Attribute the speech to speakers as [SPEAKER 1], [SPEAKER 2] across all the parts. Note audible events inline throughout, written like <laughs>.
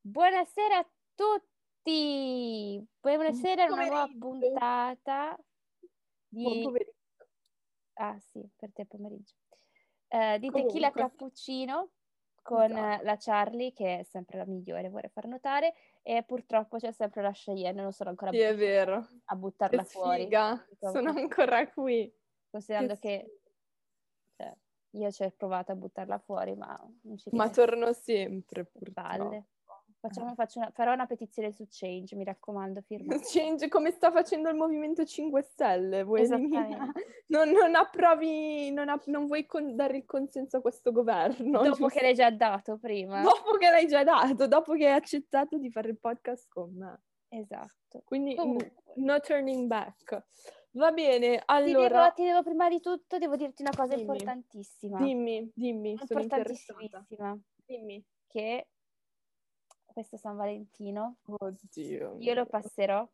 [SPEAKER 1] Buonasera a tutti, buonasera a una nuova
[SPEAKER 2] pomeriggio.
[SPEAKER 1] puntata di...
[SPEAKER 2] Buon pomeriggio.
[SPEAKER 1] Ah sì, per te è pomeriggio. Eh, di Tequila
[SPEAKER 2] Comunque.
[SPEAKER 1] Cappuccino con
[SPEAKER 2] Esatto.
[SPEAKER 1] eh, la Charlie, che è sempre la migliore, vorrei far notare, e purtroppo c'è sempre la Cheyenne, non sono ancora
[SPEAKER 2] Sì, è vero.
[SPEAKER 1] a
[SPEAKER 2] Che
[SPEAKER 1] buttarla fuori.
[SPEAKER 2] sfiga. Sono ancora qui.
[SPEAKER 1] Considerando
[SPEAKER 2] Che
[SPEAKER 1] che cioè, io ci ho provato a buttarla fuori, ma non ci
[SPEAKER 2] Ma
[SPEAKER 1] riesco.
[SPEAKER 2] torno sempre, purtroppo.
[SPEAKER 1] Palle. Facciamo- faccio una- farò una petizione su Change, mi raccomando, firma.
[SPEAKER 2] <laughs> Change come sta facendo il Movimento 5 Stelle. Vuoi
[SPEAKER 1] Esattamente.
[SPEAKER 2] eliminare- <laughs> non, non approvi, non, app- non vuoi con- dare il consenso a questo governo.
[SPEAKER 1] Dopo
[SPEAKER 2] giusto?
[SPEAKER 1] che l'hai già dato
[SPEAKER 2] <laughs>
[SPEAKER 1] prima.
[SPEAKER 2] Dopo che l'hai già dato, dopo che hai accettato di fare il podcast con me.
[SPEAKER 1] Esatto.
[SPEAKER 2] Quindi
[SPEAKER 1] Comunque.
[SPEAKER 2] n- no turning back. Va bene,
[SPEAKER 1] Ti
[SPEAKER 2] allora
[SPEAKER 1] devo- ti devo prima di tutto, devo dirti una cosa
[SPEAKER 2] Dimmi.
[SPEAKER 1] importantissima.
[SPEAKER 2] dimmi, dimmi, sono interessata.
[SPEAKER 1] importantissima.
[SPEAKER 2] Dimmi.
[SPEAKER 1] Che questo San Valentino
[SPEAKER 2] Oddio.
[SPEAKER 1] io lo
[SPEAKER 2] mio.
[SPEAKER 1] passerò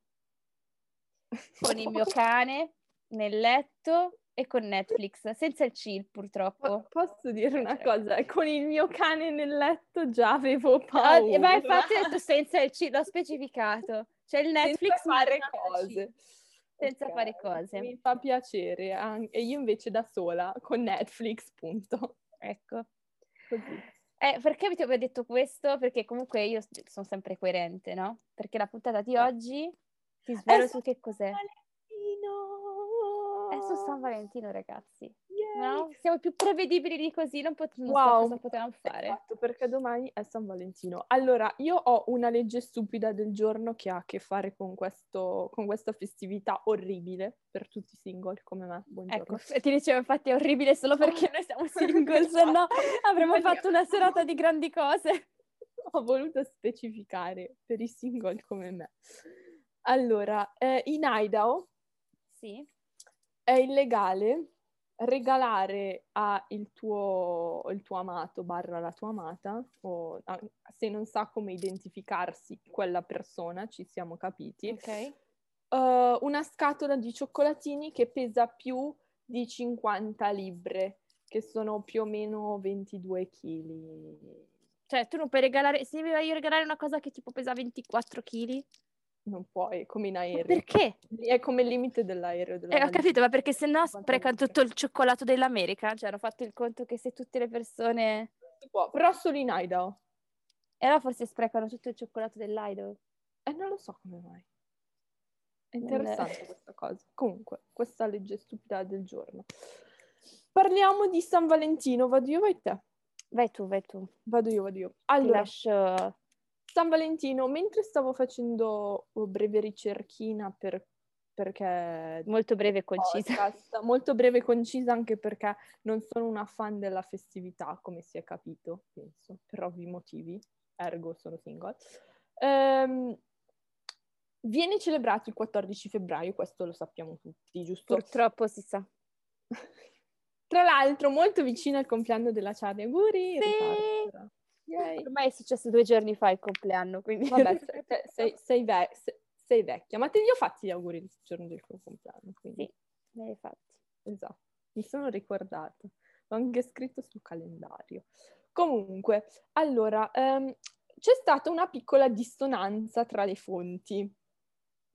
[SPEAKER 1] con il
[SPEAKER 2] <laughs>
[SPEAKER 1] mio cane nel letto e con Netflix, senza il chill
[SPEAKER 2] Po-
[SPEAKER 1] purtroppo.
[SPEAKER 2] Posso dire una
[SPEAKER 1] Cioè,
[SPEAKER 2] cosa? Con il mio cane nel letto già avevo
[SPEAKER 1] Ah,
[SPEAKER 2] paura.
[SPEAKER 1] ma infatti ho detto senza il chill, l'ho specificato. C'è il Netflix
[SPEAKER 2] senza fare
[SPEAKER 1] ma senza il chill.
[SPEAKER 2] cose.
[SPEAKER 1] Senza
[SPEAKER 2] Ok,
[SPEAKER 1] fare cose.
[SPEAKER 2] Mi fa piacere. an- E io invece da sola con Netflix, punto.
[SPEAKER 1] Ecco.
[SPEAKER 2] Così.
[SPEAKER 1] Eh, perché vi ho detto questo? Perché comunque io s- sono sempre coerente, no? Perché la puntata di oggi ti svelo
[SPEAKER 2] È
[SPEAKER 1] su
[SPEAKER 2] su
[SPEAKER 1] che cos'è.
[SPEAKER 2] Eh, Valentino!
[SPEAKER 1] È su San Valentino, ragazzi.
[SPEAKER 2] Yay!
[SPEAKER 1] No? Siamo più prevedibili di così, non, pot- non so
[SPEAKER 2] Wow.
[SPEAKER 1] cosa potevamo fare.
[SPEAKER 2] Esatto, perché domani è San Valentino. Allora, io ho una legge stupida del giorno che ha a che fare con, questo, con questa festività orribile per tutti i single come me. Buongiorno.
[SPEAKER 1] Ecco,
[SPEAKER 2] <laughs>
[SPEAKER 1] <laughs> ti dicevo infatti è orribile solo perché noi <laughs> siamo single, se <laughs> no avremmo
[SPEAKER 2] Infatti-
[SPEAKER 1] fatto una serata di grandi cose.
[SPEAKER 2] <laughs> Ho voluto specificare per i single come me. Allora, eh, in Idaho
[SPEAKER 1] Sì,
[SPEAKER 2] è illegale regalare al tuo, il tuo amato barra la tua amata, o a- se non sa come identificarsi quella persona, ci siamo capiti,
[SPEAKER 1] ok.
[SPEAKER 2] eh, una scatola di cioccolatini che pesa più di 50 libbre, che sono più o meno 22 kg.
[SPEAKER 1] Cioè, tu non puoi regalare, se mi vai a regalare una cosa che tipo pesa 24 kg,
[SPEAKER 2] Non puoi, come in
[SPEAKER 1] ma
[SPEAKER 2] aereo.
[SPEAKER 1] perché?
[SPEAKER 2] È come il limite dell'aereo. della
[SPEAKER 1] Eh, ho
[SPEAKER 2] valigia.
[SPEAKER 1] capito, ma perché se no
[SPEAKER 2] 50
[SPEAKER 1] sprecano
[SPEAKER 2] libbre.
[SPEAKER 1] tutto il cioccolato dell'America. Cioè, hanno fatto il conto che se tutte le persone...
[SPEAKER 2] Non si può, però solo in Idaho.
[SPEAKER 1] E allora forse sprecano tutto il cioccolato dell'Idaho.
[SPEAKER 2] E non lo so come mai. È
[SPEAKER 1] Non-
[SPEAKER 2] interessante questa cosa. Comunque, questa legge stupida del giorno. Parliamo di San Valentino. Vado io, vai te.
[SPEAKER 1] Vai tu, vai tu. Ti
[SPEAKER 2] Vado io, vado io. Allora,
[SPEAKER 1] lascio...
[SPEAKER 2] San Valentino, mentre stavo facendo oh, breve ricerchina per- perché...
[SPEAKER 1] Molto breve e concisa.
[SPEAKER 2] podcast, molto breve e concisa anche perché non sono una fan della festività, come si è capito, penso, per ovvi motivi, ergo sono single. Ehm, viene celebrato il 14 febbraio, questo lo sappiamo tutti,
[SPEAKER 1] <laughs>
[SPEAKER 2] giusto?
[SPEAKER 1] Purtroppo si sa.
[SPEAKER 2] Tra l'altro molto vicino al compleanno della Charlie, auguri! in
[SPEAKER 1] Sì!
[SPEAKER 2] ritardo, però. Yay.
[SPEAKER 1] Ormai è successo due giorni fa il compleanno, quindi... <laughs>
[SPEAKER 2] Vabbè, se- se- sei, sei ve- se- sei vecchia, ma te li ho fatti gli auguri il giorno del tuo compleanno, quindi...
[SPEAKER 1] Sì. Me l'hai fatti.
[SPEAKER 2] Esatto, mi sono ricordata, l'ho anche scritto sul calendario. Comunque, allora, ehm, c'è stata una piccola dissonanza tra le fonti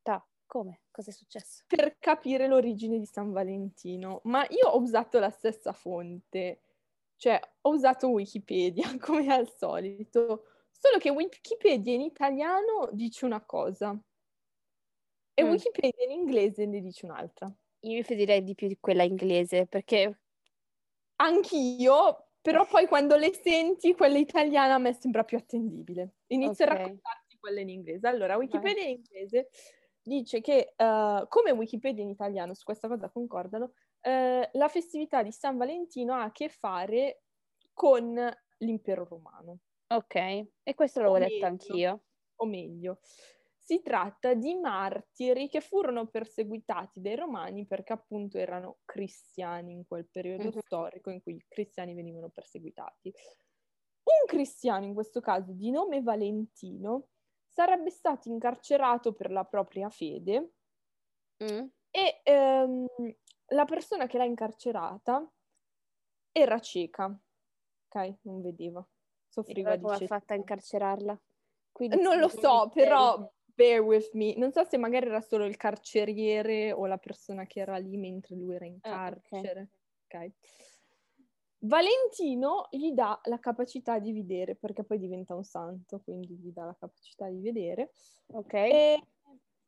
[SPEAKER 1] Ta, come? Cosa è successo?
[SPEAKER 2] per capire l'origine di San Valentino, ma io ho usato la stessa fonte, cioè ho usato Wikipedia <laughs> come al solito, solo che Wikipedia in italiano dice una cosa e
[SPEAKER 1] Mm.
[SPEAKER 2] Wikipedia in inglese ne dice un'altra.
[SPEAKER 1] Io mi fiderei di più di quella inglese, perché...
[SPEAKER 2] Anch'io, però poi quando le senti, quella italiana a me sembra più attendibile. Inizio
[SPEAKER 1] Ok.
[SPEAKER 2] a raccontarti quella in inglese. Allora, Wikipedia in inglese dice che, eh, come Wikipedia in italiano, su questa cosa concordano, eh, la festività di San Valentino ha a che fare con l'impero romano,
[SPEAKER 1] Ok, e questo l'avevo detto
[SPEAKER 2] Meglio.
[SPEAKER 1] anch'io.
[SPEAKER 2] o meglio, si tratta di martiri che furono perseguitati dai romani perché appunto erano cristiani in quel periodo
[SPEAKER 1] Mhm.
[SPEAKER 2] storico in cui i cristiani venivano perseguitati. Un cristiano, in questo caso di nome Valentino, sarebbe stato incarcerato per la propria fede
[SPEAKER 1] Mm?
[SPEAKER 2] e ehm, la persona che l'ha incarcerata era cieca, ok? Non vedeva,
[SPEAKER 1] E allora
[SPEAKER 2] soffriva di
[SPEAKER 1] come ha
[SPEAKER 2] cieca.
[SPEAKER 1] fatto a incarcerarla? Quindi
[SPEAKER 2] Non lo
[SPEAKER 1] sì,
[SPEAKER 2] so,
[SPEAKER 1] sì.
[SPEAKER 2] però bear with me. Non so se magari era solo il carceriere o la persona che era lì mentre lui era in
[SPEAKER 1] Ah, ok.
[SPEAKER 2] carcere. Ok. Valentino gli dà la capacità di vedere, perché poi diventa un santo, quindi gli dà la capacità di vedere.
[SPEAKER 1] Ok.
[SPEAKER 2] E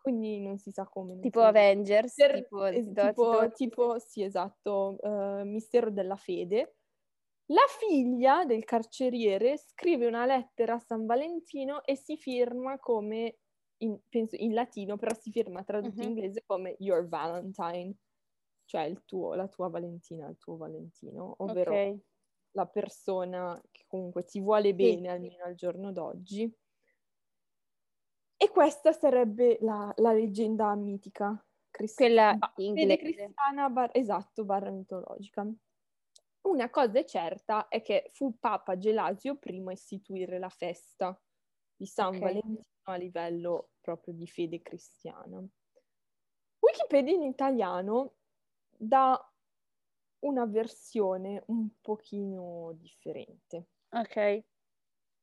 [SPEAKER 2] quindi non si sa come. non
[SPEAKER 1] Tipo
[SPEAKER 2] so-
[SPEAKER 1] Avengers,
[SPEAKER 2] Mister-
[SPEAKER 1] tipo,
[SPEAKER 2] eh,
[SPEAKER 1] Dot-
[SPEAKER 2] tipo-
[SPEAKER 1] Dot-
[SPEAKER 2] tipo- sì, esatto, eh, mistero della fede. La figlia del carceriere scrive una lettera a San Valentino e si firma come, in, penso in latino, però si firma tradotto
[SPEAKER 1] Mhm.
[SPEAKER 2] in inglese come Your Valentine, cioè il tuo, la tua Valentina, il tuo Valentino, ovvero
[SPEAKER 1] Ok.
[SPEAKER 2] la persona che comunque ti vuole bene almeno al giorno d'oggi. E questa sarebbe la, la leggenda mitica
[SPEAKER 1] Quella
[SPEAKER 2] cristiana.
[SPEAKER 1] inglese.
[SPEAKER 2] cristiana, bar- esatto, barra mitologica. Una cosa è certa è che fu Papa Gelasio I a istituire la festa di San
[SPEAKER 1] Ok.
[SPEAKER 2] Valentino a livello proprio di fede cristiana. Wikipedia in italiano dà una versione un pochino differente.
[SPEAKER 1] Ok.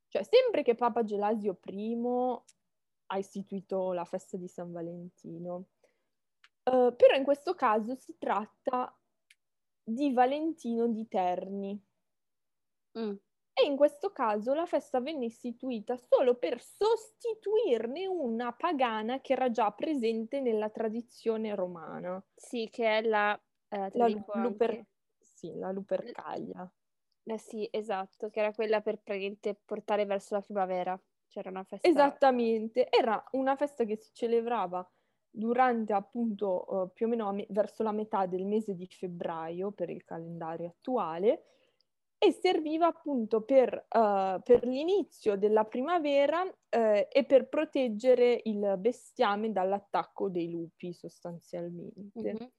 [SPEAKER 2] Cioè, sempre che Papa Gelasio I ha istituito la festa di San Valentino, Eh, però in questo caso si tratta di Valentino di Terni.
[SPEAKER 1] Mm.
[SPEAKER 2] E in questo caso la festa venne istituita solo per sostituirne una pagana che era già presente nella tradizione romana,
[SPEAKER 1] Sì, che è la... eh, te
[SPEAKER 2] la,
[SPEAKER 1] lo dico anche.
[SPEAKER 2] Luper- sì, la Lupercaglia.
[SPEAKER 1] Eh sì, esatto, che era quella per praticamente portare verso la primavera. C'era una festa.
[SPEAKER 2] Esattamente, era una festa che si celebrava durante appunto eh, più o meno a me- verso la metà del mese di febbraio per il calendario attuale e serviva appunto per, eh, per l'inizio della primavera eh, e per proteggere il bestiame dall'attacco dei lupi sostanzialmente.
[SPEAKER 1] <laughs> Mhm.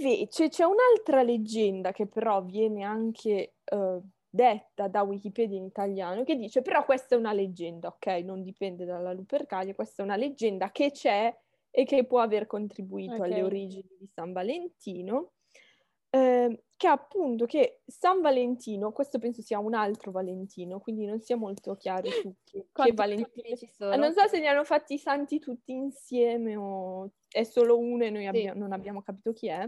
[SPEAKER 2] Invece c'è un'altra leggenda che però viene anche eh, detta da Wikipedia in italiano che dice però questa è una leggenda, ok? Non dipende dalla Lupercalia, questa è una leggenda che c'è e che può aver contribuito
[SPEAKER 1] Ok.
[SPEAKER 2] alle origini di San Valentino, ehm, che appunto che San Valentino, questo penso sia un altro Valentino, quindi non sia molto chiaro su chi- che
[SPEAKER 1] Quanti
[SPEAKER 2] Valentino
[SPEAKER 1] Valentini ci sono?
[SPEAKER 2] Ah, Non so se li hanno fatti i santi tutti insieme o è solo uno e noi abbia- non abbiamo capito chi è.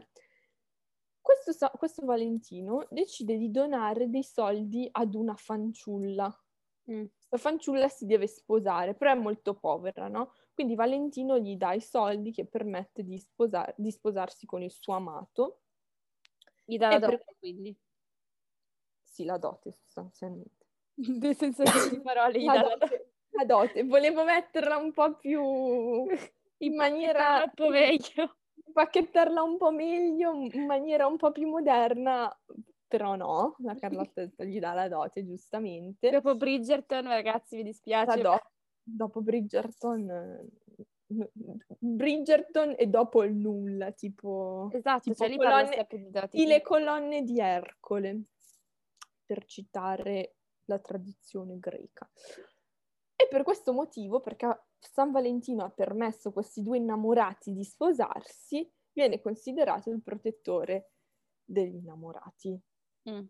[SPEAKER 2] Questo, sa- questo Valentino decide di donare dei soldi ad una fanciulla.
[SPEAKER 1] Mm.
[SPEAKER 2] La fanciulla si deve sposare, però è molto povera, no? Quindi Valentino gli dà i soldi che permette di, sposa- di sposarsi con il suo amato.
[SPEAKER 1] Gli dà la
[SPEAKER 2] E per-
[SPEAKER 1] dote, quindi. <laughs>
[SPEAKER 2] Sì, la dote sostanzialmente.
[SPEAKER 1] Nel senso che di parole gli
[SPEAKER 2] La
[SPEAKER 1] dà la dote.
[SPEAKER 2] dote, la dote. Volevo metterla un po' più
[SPEAKER 1] <laughs>
[SPEAKER 2] in maniera...
[SPEAKER 1] Troppo meglio.
[SPEAKER 2] pacchettarla un po' meglio, in maniera un po' più moderna, però no, la Carlotta gli dà la dote, giustamente.
[SPEAKER 1] <laughs> Dopo Bridgerton, ragazzi, mi
[SPEAKER 2] La
[SPEAKER 1] dispiace.
[SPEAKER 2] do- dopo Bridgerton, eh, Bridgerton e dopo il nulla, tipo
[SPEAKER 1] Esatto,
[SPEAKER 2] tipo
[SPEAKER 1] cioè lì parla
[SPEAKER 2] colonne-
[SPEAKER 1] sempre di doti.
[SPEAKER 2] le colonne di Ercole, per citare la tradizione greca. E per questo motivo, perché San Valentino ha permesso a questi due innamorati di sposarsi, viene considerato il protettore degli innamorati.
[SPEAKER 1] Mm.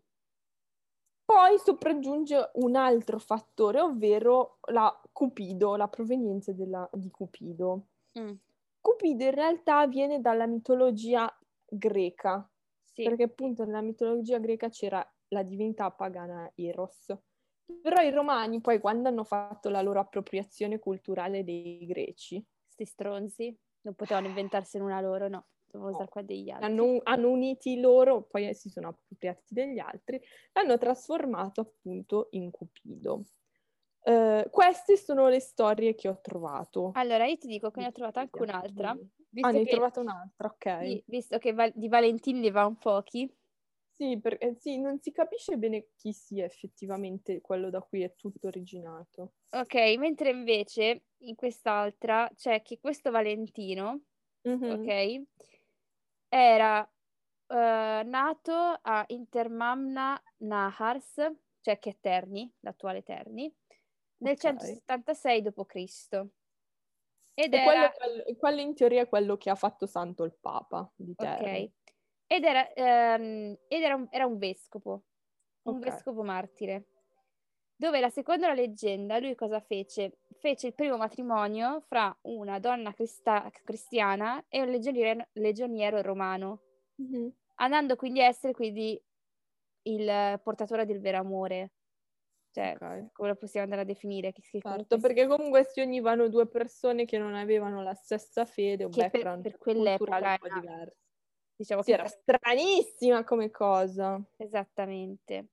[SPEAKER 2] Poi sopraggiunge un altro fattore, ovvero la Cupido, la provenienza della- di Cupido.
[SPEAKER 1] Mm.
[SPEAKER 2] Cupido in realtà viene dalla mitologia greca,
[SPEAKER 1] Sì.
[SPEAKER 2] perché appunto nella mitologia greca c'era la divinità pagana Eros. Però i romani poi quando hanno fatto la loro appropriazione culturale dei greci,
[SPEAKER 1] Sti stronzi. Non potevano inventarsene una loro, no. Dovevano
[SPEAKER 2] No.
[SPEAKER 1] usare quella degli altri.
[SPEAKER 2] Oh, hanno, hanno uniti loro, poi si sono appropriati degli altri, l'hanno trasformato appunto in Cupido. Eh, queste sono le storie che ho trovato.
[SPEAKER 1] Allora, io ti dico che Ah, ecco, ne ho trovata anche un'altra. Visto
[SPEAKER 2] Ah, ne hai
[SPEAKER 1] che-
[SPEAKER 2] trovata un'altra, ok.
[SPEAKER 1] Sì, visto che Val- di Valentini ne va un pochi.
[SPEAKER 2] Sì, perché sì, non si capisce bene chi sia effettivamente quello da cui è tutto originato.
[SPEAKER 1] Ok, mentre invece in quest'altra c'è che questo Valentino,
[SPEAKER 2] Mm. Mhm.
[SPEAKER 1] ok, era eh, nato a Intermamna Nahars, cioè che è Terni, l'attuale Terni, nel
[SPEAKER 2] Ok.
[SPEAKER 1] 176 d.C. Ed
[SPEAKER 2] E quello,
[SPEAKER 1] era,
[SPEAKER 2] è quello- e quello in teoria è quello che ha fatto santo il Papa di Terni.
[SPEAKER 1] ok, ed era, ehm, ed era un, era un vescovo, un
[SPEAKER 2] Ok.
[SPEAKER 1] vescovo martire. dove la secondo la leggenda lui cosa fece? Fece il primo matrimonio fra una donna crista- cristiana e un legioniero, legioniero romano,
[SPEAKER 2] Mhm.
[SPEAKER 1] andando quindi a essere quindi il portatore del vero amore. Cioè,
[SPEAKER 2] Ok.
[SPEAKER 1] come lo possiamo andare a definire? Che, che
[SPEAKER 2] Certo,
[SPEAKER 1] comunque-
[SPEAKER 2] perché comunque si univano due persone che non avevano la stessa fede o
[SPEAKER 1] Che per-
[SPEAKER 2] background
[SPEAKER 1] per quell'epoca
[SPEAKER 2] culturale un po'
[SPEAKER 1] era-
[SPEAKER 2] diverso.
[SPEAKER 1] diciamo
[SPEAKER 2] Sì,
[SPEAKER 1] che
[SPEAKER 2] era stranissima come cosa.
[SPEAKER 1] Esattamente.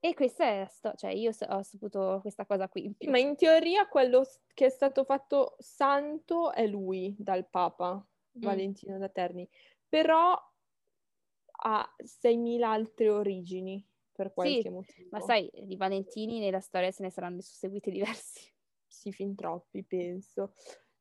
[SPEAKER 1] E questa è la sto- cioè io so- ho saputo questa cosa qui in più.
[SPEAKER 2] Ma in teoria quello s- che è stato fatto santo è lui dal Papa
[SPEAKER 1] Mm.
[SPEAKER 2] Valentino da Terni, però ha 6.000 altre origini per qualche motivo.
[SPEAKER 1] Ma sai, di Valentini nella storia se ne saranno susseguiti diversi. <laughs>
[SPEAKER 2] Sì, fin troppi, penso.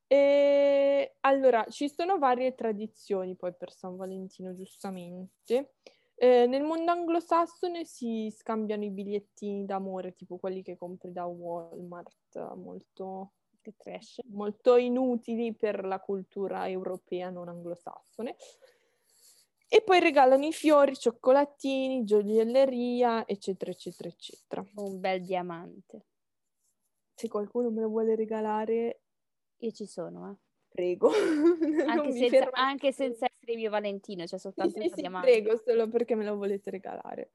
[SPEAKER 2] E allora, ci sono varie tradizioni poi per San Valentino, giustamente. Eh, nel mondo anglosassone si scambiano i bigliettini d'amore, tipo quelli che compri da Walmart, molto,
[SPEAKER 1] Che trash.
[SPEAKER 2] molto inutili per la cultura europea non anglosassone. E poi regalano i fiori, cioccolatini, gioielleria, eccetera, eccetera, eccetera.
[SPEAKER 1] Un bel diamante.
[SPEAKER 2] Se qualcuno me lo vuole regalare,
[SPEAKER 1] Io ci sono, eh.
[SPEAKER 2] prego. <laughs> Non
[SPEAKER 1] Anche,
[SPEAKER 2] vi
[SPEAKER 1] senza,
[SPEAKER 2] fermate. <laughs>
[SPEAKER 1] anche senza essere mio Valentino, cioè
[SPEAKER 2] Sì,
[SPEAKER 1] soltanto
[SPEAKER 2] sì,
[SPEAKER 1] il
[SPEAKER 2] sì,
[SPEAKER 1] diamante.
[SPEAKER 2] prego, solo perché me lo volete regalare.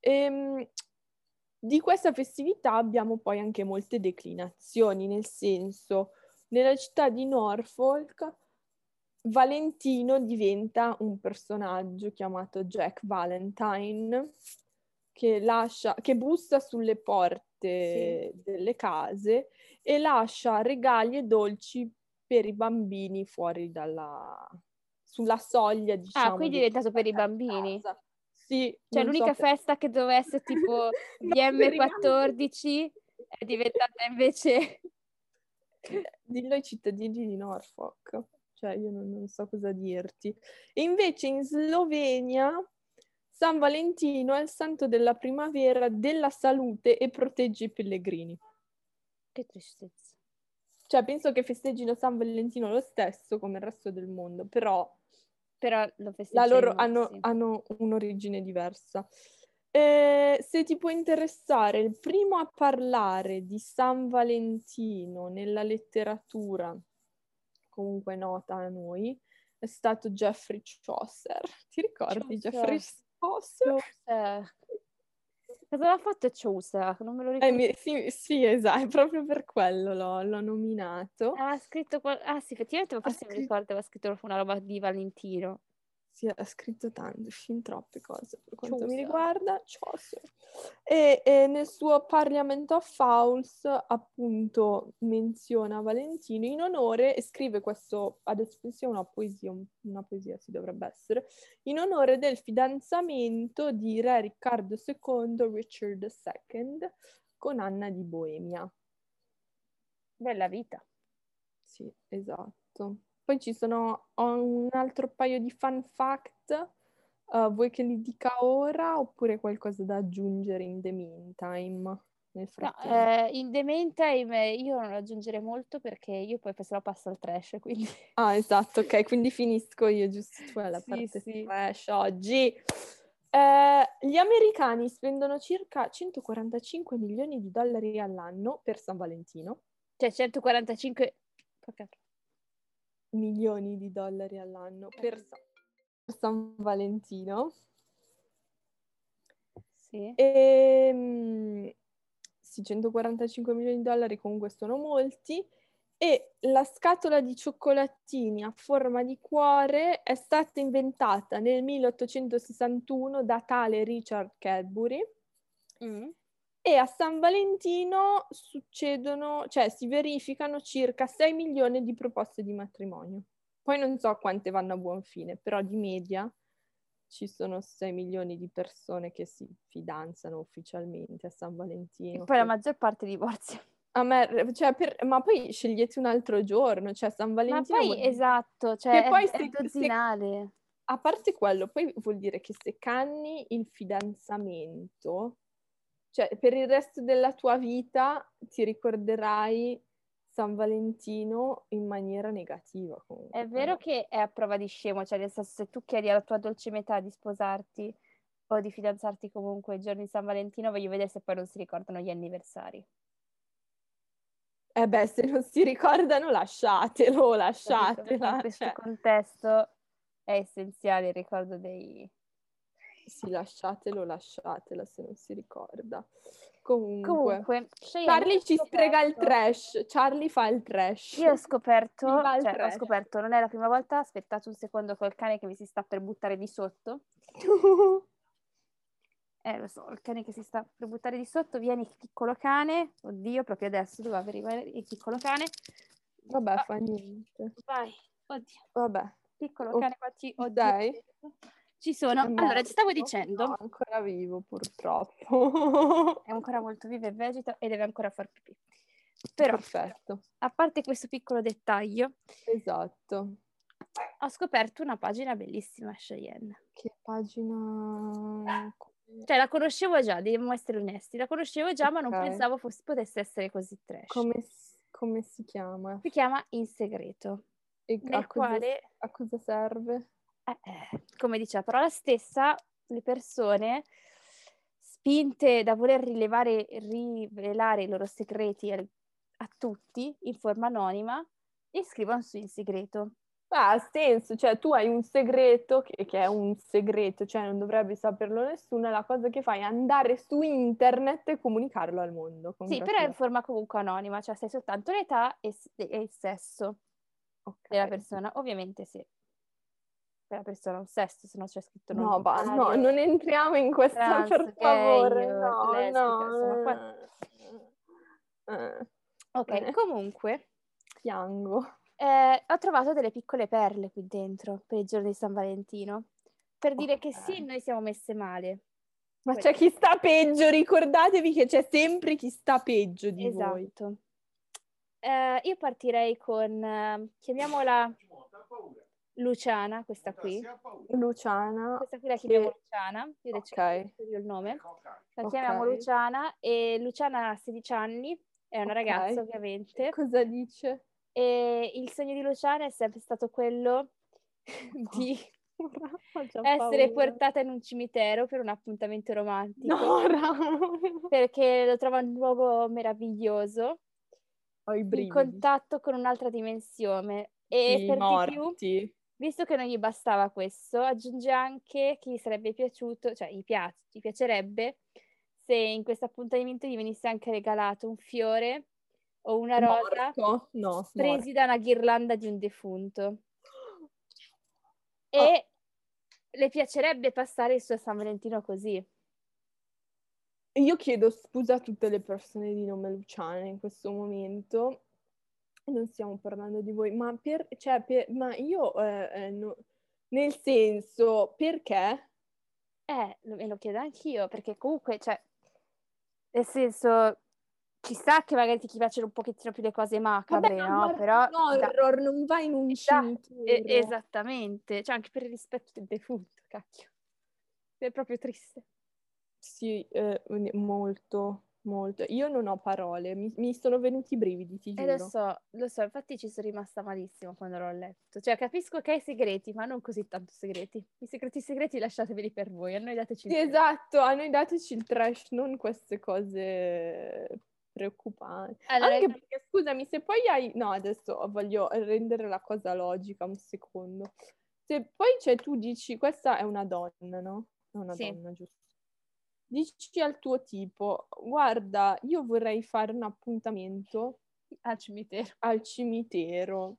[SPEAKER 2] Ehm, di questa festività abbiamo poi anche molte declinazioni, nel senso, nella città di Norfolk, Valentino diventa un personaggio chiamato Jack Valentine, che, lascia, che bussa sulle porte delle case e lascia regali e dolci per i bambini fuori dalla... sulla soglia, diciamo.
[SPEAKER 1] Ah, quindi è
[SPEAKER 2] di-
[SPEAKER 1] diventato per i bambini?
[SPEAKER 2] casa. Sì,
[SPEAKER 1] Cioè
[SPEAKER 2] non so
[SPEAKER 1] l'unica
[SPEAKER 2] per-
[SPEAKER 1] festa che doveva essere
[SPEAKER 2] <laughs>
[SPEAKER 1] tipo
[SPEAKER 2] Non per i bambini.
[SPEAKER 1] DM14 è diventata invece...
[SPEAKER 2] <laughs> Dillo ai cittadini di Norfolk, cioè io non, non so cosa dirti. E invece in Slovenia San Valentino è il santo della primavera, della salute e protegge i pellegrini.
[SPEAKER 1] Che tristezza.
[SPEAKER 2] Cioè penso che festeggino San Valentino lo stesso come il resto del mondo, però
[SPEAKER 1] Però lo
[SPEAKER 2] la
[SPEAKER 1] festeggiano
[SPEAKER 2] loro
[SPEAKER 1] i
[SPEAKER 2] hanno,
[SPEAKER 1] mozzi.
[SPEAKER 2] hanno un'origine diversa. Eh, se ti può interessare, il primo a parlare di San Valentino nella letteratura, comunque nota a noi, è stato Geoffrey Chaucer. Ti ricordi
[SPEAKER 1] Chaucer.
[SPEAKER 2] Geoffrey Chaucer?
[SPEAKER 1] Chaucer. Cosa aveva fatto Chaucer? Non me lo
[SPEAKER 2] Eh,
[SPEAKER 1] ricordo.
[SPEAKER 2] mi- sì, sì, esatto, è proprio per quello l'ho, l'ho nominato.
[SPEAKER 1] Ah, ha scritto qual- Ah, sì, effettivamente, ma
[SPEAKER 2] Ha
[SPEAKER 1] forse mi
[SPEAKER 2] scritto-
[SPEAKER 1] ricordo aveva scritto una roba di Valentino.
[SPEAKER 2] Sì, ha scritto tanto, fin troppe cose per quanto mi
[SPEAKER 1] Chaucer.
[SPEAKER 2] riguarda. Chaucer. E, e nel suo Parliament of Fowls, appunto, menziona Valentino in onore e scrive questo, adesso penso sia una poesia, un- una poesia si dovrebbe essere, in onore del fidanzamento di Re Riccardo II, Richard II, con Anna di Boemia.
[SPEAKER 1] Bella vita.
[SPEAKER 2] Sì, esatto. Poi ci sono ho un altro paio di fun fact. eh, vuoi che li dica ora oppure qualcosa da aggiungere in the meantime? Nel
[SPEAKER 1] No,
[SPEAKER 2] frattempo.
[SPEAKER 1] eh, in The Meantime eh, io non aggiungerei molto perché io poi se no passo al trash, quindi... <laughs>
[SPEAKER 2] Ah, esatto, ok, quindi finisco io, giusto tu hai la
[SPEAKER 1] Sì,
[SPEAKER 2] parte
[SPEAKER 1] sì.
[SPEAKER 2] trash oggi. Eh, gli americani spendono circa 145 milioni di dollari all'anno per San Valentino.
[SPEAKER 1] Cioè, 145... Porca-
[SPEAKER 2] Milioni di dollari all'anno per San- per San Valentino.
[SPEAKER 1] Sì.
[SPEAKER 2] E, Ehm, sì, 145 milioni di dollari comunque sono molti. E la scatola di cioccolatini a forma di cuore è stata inventata nel 1861 da tale Richard Cadbury.
[SPEAKER 1] Mm.
[SPEAKER 2] E a San Valentino succedono, cioè si verificano circa 6 milioni di proposte di matrimonio. Poi non so quante vanno a buon fine, però di media ci sono 6 milioni di persone che si fidanzano ufficialmente a San Valentino.
[SPEAKER 1] E poi la maggior parte divorzia.
[SPEAKER 2] A me- cioè, per- ma poi scegliete un altro giorno, cioè San
[SPEAKER 1] Ma
[SPEAKER 2] Valentino. vuol
[SPEAKER 1] poi,
[SPEAKER 2] dire-
[SPEAKER 1] esatto, cioè,
[SPEAKER 2] che
[SPEAKER 1] è,
[SPEAKER 2] poi
[SPEAKER 1] è
[SPEAKER 2] se- se-
[SPEAKER 1] dozzinale.
[SPEAKER 2] a parte quello, poi vuol dire che se canni il fidanzamento, cioè per il resto della tua vita ti ricorderai San Valentino in maniera negativa. comunque.
[SPEAKER 1] È vero che è a prova di scemo, cioè nel senso se tu chiedi alla tua dolce metà di sposarti o di fidanzarti comunque il giorno di San Valentino, voglio vedere se poi non si ricordano gli anniversari.
[SPEAKER 2] Eh beh, se non si ricordano lasciatelo, lasciatela.
[SPEAKER 1] In questo
[SPEAKER 2] Esatto, cioè,
[SPEAKER 1] contesto è essenziale il ricordo dei...
[SPEAKER 2] sì, lasciatelo, lasciatela se non si ricorda. Comunque,
[SPEAKER 1] Comunque, Cheyenne, io
[SPEAKER 2] Charlie
[SPEAKER 1] ho
[SPEAKER 2] ci sprega il
[SPEAKER 1] scoperto-
[SPEAKER 2] trash, Charlie fa il trash.
[SPEAKER 1] Io ho scoperto,
[SPEAKER 2] Mi va il
[SPEAKER 1] cioè, ho
[SPEAKER 2] trash.
[SPEAKER 1] scoperto, non è la prima volta, aspettate un secondo col cane che mi si sta per buttare di sotto. Eh, lo so, il cane che si sta per buttare di sotto, vieni piccolo cane, oddio, proprio adesso doveva arrivare il piccolo cane.
[SPEAKER 2] <laughs> Vabbè,
[SPEAKER 1] Ah,
[SPEAKER 2] fa niente.
[SPEAKER 1] vai, oddio.
[SPEAKER 2] Vabbè.
[SPEAKER 1] piccolo
[SPEAKER 2] Oh,
[SPEAKER 1] cane quanti oddio.
[SPEAKER 2] dai.
[SPEAKER 1] Ci sono.
[SPEAKER 2] è
[SPEAKER 1] Allora, ti stavo
[SPEAKER 2] morto.
[SPEAKER 1] dicendo,
[SPEAKER 2] No, ancora vivo purtroppo. <laughs>
[SPEAKER 1] è ancora molto vivo e vegeta e deve ancora far pipì. Però,
[SPEAKER 2] Perfetto,
[SPEAKER 1] a parte questo piccolo dettaglio,
[SPEAKER 2] esatto.
[SPEAKER 1] ho scoperto una pagina bellissima, Cheyenne.
[SPEAKER 2] Che pagina...
[SPEAKER 1] Cioè, la conoscevo già, devo essere onesti, la conoscevo già, ma non
[SPEAKER 2] Ok.
[SPEAKER 1] pensavo fosse- potesse essere così trash.
[SPEAKER 2] Come, s- come si chiama?
[SPEAKER 1] Si chiama In Segreto,
[SPEAKER 2] E
[SPEAKER 1] nel
[SPEAKER 2] a, cosa,
[SPEAKER 1] quale
[SPEAKER 2] a cosa serve?
[SPEAKER 1] Eh, eh, come dice la parola stessa, le persone spinte da voler rilevare, rivelare i loro segreti al- a tutti in forma anonima, li scrivono su in segreto.
[SPEAKER 2] Ah, ha senso, cioè tu hai un segreto che, che è un segreto, cioè non dovrebbe saperlo nessuno, e la cosa che fai è andare su internet e comunicarlo al mondo.
[SPEAKER 1] Sì, però è in forma comunque anonima, cioè sai soltanto l'età e, s- e il sesso della
[SPEAKER 2] persona.
[SPEAKER 1] persona. Ovviamente se quella persona ha un sesso, se no c'è scritto certo, non
[SPEAKER 2] No, ba-
[SPEAKER 1] binario.
[SPEAKER 2] no, non entriamo in questo,
[SPEAKER 1] trans,
[SPEAKER 2] per
[SPEAKER 1] gay,
[SPEAKER 2] favore,
[SPEAKER 1] eh,
[SPEAKER 2] no,
[SPEAKER 1] lesbica,
[SPEAKER 2] no.
[SPEAKER 1] insomma,
[SPEAKER 2] eh,
[SPEAKER 1] Ok,
[SPEAKER 2] eh.
[SPEAKER 1] comunque
[SPEAKER 2] Piango.
[SPEAKER 1] Eh, ho trovato delle piccole perle qui dentro per il giorno di San Valentino, per dire che
[SPEAKER 2] Ok.
[SPEAKER 1] sì, noi siamo messe male.
[SPEAKER 2] Ma c'è chi sta peggio, ricordatevi che c'è sempre chi sta peggio di voi.
[SPEAKER 1] Esatto. Eh, io partirei con, eh, chiamiamola Luciana, questa qui.
[SPEAKER 2] Luciana,
[SPEAKER 1] Questa qui la
[SPEAKER 2] Che-
[SPEAKER 1] chiamiamo Luciana, io adesso
[SPEAKER 2] Ok.
[SPEAKER 1] cerco io il nome. La
[SPEAKER 2] Ok.
[SPEAKER 1] chiamiamo Luciana e Luciana ha 16 anni, è una
[SPEAKER 2] Ok.
[SPEAKER 1] ragazza ovviamente.
[SPEAKER 2] cosa dice? <laughs>
[SPEAKER 1] E il sogno di Luciana è sempre stato
[SPEAKER 2] <laughs>
[SPEAKER 1] quello di
[SPEAKER 2] Ho già
[SPEAKER 1] essere
[SPEAKER 2] paura.
[SPEAKER 1] portata in un cimitero per un appuntamento romantico.
[SPEAKER 2] No, Ra-
[SPEAKER 1] perché lo trova un luogo meraviglioso,
[SPEAKER 2] Ho i
[SPEAKER 1] in
[SPEAKER 2] brividi.
[SPEAKER 1] contatto con un'altra dimensione. E
[SPEAKER 2] I
[SPEAKER 1] per di più,
[SPEAKER 2] morti.
[SPEAKER 1] visto che non gli bastava questo, aggiunge anche che gli sarebbe piaciuto, cioè gli, pia- gli piacerebbe se in questo appuntamento gli venisse anche regalato un fiore o una rosa
[SPEAKER 2] Morto? No, morto.
[SPEAKER 1] presi da una ghirlanda di un defunto. E
[SPEAKER 2] Ah.
[SPEAKER 1] le piacerebbe passare il suo San Valentino così.
[SPEAKER 2] Io chiedo scusa a tutte le persone di nome Luciana in questo momento. Non stiamo parlando di voi, ma, per, cioè, per- ma io, eh, eh, no- nel senso, perché?
[SPEAKER 1] Eh, lo- me lo chiedo anch'io, perché comunque, cioè, nel senso, ci sta che magari ti piacciono un pochettino più le cose macabre,
[SPEAKER 2] ma
[SPEAKER 1] no?
[SPEAKER 2] guarda
[SPEAKER 1] Però...
[SPEAKER 2] un horror, non vai in un
[SPEAKER 1] Esatto,
[SPEAKER 2] cimitero.
[SPEAKER 1] e- esattamente, cioè anche per il rispetto del defunto, cacchio. È proprio triste.
[SPEAKER 2] Sì, eh, molto, molto. Io non ho parole, mi, mi sono venuti i brividi, ti
[SPEAKER 1] E
[SPEAKER 2] giuro.
[SPEAKER 1] Eh, lo so, lo so, infatti ci sono rimasta malissimo quando l'ho letto. Cioè, capisco che hai segreti, ma non così tanto segreti. I segreti segreti lasciateveli per voi, a noi dateci il
[SPEAKER 2] Sì,
[SPEAKER 1] tempo.
[SPEAKER 2] esatto, a noi dateci il trash, non queste cose preoccupanti.
[SPEAKER 1] Allora, esatto.
[SPEAKER 2] Anche perché, scusami, se poi hai... No, adesso voglio rendere la cosa logica un secondo. Se poi, cioè, tu dici, questa è una donna, no? È una
[SPEAKER 1] Sì.
[SPEAKER 2] donna, giusto? Dici al tuo tipo, guarda, io vorrei fare un appuntamento
[SPEAKER 1] al cimitero.
[SPEAKER 2] al cimitero.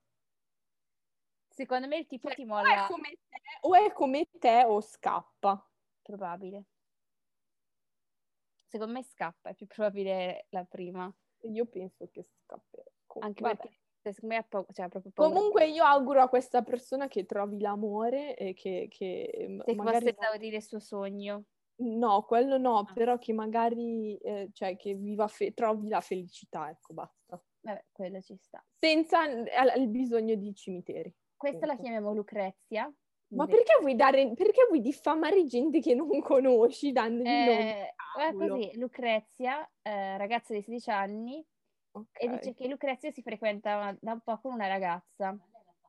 [SPEAKER 1] Secondo me il tipo
[SPEAKER 2] Cioè,
[SPEAKER 1] ti
[SPEAKER 2] O è
[SPEAKER 1] molla,
[SPEAKER 2] come te, o è come te o scappa.
[SPEAKER 1] probabile. Secondo me scappa, è più probabile la prima.
[SPEAKER 2] Io penso che scapperà. Com-
[SPEAKER 1] Anche
[SPEAKER 2] vabbè.
[SPEAKER 1] perché cioè, secondo me ha pau- cioè, ha proprio paura.
[SPEAKER 2] Comunque io auguro a questa persona che trovi l'amore e che, che m-
[SPEAKER 1] se
[SPEAKER 2] magari...
[SPEAKER 1] fosse esaurire il suo sogno.
[SPEAKER 2] No, quello no,
[SPEAKER 1] Ah.
[SPEAKER 2] però che magari eh, cioè che viva fe- trovi la felicità, ecco, basta.
[SPEAKER 1] Vabbè, quello ci sta.
[SPEAKER 2] Senza l- al- il bisogno di cimiteri.
[SPEAKER 1] Questa la
[SPEAKER 2] Punto.
[SPEAKER 1] chiamiamo Lucrezia.
[SPEAKER 2] Ma
[SPEAKER 1] Invece-
[SPEAKER 2] perché vuoi, dare, perché vuoi diffamare gente che non conosci dandogli il nome?
[SPEAKER 1] Eh, guarda
[SPEAKER 2] cavolo.
[SPEAKER 1] così, Lucrezia, eh, ragazza di 16 anni, e dice che Lucrezia si frequenta da un po' con una ragazza,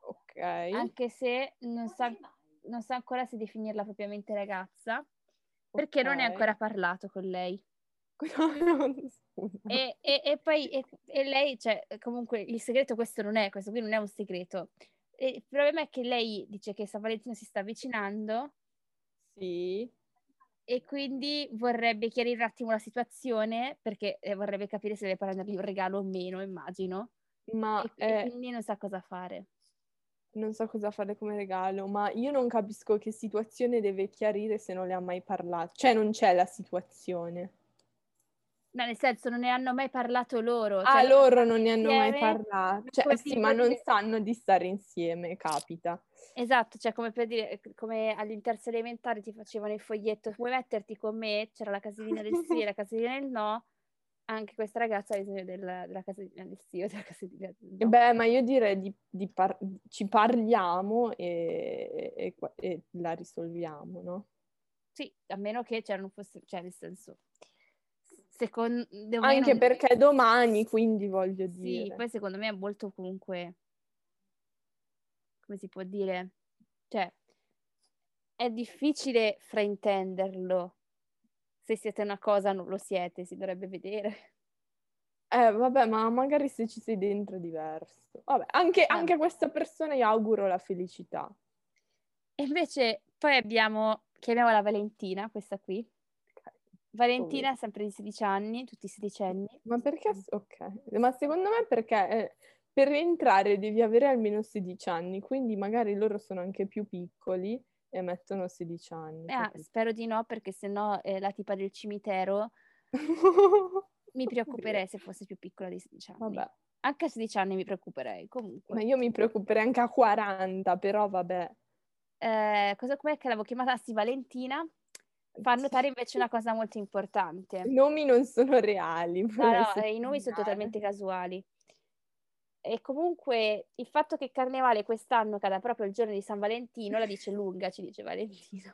[SPEAKER 2] Ok. <laughs>
[SPEAKER 1] anche se non sa, non sa ancora se definirla propriamente ragazza, perché non è ancora parlato con lei.
[SPEAKER 2] Eh.
[SPEAKER 1] E, e- e poi e, e lei, cioè, comunque il segreto questo non è, questo qui non è un segreto. E il problema è che lei dice che San Valentino si sta avvicinando
[SPEAKER 2] Sì.
[SPEAKER 1] e quindi vorrebbe chiarire un attimo la situazione perché eh, vorrebbe capire se deve prendergli un regalo o meno, immagino.
[SPEAKER 2] Ma
[SPEAKER 1] E-
[SPEAKER 2] eh,
[SPEAKER 1] e quindi non sa cosa fare.
[SPEAKER 2] non so cosa fare come regalo, ma io non capisco che situazione deve chiarire se non le ha mai parlato. Cioè, non c'è la situazione.
[SPEAKER 1] No, nel senso, non ne hanno mai parlato loro.
[SPEAKER 2] ah,
[SPEAKER 1] cioè,
[SPEAKER 2] loro non ne hanno mai
[SPEAKER 1] insieme,
[SPEAKER 2] parlato.
[SPEAKER 1] non
[SPEAKER 2] Cioè, sì,
[SPEAKER 1] capisco
[SPEAKER 2] ma non
[SPEAKER 1] che-
[SPEAKER 2] sanno di stare insieme, capita.
[SPEAKER 1] Esatto, cioè come per dire, come all'interzo elementare ti facevano il foglietto, vuoi metterti con me? C'era la casellina del sì e la casellina del no, anche questa ragazza ha bisogno del- della casellina del sì o della casellina del no.
[SPEAKER 2] Beh, ma io direi di, di par- ci parliamo e, e- e- e la risolviamo, no?
[SPEAKER 1] Sì, a meno che cioè, non fosse, cioè nel senso, secondo me...
[SPEAKER 2] Anche
[SPEAKER 1] non-
[SPEAKER 2] perché domani, quindi voglio
[SPEAKER 1] Sì,
[SPEAKER 2] dire.
[SPEAKER 1] poi secondo me è molto comunque, come si può dire, cioè è difficile fraintenderlo. Se siete una cosa non lo siete, si dovrebbe vedere. <laughs>
[SPEAKER 2] Eh, vabbè, ma magari se ci sei dentro è diverso. Vabbè,
[SPEAKER 1] Eh.
[SPEAKER 2] anche, anche a questa persona io auguro la felicità.
[SPEAKER 1] E invece poi abbiamo, chiamiamola Valentina, questa qui. Valentina
[SPEAKER 2] Povera.
[SPEAKER 1] sempre di 16 anni, tutti sedicenni.
[SPEAKER 2] Ma perché? Ok, ma secondo me perché eh, per rientrare devi avere almeno 16 anni, quindi magari loro sono anche più piccoli e mettono 16 anni.
[SPEAKER 1] Ah,
[SPEAKER 2] capito?
[SPEAKER 1] spero di no, perché sennò eh, la tipa del cimitero mi preoccuperei se fosse più piccola di 16 anni.
[SPEAKER 2] <laughs> Vabbè,
[SPEAKER 1] Anche a 16 anni mi preoccuperei, comunque.
[SPEAKER 2] ma io mi preoccuperei anche a 40, però vabbè.
[SPEAKER 1] Eh, cosa com'è che l'avevo chiamata? Ah, Sì, Valentina.
[SPEAKER 2] Eh,
[SPEAKER 1] Fa notare invece una cosa molto
[SPEAKER 2] I
[SPEAKER 1] importante.
[SPEAKER 2] nomi non sono reali.
[SPEAKER 1] Eh. No,
[SPEAKER 2] vorrei
[SPEAKER 1] no, eh, i nomi
[SPEAKER 2] sottolineare.
[SPEAKER 1] sono totalmente casuali. E comunque il fatto che Carnevale quest'anno cada proprio il giorno di San Valentino la dice lunga, ci dice
[SPEAKER 2] <laughs>
[SPEAKER 1] Valentina.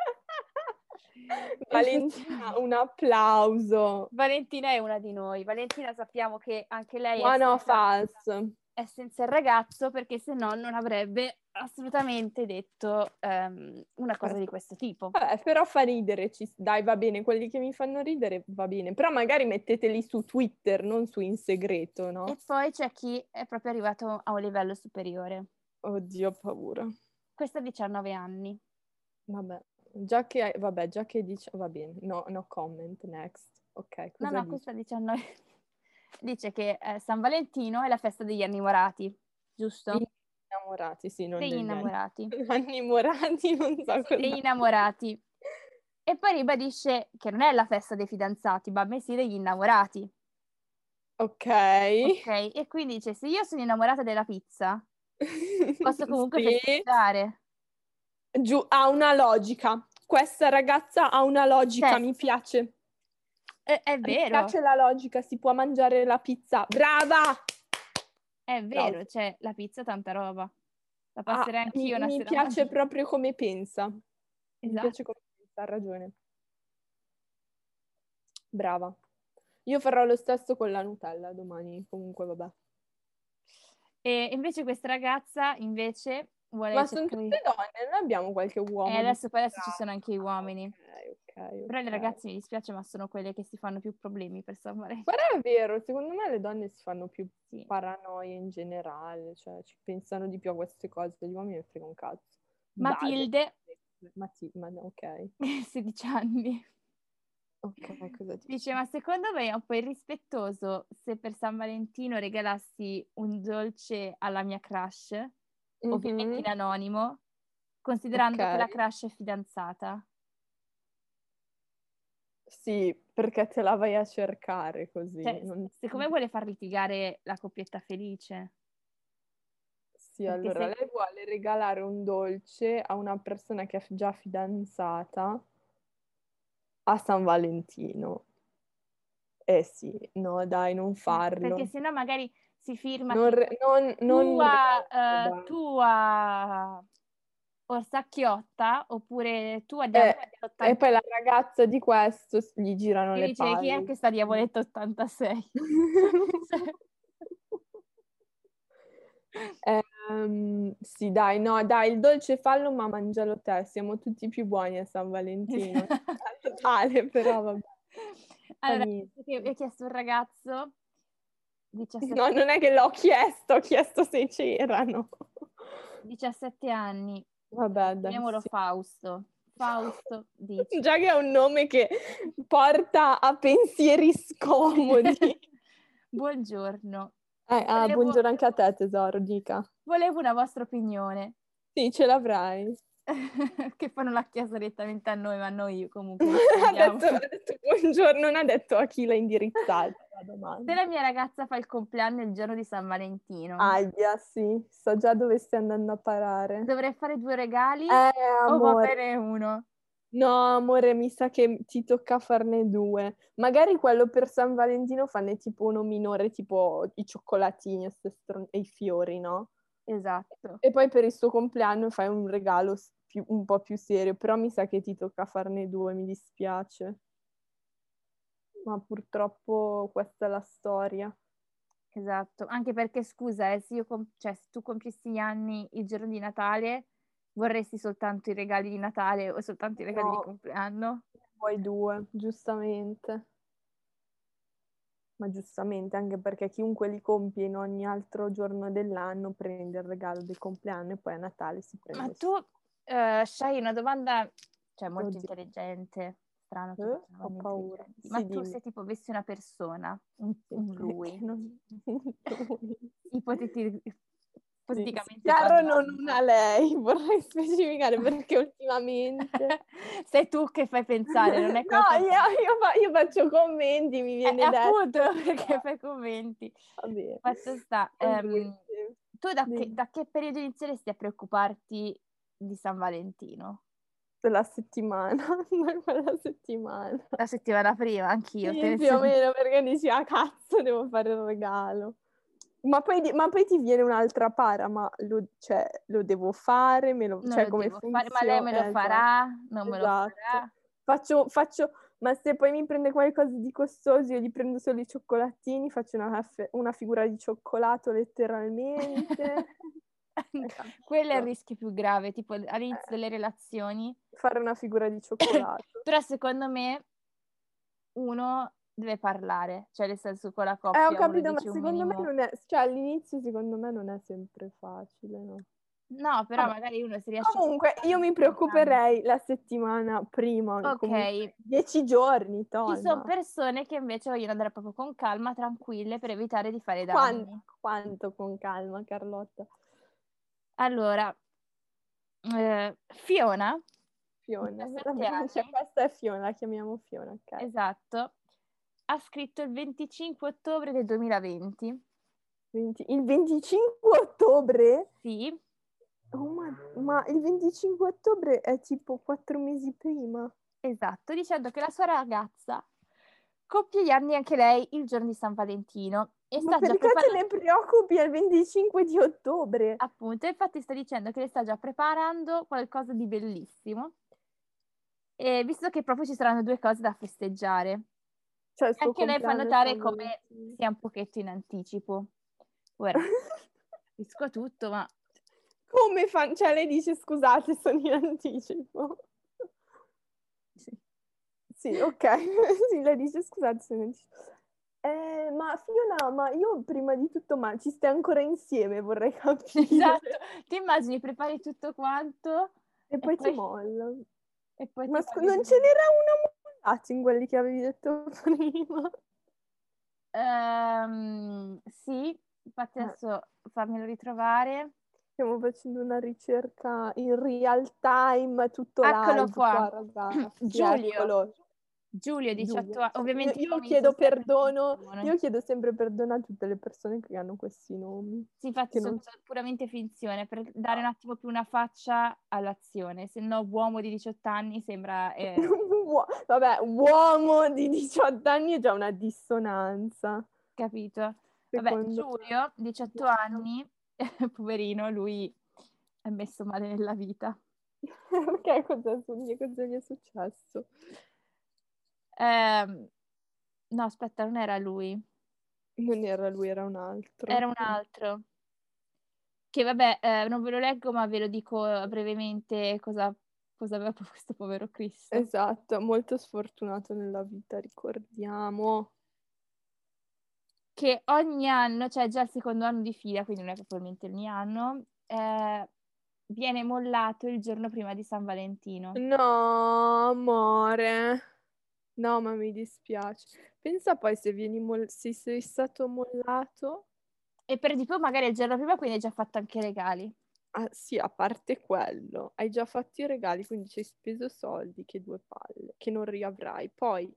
[SPEAKER 2] Valentina, un applauso.
[SPEAKER 1] Valentina è una di noi. Valentina sappiamo che anche lei
[SPEAKER 2] Ma
[SPEAKER 1] è
[SPEAKER 2] no,
[SPEAKER 1] senza,
[SPEAKER 2] falso.
[SPEAKER 1] è senza il ragazzo perché se no non avrebbe assolutamente detto ehm, una cosa di questo tipo.
[SPEAKER 2] Vabbè, però fa ridere, ci- dai, va bene, quelli che mi fanno ridere va bene, però magari metteteli su Twitter, non su in segreto, no?
[SPEAKER 1] E poi c'è chi è proprio arrivato a un livello superiore.
[SPEAKER 2] Oddio, ho paura.
[SPEAKER 1] Questa ha 19 anni.
[SPEAKER 2] Vabbè, già che, vabbè, già che dice, va bene, no, no comment, next. Ok,
[SPEAKER 1] No,
[SPEAKER 2] cosa
[SPEAKER 1] no,
[SPEAKER 2] dici?
[SPEAKER 1] questa ha 19. <laughs> Dice che eh, San Valentino è la festa degli innamorati, giusto?
[SPEAKER 2] Degli innamorati, sì, non
[SPEAKER 1] Degli
[SPEAKER 2] degli
[SPEAKER 1] <laughs> innamorati.
[SPEAKER 2] <laughs> anni. Innamorati, non so cosa.
[SPEAKER 1] Degli innamorati. E poi ribadisce che non è la festa dei fidanzati, ma bensì degli innamorati.
[SPEAKER 2] Ok.
[SPEAKER 1] Ok? E quindi dice, se io sono innamorata della pizza, <laughs> posso comunque
[SPEAKER 2] Sì.
[SPEAKER 1] festeggiare.
[SPEAKER 2] Giù, ha una logica. Questa ragazza ha una logica,
[SPEAKER 1] Cioè,
[SPEAKER 2] mi piace.
[SPEAKER 1] Eh, È,
[SPEAKER 2] Mi
[SPEAKER 1] vero,
[SPEAKER 2] piace la logica, si può mangiare la pizza. Brava!
[SPEAKER 1] è vero, cioè la pizza è tanta roba. La passerei
[SPEAKER 2] Ah,
[SPEAKER 1] anch'io
[SPEAKER 2] mi,
[SPEAKER 1] una
[SPEAKER 2] mi
[SPEAKER 1] sera. <laughs>
[SPEAKER 2] piace proprio come pensa. Mi
[SPEAKER 1] Esatto.
[SPEAKER 2] piace come pensa, ha ragione. Brava. Io farò lo stesso con la Nutella domani, comunque vabbè.
[SPEAKER 1] E invece questa ragazza invece vuole
[SPEAKER 2] Ma sono
[SPEAKER 1] cercare-
[SPEAKER 2] tutte donne, non abbiamo qualche uomo.
[SPEAKER 1] Eh, adesso, poi adesso ci
[SPEAKER 2] brava.
[SPEAKER 1] sono anche gli uomini.
[SPEAKER 2] Ok, ok,
[SPEAKER 1] Però
[SPEAKER 2] ok.
[SPEAKER 1] le ragazze mi dispiace, ma sono quelle che si fanno più problemi per
[SPEAKER 2] <laughs>
[SPEAKER 1] salvare.
[SPEAKER 2] Però è vero, secondo me le donne si fanno più
[SPEAKER 1] Sì.
[SPEAKER 2] paranoie in generale, cioè ci pensano di più a queste cose, gli uomini ne frega un cazzo.
[SPEAKER 1] Matilde, <laughs>
[SPEAKER 2] Base. Mati- ma ok.
[SPEAKER 1] 16 anni,
[SPEAKER 2] Ok, cosa dici?
[SPEAKER 1] dice: Ma secondo me è un po' irrispettoso se per San Valentino regalassi un dolce alla mia crush, ovviamente in
[SPEAKER 2] Mhm.
[SPEAKER 1] anonimo, considerando
[SPEAKER 2] Ok.
[SPEAKER 1] che la crush è fidanzata.
[SPEAKER 2] Sì, perché te la vai a cercare così.
[SPEAKER 1] Cioè,
[SPEAKER 2] non-
[SPEAKER 1] siccome vuole far litigare la coppietta felice.
[SPEAKER 2] Sì,
[SPEAKER 1] perché
[SPEAKER 2] allora
[SPEAKER 1] se-
[SPEAKER 2] lei vuole regalare un dolce a una persona che è già fidanzata a San Valentino. Eh sì, no, dai, non farlo.
[SPEAKER 1] Perché sennò magari si firma
[SPEAKER 2] Non,
[SPEAKER 1] tipo,
[SPEAKER 2] re- non, non
[SPEAKER 1] tua,
[SPEAKER 2] regalarlo,
[SPEAKER 1] eh,
[SPEAKER 2] dai.
[SPEAKER 1] tua orsacchiotta oppure tua diavoletta 86.
[SPEAKER 2] Eh, E poi la ragazza di questo gli girano
[SPEAKER 1] Mi
[SPEAKER 2] le
[SPEAKER 1] dice chi è
[SPEAKER 2] palle.
[SPEAKER 1] questa diavoletta
[SPEAKER 2] <laughs>
[SPEAKER 1] 86? Cioè,
[SPEAKER 2] Eh, Ehm, sì, dai, no, dai, il dolce fallo, ma mangialo te. Siamo tutti più buoni a San
[SPEAKER 1] <laughs>
[SPEAKER 2] Valentino. Totale, però vabbè.
[SPEAKER 1] Allora,
[SPEAKER 2] niente.
[SPEAKER 1] perché mi ha chiesto un ragazzo, 17,
[SPEAKER 2] No, non è che l'ho chiesto, ho chiesto se c'erano.
[SPEAKER 1] 17 anni,
[SPEAKER 2] Vabbè, dai.
[SPEAKER 1] chiamiamolo
[SPEAKER 2] sì.
[SPEAKER 1] Fausto. Fausto
[SPEAKER 2] <laughs>
[SPEAKER 1] dice.
[SPEAKER 2] Già che è un nome che porta a pensieri scomodi.
[SPEAKER 1] <laughs> Buongiorno,
[SPEAKER 2] Eh, ah,
[SPEAKER 1] Volevo-
[SPEAKER 2] buongiorno anche a te, tesoro, dica.
[SPEAKER 1] volevo una vostra opinione.
[SPEAKER 2] Sì, ce l'avrai. <laughs>
[SPEAKER 1] <laughs> che poi non l'ha chiesto direttamente a noi, ma noi comunque.
[SPEAKER 2] <laughs> ha,
[SPEAKER 1] rispondiamo.
[SPEAKER 2] detto, ha detto buongiorno, non ha detto a chi l'ha indirizzata la
[SPEAKER 1] Se
[SPEAKER 2] domanda.
[SPEAKER 1] la mia ragazza fa il compleanno il giorno di San Valentino,
[SPEAKER 2] Aia, sì, so già dove stai andando a parare.
[SPEAKER 1] dovrei fare due regali
[SPEAKER 2] Eh,
[SPEAKER 1] o Oh, va
[SPEAKER 2] amore.
[SPEAKER 1] bene uno?
[SPEAKER 2] No, amore, mi sa che ti tocca farne due. Magari quello per San Valentino fanne tipo uno minore, tipo i cioccolatini e ste stron- e i fiori, no?
[SPEAKER 1] Esatto.
[SPEAKER 2] E poi per il suo compleanno fai un regalo s- più- un po' più serio, però mi sa che ti tocca farne due, mi dispiace. Ma purtroppo questa è la storia.
[SPEAKER 1] Esatto, anche perché scusa, eh, se, io com- cioè, se tu compiessi gli anni il giorno di Natale, vorresti soltanto i regali di Natale o soltanto i regali di
[SPEAKER 2] No.
[SPEAKER 1] compleanno?
[SPEAKER 2] Poi due, giustamente. Ma giustamente, anche perché chiunque li compie in ogni altro giorno dell'anno prende il regalo del compleanno e poi a Natale si prende.
[SPEAKER 1] Ma
[SPEAKER 2] il
[SPEAKER 1] tu, eh, Shai, una domanda cioè, molto
[SPEAKER 2] Oddio.
[SPEAKER 1] intelligente, strano che
[SPEAKER 2] Eh,
[SPEAKER 1] faccia
[SPEAKER 2] ho
[SPEAKER 1] domande
[SPEAKER 2] paura.
[SPEAKER 1] intelligenti,
[SPEAKER 2] Sì,
[SPEAKER 1] ma tu
[SPEAKER 2] dimmi.
[SPEAKER 1] se tipo avessi una persona, un,
[SPEAKER 2] suo.
[SPEAKER 1] un lui,
[SPEAKER 2] Che <laughs>
[SPEAKER 1] <laughs>
[SPEAKER 2] non- lui.
[SPEAKER 1] ipoteti-
[SPEAKER 2] Sì,
[SPEAKER 1] ipoteticamente
[SPEAKER 2] Chiaro non
[SPEAKER 1] parlando.
[SPEAKER 2] una <laughs> lei, vorrei specificare
[SPEAKER 1] <laughs>
[SPEAKER 2] perché ultimamente...
[SPEAKER 1] sei tu che fai pensare, non è
[SPEAKER 2] <laughs> no,
[SPEAKER 1] qualcosa.
[SPEAKER 2] io, io fa- io faccio commenti, mi
[SPEAKER 1] Eh,
[SPEAKER 2] viene detto. <laughs>
[SPEAKER 1] appunto <laughs> perché fai commenti.
[SPEAKER 2] Va bene.
[SPEAKER 1] Fatto sta, ehm,
[SPEAKER 2] Comunque,
[SPEAKER 1] tu da che,
[SPEAKER 2] dimmi.
[SPEAKER 1] da che periodo inizieresti a preoccuparti di San Valentino?
[SPEAKER 2] della settimana, <laughs> da quella settimana.
[SPEAKER 1] La settimana prima, anch'io. te
[SPEAKER 2] Sì,
[SPEAKER 1] ne
[SPEAKER 2] più o
[SPEAKER 1] sono-
[SPEAKER 2] meno perché dici, ah cazzo, devo fare il regalo. Ma poi, di- ma poi ti viene un'altra para, ma lo, cioè, lo devo fare, me lo,
[SPEAKER 1] Non
[SPEAKER 2] cioè
[SPEAKER 1] lo
[SPEAKER 2] come
[SPEAKER 1] devo fare, ma lei me lo
[SPEAKER 2] funziona- eh, esatto,
[SPEAKER 1] farà, non me lo
[SPEAKER 2] esatto.
[SPEAKER 1] farà.
[SPEAKER 2] Faccio, faccio, ma se poi mi prende qualcosa di costoso, io gli prendo solo i cioccolatini, faccio una, fe- una figura di
[SPEAKER 1] <laughs>
[SPEAKER 2] cioccolato letteralmente. Hai
[SPEAKER 1] Ecco, Quello è il
[SPEAKER 2] capito?
[SPEAKER 1] rischio più grave, tipo all'inizio delle relazioni.
[SPEAKER 2] Fare una figura di cioccolato.
[SPEAKER 1] Però secondo me uno deve parlare, cioè nel senso con la
[SPEAKER 2] Eh, ho
[SPEAKER 1] coppia uno
[SPEAKER 2] capito, ma
[SPEAKER 1] dice un
[SPEAKER 2] secondo me
[SPEAKER 1] minimo.
[SPEAKER 2] non è, cioè all'inizio secondo me non è sempre facile, no?
[SPEAKER 1] No, però
[SPEAKER 2] Vabbè.
[SPEAKER 1] magari uno si riesce a
[SPEAKER 2] Ah, Comunque, io mi preoccuperei la settimana prima, comunque
[SPEAKER 1] Ok,
[SPEAKER 2] dieci giorni,
[SPEAKER 1] Ci sono
[SPEAKER 2] Tona.
[SPEAKER 1] persone che invece vogliono andare proprio con calma, tranquille, per evitare di fare danni.
[SPEAKER 2] Quan- quanto con calma, Carlotta.
[SPEAKER 1] Allora, eh, Fiona,
[SPEAKER 2] Fiona,
[SPEAKER 1] 17
[SPEAKER 2] vabbè, cioè,
[SPEAKER 1] anni,
[SPEAKER 2] questa è Fiona, la chiamiamo Fiona, ok?
[SPEAKER 1] esatto, ha scritto il 25 ottobre del 2020.
[SPEAKER 2] Venti- il 25 ottobre?
[SPEAKER 1] Sì,
[SPEAKER 2] Oh, ma, ma il 25 ottobre è tipo quattro mesi prima.
[SPEAKER 1] esatto, dicendo che la sua ragazza compie gli anni anche lei il giorno di San Valentino e
[SPEAKER 2] Ma
[SPEAKER 1] sta già
[SPEAKER 2] perché te
[SPEAKER 1] preparando,
[SPEAKER 2] ne preoccupi al 25 di ottobre?
[SPEAKER 1] appunto, infatti sta dicendo che le sta già preparando qualcosa di bellissimo. E visto che proprio ci saranno due cose da festeggiare.
[SPEAKER 2] Cioè, il suo
[SPEAKER 1] Anche lei fa
[SPEAKER 2] compleanno è
[SPEAKER 1] notare
[SPEAKER 2] San
[SPEAKER 1] come
[SPEAKER 2] Valentino.
[SPEAKER 1] sia un pochetto in anticipo. Ora, capisco tutto, ma
[SPEAKER 2] Come fa? Cioè, lei dice scusate, sono in anticipo.
[SPEAKER 1] sì.
[SPEAKER 2] Sì, ok. <laughs> sì, lei dice scusate, sono in anticipo. Eh, ma Fiona, ma io prima di tutto, ma ci stai ancora insieme, vorrei capire.
[SPEAKER 1] Esatto, ti immagini, prepari tutto quanto
[SPEAKER 2] E
[SPEAKER 1] e
[SPEAKER 2] poi ti
[SPEAKER 1] poi,
[SPEAKER 2] molla.
[SPEAKER 1] e poi ti
[SPEAKER 2] Ma scu-
[SPEAKER 1] fai
[SPEAKER 2] non ce
[SPEAKER 1] vedere.
[SPEAKER 2] n'era una mollata in quelli che avevi detto <laughs> prima.
[SPEAKER 1] Ehm, sì, infatti
[SPEAKER 2] Eh.
[SPEAKER 1] adesso fammelo ritrovare.
[SPEAKER 2] Stiamo facendo una ricerca in real time, tutto
[SPEAKER 1] Eccolo
[SPEAKER 2] live
[SPEAKER 1] qua.
[SPEAKER 2] qua, ragazzi. Sì,
[SPEAKER 1] <clears throat> Giulio.
[SPEAKER 2] eccolo.
[SPEAKER 1] Giulio, 18
[SPEAKER 2] Giulia.
[SPEAKER 1] anni, ovviamente
[SPEAKER 2] Io,
[SPEAKER 1] i
[SPEAKER 2] io
[SPEAKER 1] nomi
[SPEAKER 2] chiedo
[SPEAKER 1] sono sempre
[SPEAKER 2] perdono,
[SPEAKER 1] finzioni.
[SPEAKER 2] io chiedo sempre perdono a tutte le persone che hanno questi nomi. <laughs>
[SPEAKER 1] Sì, infatti
[SPEAKER 2] Che
[SPEAKER 1] sono
[SPEAKER 2] non... Ah.
[SPEAKER 1] puramente finzione per dare un attimo più una faccia all'azione, se no uomo di 18 anni sembra...
[SPEAKER 2] <laughs>
[SPEAKER 1] eh,
[SPEAKER 2] Uo- Vabbè, uomo di 18 anni è già una dissonanza.
[SPEAKER 1] Capito? Vabbè,
[SPEAKER 2] Secondo <laughs>
[SPEAKER 1] Giulio, 18 anni, <laughs> poverino, lui è messo male nella vita.
[SPEAKER 2] Perché cosa, su- cosa gli è successo?
[SPEAKER 1] Ehm, no, aspetta, non era lui,
[SPEAKER 2] Non era lui, era un altro.
[SPEAKER 1] era un altro. che vabbè, eh, non ve lo leggo, ma ve lo dico eh, brevemente cosa, cosa aveva <laughs> questo povero Cristo.
[SPEAKER 2] Esatto, molto sfortunato nella vita, ricordiamo.
[SPEAKER 1] Che ogni anno, cioè già il secondo anno di fila, quindi non è probabilmente ogni anno, eh, viene mollato il giorno prima di San Valentino.
[SPEAKER 2] No, amore. No, ma mi dispiace. Pensa poi se vieni mol- se sei stato mollato.
[SPEAKER 1] E per di più magari il giorno prima quindi hai già fatto anche i regali.
[SPEAKER 2] Ah, sì, a parte quello, hai già fatto i regali, quindi ci hai speso soldi che due palle, che non riavrai. Poi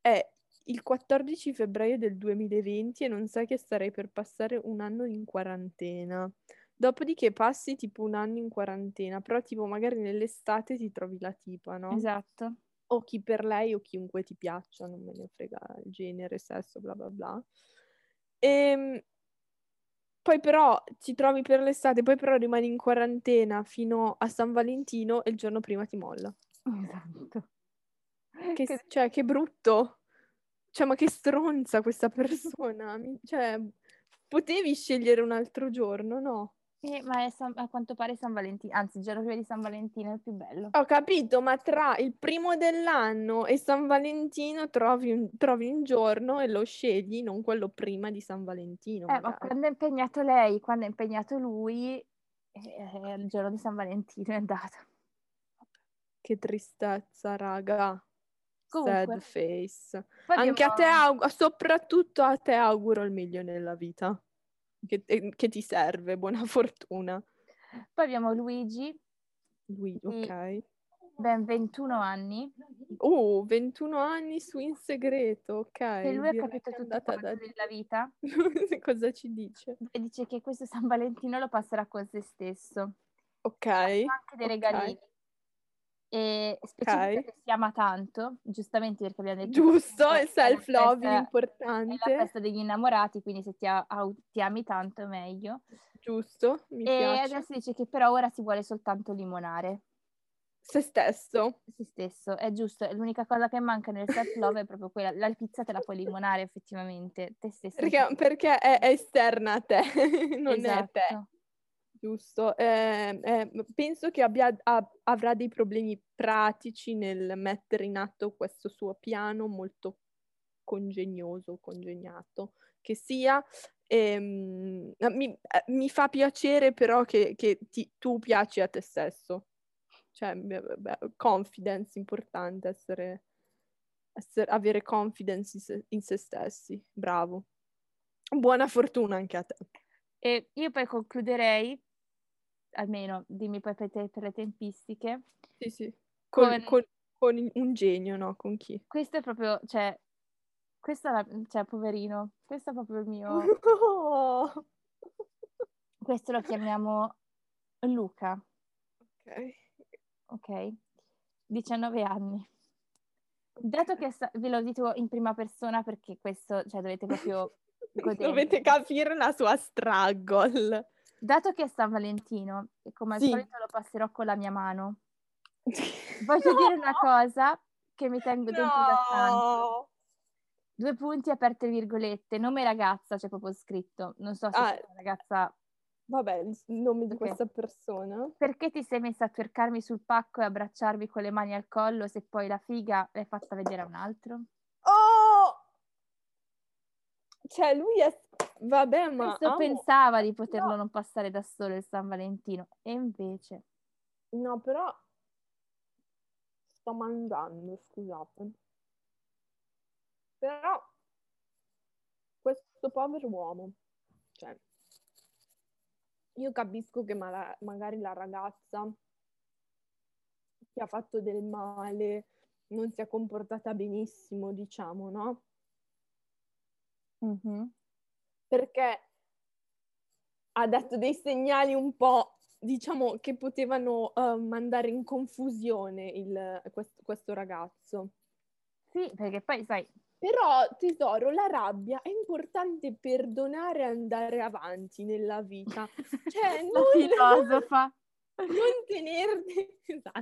[SPEAKER 2] è il 14 febbraio del 2020 e non sai che starei per passare un anno in quarantena. Dopodiché passi tipo un anno in quarantena, però tipo magari nell'estate ti trovi la tipa, no?
[SPEAKER 1] Esatto. <laughs>
[SPEAKER 2] O chi per lei o chiunque ti piaccia, non me ne frega il genere, sesso, bla bla bla. E poi però ti trovi per l'estate, poi però rimani in quarantena fino a San Valentino e il giorno prima ti molla.
[SPEAKER 1] Esatto.
[SPEAKER 2] Che, Cioè, che brutto. Cioè, ma che stronza questa persona. Mi- Cioè, potevi scegliere un altro giorno, no?
[SPEAKER 1] Eh, ma è San- a quanto pare San Valentino, anzi il giorno prima di San Valentino è il più bello.
[SPEAKER 2] Ho capito, ma tra il primo dell'anno e San Valentino trovi un, trovi un giorno e lo scegli, non quello prima di San Valentino.
[SPEAKER 1] Eh, ma
[SPEAKER 2] magari.
[SPEAKER 1] quando è impegnato lei, quando è impegnato lui, eh, il giorno di San Valentino è andato.
[SPEAKER 2] Che tristezza, raga.
[SPEAKER 1] Comunque,
[SPEAKER 2] Sad face.
[SPEAKER 1] poi
[SPEAKER 2] Anche a te,
[SPEAKER 1] abbiamo-
[SPEAKER 2] aug- soprattutto a te auguro il meglio nella vita. Che, eh, che ti serve, buona <laughs> fortuna.
[SPEAKER 1] poi abbiamo Luigi,
[SPEAKER 2] Lui,
[SPEAKER 1] Mm.
[SPEAKER 2] ok.
[SPEAKER 1] ben 21 anni,
[SPEAKER 2] Oh, 21 anni su In Segreto, ok.
[SPEAKER 1] che lui ha
[SPEAKER 2] Direi
[SPEAKER 1] capito
[SPEAKER 2] che è
[SPEAKER 1] tutto
[SPEAKER 2] andata
[SPEAKER 1] quanto della vita
[SPEAKER 2] da- <laughs> Cosa ci dice?
[SPEAKER 1] e dice che questo San Valentino lo passerà con se stesso.
[SPEAKER 2] Ok.
[SPEAKER 1] anche dei
[SPEAKER 2] ok.
[SPEAKER 1] regalini. E specifica che si ama tanto, giustamente perché abbiamo detto
[SPEAKER 2] Giusto,
[SPEAKER 1] che
[SPEAKER 2] il self-love
[SPEAKER 1] è
[SPEAKER 2] è
[SPEAKER 1] la festa- è la
[SPEAKER 2] importante.
[SPEAKER 1] festa degli innamorati, quindi se ti, a- au- ti ami tanto è meglio.
[SPEAKER 2] Giusto, mi
[SPEAKER 1] e
[SPEAKER 2] piace.
[SPEAKER 1] adesso dice che però ora si vuole soltanto limonare
[SPEAKER 2] Se stesso.
[SPEAKER 1] se stesso, è giusto, è l'unica cosa che manca nel self-love è proprio quella, la pizza te la puoi limonare effettivamente, te stesso.
[SPEAKER 2] Perché, perché è, è esterna a te, <laughs> non è te.
[SPEAKER 1] Esatto.
[SPEAKER 2] Giusto, Eh, eh, penso che abbia- a- avrà dei problemi pratici nel mettere in atto questo suo piano molto congegnoso, congegnato che sia. Ehm, mi, eh, mi fa piacere però che, che ti- tu piaci a te stesso, cioè beh, beh, confidence, importante essere, essere- avere confidence in se- in se stessi, bravo. Buona fortuna anche a te.
[SPEAKER 1] E io poi concluderei, almeno dimmi poi per, te- per le tempistiche,
[SPEAKER 2] Sì, sì. Con,
[SPEAKER 1] Con-
[SPEAKER 2] con- con il- un genio, no? Con chi?
[SPEAKER 1] questo è proprio, cioè, questo è la- cioè, poverino, questo è proprio il mio,
[SPEAKER 2] No!
[SPEAKER 1] questo lo chiamiamo Luca,
[SPEAKER 2] <laughs> Ok.
[SPEAKER 1] ok? 19 anni. Dato che sa- ve lo dico in prima persona perché questo, cioè, dovete proprio...
[SPEAKER 2] <laughs>
[SPEAKER 1] godere.
[SPEAKER 2] Dovete capire la sua struggle.
[SPEAKER 1] Dato che è San Valentino e come al
[SPEAKER 2] Sì.
[SPEAKER 1] solito lo passerò con la mia mano, voglio dire
[SPEAKER 2] <laughs>
[SPEAKER 1] una cosa che mi tengo dentro da tanto.
[SPEAKER 2] No!
[SPEAKER 1] Due punti aperte virgolette, nome ragazza c'è proprio scritto, non so se
[SPEAKER 2] Ah.
[SPEAKER 1] sia una ragazza
[SPEAKER 2] Vabbè, il nome di
[SPEAKER 1] Ok.
[SPEAKER 2] questa persona.
[SPEAKER 1] Perché ti sei messa a twercarmi sul pacco e abbracciarmi con le mani al collo se poi la figa l'hai fatta vedere a un altro?
[SPEAKER 2] Oh! Cioè, lui è... Vabbè, ma...
[SPEAKER 1] Questo
[SPEAKER 2] amo-
[SPEAKER 1] pensava di poterlo
[SPEAKER 2] No.
[SPEAKER 1] non passare da solo il San Valentino e invece
[SPEAKER 2] No, però... Sto mangiando, scusate. Però... Questo povero uomo. Cioè... Io capisco che mala- magari la ragazza ti ha fatto del male, non si è comportata benissimo, diciamo, no? Mm-hmm. perché ha dato dei segnali un po', diciamo, che potevano eh, mandare in confusione il- quest- questo ragazzo.
[SPEAKER 1] sì, perché poi
[SPEAKER 2] <laughs>
[SPEAKER 1] sai,
[SPEAKER 2] Però, tesoro, la rabbia è importante perdonare e andare avanti nella
[SPEAKER 1] <laughs>
[SPEAKER 2] vita.
[SPEAKER 1] la
[SPEAKER 2] Cioè, non,
[SPEAKER 1] filosofa
[SPEAKER 2] non tenerti, esatto,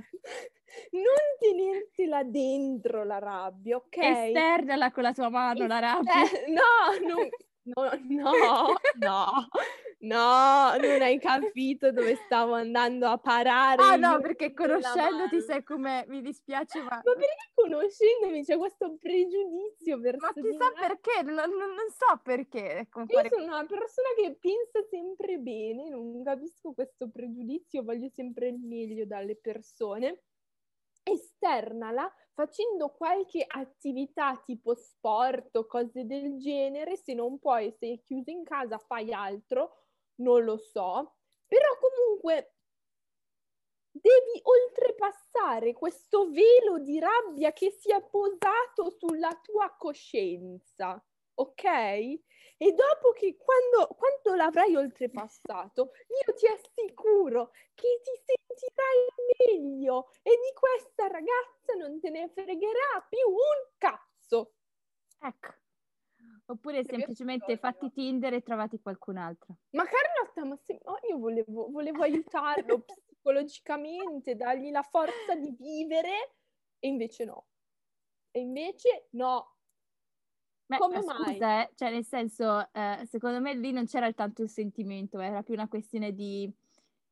[SPEAKER 2] non tenertela dentro la rabbia, ok?
[SPEAKER 1] esternala
[SPEAKER 2] <laughs>
[SPEAKER 1] con la tua mano la rabbia.
[SPEAKER 2] Eh, no, non- no, no, no, No, non hai capito dove stavo andando a parare.
[SPEAKER 1] Ah
[SPEAKER 2] io
[SPEAKER 1] no, perché
[SPEAKER 2] con la
[SPEAKER 1] conoscendoti
[SPEAKER 2] mano.
[SPEAKER 1] sai come mi dispiace, ma,
[SPEAKER 2] Ma perché conoscendomi c'è questo pregiudizio verso
[SPEAKER 1] ma
[SPEAKER 2] di
[SPEAKER 1] chissà
[SPEAKER 2] me?
[SPEAKER 1] perché, non, non- non so perché. con
[SPEAKER 2] Io
[SPEAKER 1] quale-
[SPEAKER 2] sono una persona che pensa sempre bene, non capisco questo pregiudizio, voglio sempre il meglio dalle persone. Esternala facendo qualche attività tipo sport o cose del genere, se non puoi, sei chiuso in casa, fai altro, non lo so. Però comunque devi oltrepassare questo velo di rabbia che si è posato sulla tua coscienza, ok? E dopo che quando, quando l'avrai oltrepassato, io ti assicuro che ti sentirai meglio e di questa ragazza non te ne fregherà più un cazzo.
[SPEAKER 1] Ecco. Oppure
[SPEAKER 2] vero,
[SPEAKER 1] semplicemente
[SPEAKER 2] Vittoria.
[SPEAKER 1] fatti Tinder e trovati qualcun altro.
[SPEAKER 2] Ma Carlotta, ma se- no, io volevo,
[SPEAKER 1] <laughs>
[SPEAKER 2] volevo aiutarlo psicologicamente, dargli la forza di vivere, e invece no. E invece no.
[SPEAKER 1] Beh,
[SPEAKER 2] Come
[SPEAKER 1] eh,
[SPEAKER 2] mai?
[SPEAKER 1] scusa, eh, cioè nel senso, eh, secondo me lì non c'era tanto il sentimento, era più una questione di...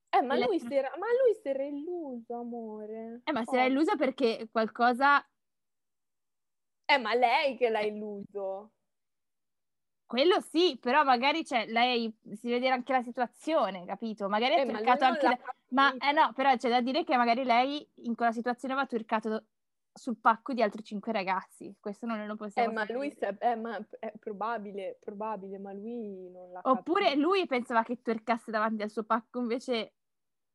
[SPEAKER 2] Eh, ma,
[SPEAKER 1] Elettra-
[SPEAKER 2] lui si era, ma lui si era illuso, amore.
[SPEAKER 1] Eh, ma si era
[SPEAKER 2] Oh.
[SPEAKER 1] illusa perché qualcosa...
[SPEAKER 2] Eh, ma lei che l'ha illuso.
[SPEAKER 1] Quello sì, però magari cioè, lei si vede anche la situazione, capito? Magari ha
[SPEAKER 2] Eh, ma lui
[SPEAKER 1] toccato
[SPEAKER 2] non
[SPEAKER 1] anche...
[SPEAKER 2] l'ha
[SPEAKER 1] da- Ma
[SPEAKER 2] capito.
[SPEAKER 1] eh no, però c'è da dire che magari lei in quella situazione aveva turcato sul pacco di altri cinque ragazzi. Questo non lo
[SPEAKER 2] Eh,
[SPEAKER 1] possiamo
[SPEAKER 2] ma lui
[SPEAKER 1] sapere.
[SPEAKER 2] sa- eh, ma è probabile, probabile, ma lui non l'ha
[SPEAKER 1] Oppure
[SPEAKER 2] capito. <laughs>
[SPEAKER 1] lui pensava che turcasse davanti al suo pacco, invece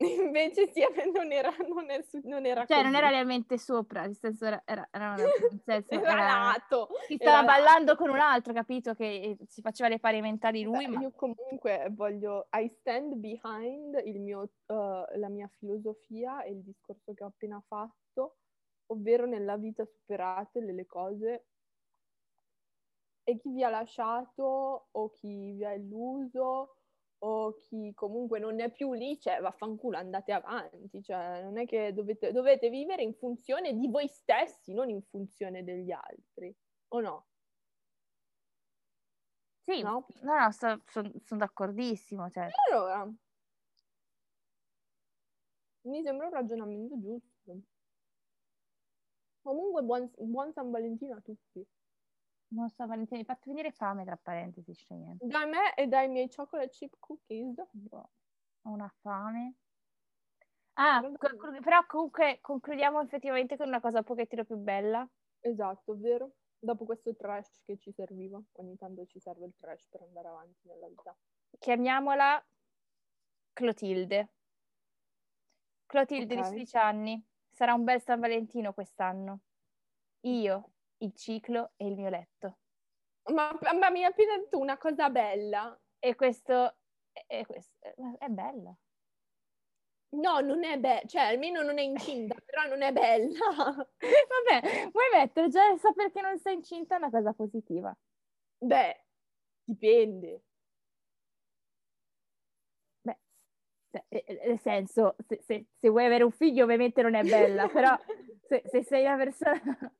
[SPEAKER 2] Invece sì, <laughs> eh, non era, non è su- non era
[SPEAKER 1] cioè non
[SPEAKER 2] così.
[SPEAKER 1] era realmente sopra, nel senso era, era- era una- nel senso,
[SPEAKER 2] <laughs> Era
[SPEAKER 1] era-
[SPEAKER 2] lato.
[SPEAKER 1] si
[SPEAKER 2] era
[SPEAKER 1] stava
[SPEAKER 2] lato.
[SPEAKER 1] ballando con un altro, capito? Che eh, si faceva le pari mentali lui,
[SPEAKER 2] Beh,
[SPEAKER 1] ma
[SPEAKER 2] Io comunque voglio, I stand behind il mio, eh, la mia filosofia e il discorso che ho appena fatto, ovvero nella vita superate delle cose e chi vi ha lasciato o chi vi ha illuso o chi comunque non è più lì, cioè vaffanculo, andate avanti, cioè non è che dovete, dovete vivere in funzione di voi stessi, non in funzione degli altri, o no?
[SPEAKER 1] sì, no,
[SPEAKER 2] No.
[SPEAKER 1] no, sono d'accordissimo, cioè.
[SPEAKER 2] Allora, mi sembra un ragionamento giusto. Comunque, buon, buon San Valentino a tutti.
[SPEAKER 1] Non so, Valentina, mi hai fatto venire fame, tra parentesi, c'è niente.
[SPEAKER 2] Da me e dai miei chocolate chip cookies.
[SPEAKER 1] Boh, Ho una fame. Ah,
[SPEAKER 2] Però-
[SPEAKER 1] co- co- però comunque concludiamo effettivamente con una cosa un pochettino più bella.
[SPEAKER 2] Esatto, vero? Dopo questo trash che ci serviva, ogni tanto ci serve il trash per andare avanti nella vita.
[SPEAKER 1] Chiamiamola Clotilde. Clotilde
[SPEAKER 2] Ok.
[SPEAKER 1] di 16 anni. Sarà un bel San Valentino quest'anno. Io, il ciclo e il mio letto.
[SPEAKER 2] Ma, ma mi hai appena detto una cosa bella.
[SPEAKER 1] E questo è, è questo- eh, è bello.
[SPEAKER 2] <laughs> No, non è bella, cioè almeno non è incinta, però non è bella. <laughs>
[SPEAKER 1] Vabbè, vuoi mettere già il sapere che non sei incinta è una cosa positiva.
[SPEAKER 2] Beh, dipende.
[SPEAKER 1] Beh, cioè, eh, eh, nel senso, se, se- se vuoi avere un figlio ovviamente non è bella,
[SPEAKER 2] <laughs>
[SPEAKER 1] però se, se sei una persona... <laughs>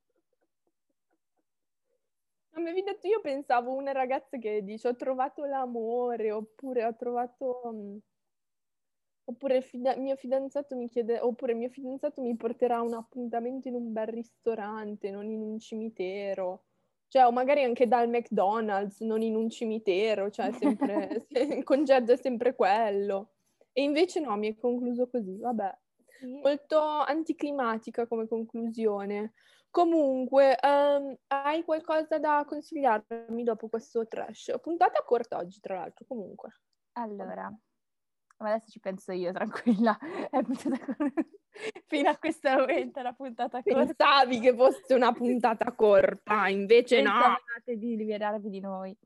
[SPEAKER 2] Non mi avevi detto, io pensavo una ragazza che dice ho trovato l'amore, oppure ho trovato... mm, Oppure il fida- mio fidanzato mi chiede, oppure il mio fidanzato mi porterà a un appuntamento in un bel ristorante, non in un cimitero. Cioè, o magari anche dal McDonald's, non in un cimitero, cioè sempre, il congedo è sempre quello. E invece no, mi è concluso così, vabbè. Molto anticlimatica come conclusione. Comunque, ehm, hai qualcosa da consigliarmi dopo questo trash? Puntata corta oggi, tra l'altro, comunque.
[SPEAKER 1] Allora, ma adesso ci penso io, tranquilla. È puntata con- <laughs> Fino a questo momento è una puntata corta.
[SPEAKER 2] Pensavi che fosse una puntata corta, invece Eh, no.
[SPEAKER 1] Pensavate di liberarvi di noi.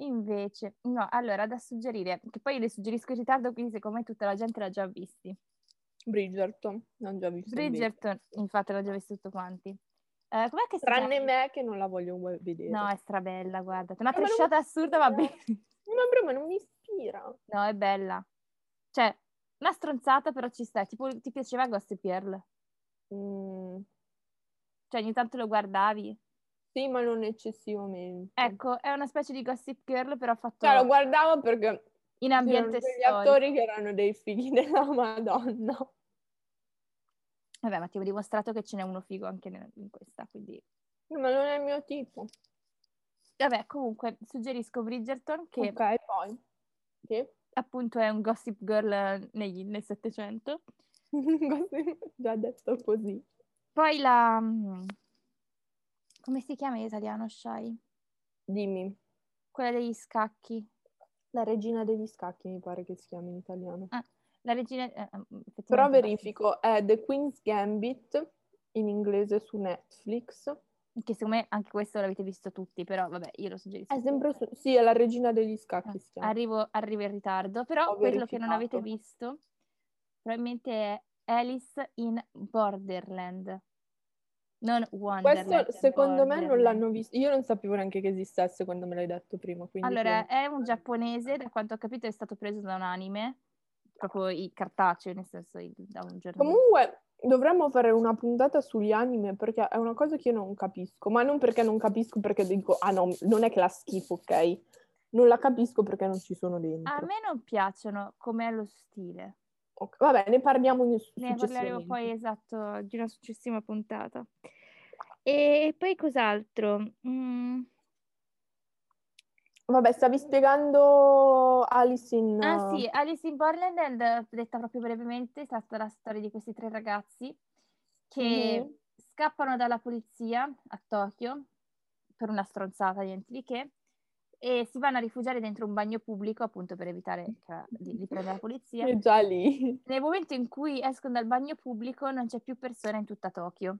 [SPEAKER 1] Invece, no, allora da suggerire, che poi le suggerisco in ritardo, quindi secondo me tutta la gente l'ha già visti.
[SPEAKER 2] Bridgerton, non già visto. invece.
[SPEAKER 1] Bridgerton, infatti, l'ho già visto tutti quanti. Eh, com'è che si
[SPEAKER 2] Tranne
[SPEAKER 1] chiama?
[SPEAKER 2] me che non la voglio gu- vedere.
[SPEAKER 1] No, è strabella, guarda. Una
[SPEAKER 2] Eh, ma non-
[SPEAKER 1] tresciata assurda, va bene. <laughs>
[SPEAKER 2] Ma però ma non mi ispira.
[SPEAKER 1] No, è bella. Cioè, una stronzata, però ci sta. Tipo, ti piaceva Gossip Girl?
[SPEAKER 2] Mm,
[SPEAKER 1] Cioè, ogni tanto lo guardavi.
[SPEAKER 2] sì, ma non eccessivamente.
[SPEAKER 1] Ecco, è una specie di Gossip Girl, però fatto
[SPEAKER 2] Cioè, lo guardavo perché
[SPEAKER 1] in ambiente
[SPEAKER 2] C'erano degli
[SPEAKER 1] storico.
[SPEAKER 2] attori che erano dei fighi della Madonna.
[SPEAKER 1] Vabbè, ma ti ho dimostrato che ce n'è uno figo anche nel- in questa, quindi...
[SPEAKER 2] Ma non è il mio tipo.
[SPEAKER 1] Vabbè, comunque, suggerisco Bridgerton, che
[SPEAKER 2] Ok, poi. Sì.
[SPEAKER 1] appunto è un gossip girl eh, negli- nel Settecento.
[SPEAKER 2] <laughs> Così, Già detto così.
[SPEAKER 1] Poi la... mm, come si chiama in italiano, Shai?
[SPEAKER 2] Dimmi.
[SPEAKER 1] Quella degli scacchi.
[SPEAKER 2] La regina degli scacchi mi pare che si chiami in italiano.
[SPEAKER 1] La regina... eh, eh,
[SPEAKER 2] Però
[SPEAKER 1] effettivamente-
[SPEAKER 2] verifico, è The Queen's Gambit in inglese su Netflix.
[SPEAKER 1] Che secondo me anche questo l'avete visto tutti, però vabbè, io lo suggerisco.
[SPEAKER 2] È sempre su... Sì, è la regina degli scacchi
[SPEAKER 1] Ah,
[SPEAKER 2] si chiama.
[SPEAKER 1] Arrivo, arrivo in ritardo, però
[SPEAKER 2] Ho
[SPEAKER 1] quello che non avete
[SPEAKER 2] verificato.
[SPEAKER 1] visto probabilmente è Alice in Borderland, non Wonderland.
[SPEAKER 2] Questo secondo me non
[SPEAKER 1] Borderland.
[SPEAKER 2] l'hanno visto. Io non sapevo neanche che esistesse quando me l'hai detto prima. Quindi Eh.
[SPEAKER 1] Allora,
[SPEAKER 2] sì.
[SPEAKER 1] è un giapponese, da quanto ho capito è stato preso da un anime, proprio i cartaceo, nel senso il- da un giornale.
[SPEAKER 2] Comunque dovremmo fare una puntata sugli anime perché è una cosa che io non capisco, ma non perché non capisco perché dico ah no, non è che la schifo, ok? Non la capisco perché non ci sono dentro.
[SPEAKER 1] A me non piacciono com'è lo stile.
[SPEAKER 2] Ok, Vabbè, ne parliamo in-
[SPEAKER 1] Ne parleremo
[SPEAKER 2] successivamente.
[SPEAKER 1] poi esatto di una successiva puntata. E poi cos'altro? Mm,
[SPEAKER 2] Vabbè, stavi spiegando Alice in
[SPEAKER 1] Ah sì, Alice in Borderland, eh, detta proprio brevemente, è stata la storia di questi tre ragazzi che
[SPEAKER 2] Mhm.
[SPEAKER 1] scappano dalla polizia a Tokyo per una stronzata, niente di che, e si vanno a rifugiare dentro un bagno pubblico appunto per evitare che- di, di prendere la polizia.
[SPEAKER 2] eh, è già lì. <laughs>
[SPEAKER 1] Nel momento in cui escono dal bagno pubblico non c'è più persona in tutta Tokyo.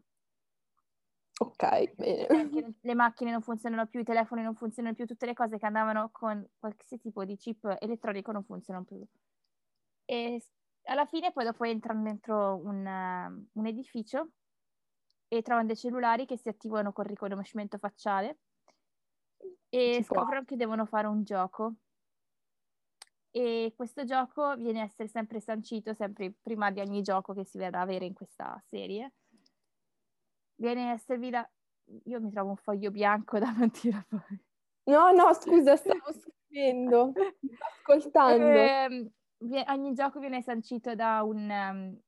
[SPEAKER 2] Ok,
[SPEAKER 1] Cioè,
[SPEAKER 2] bene.
[SPEAKER 1] anche le macchine non funzionano più, i telefoni non funzionano più, tutte le cose che andavano con qualsiasi tipo di chip elettronico non funzionano più. E s- alla fine poi dopo entrano dentro un, eh, un edificio e trovano dei cellulari che si attivano col riconoscimento facciale e
[SPEAKER 2] Ci può.
[SPEAKER 1] scoprono che devono fare un gioco. E questo gioco viene a essere sempre sancito, sempre prima di ogni gioco che si verrà a avere in questa serie. Viene a servire la- Io mi trovo un foglio bianco <laughs> davanti alla poi.
[SPEAKER 2] No, no, scusa,
[SPEAKER 1] <laughs>
[SPEAKER 2] stavo scrivendo. Ascoltando.
[SPEAKER 1] Ehm, vie- ogni gioco viene sancito da un, ehm,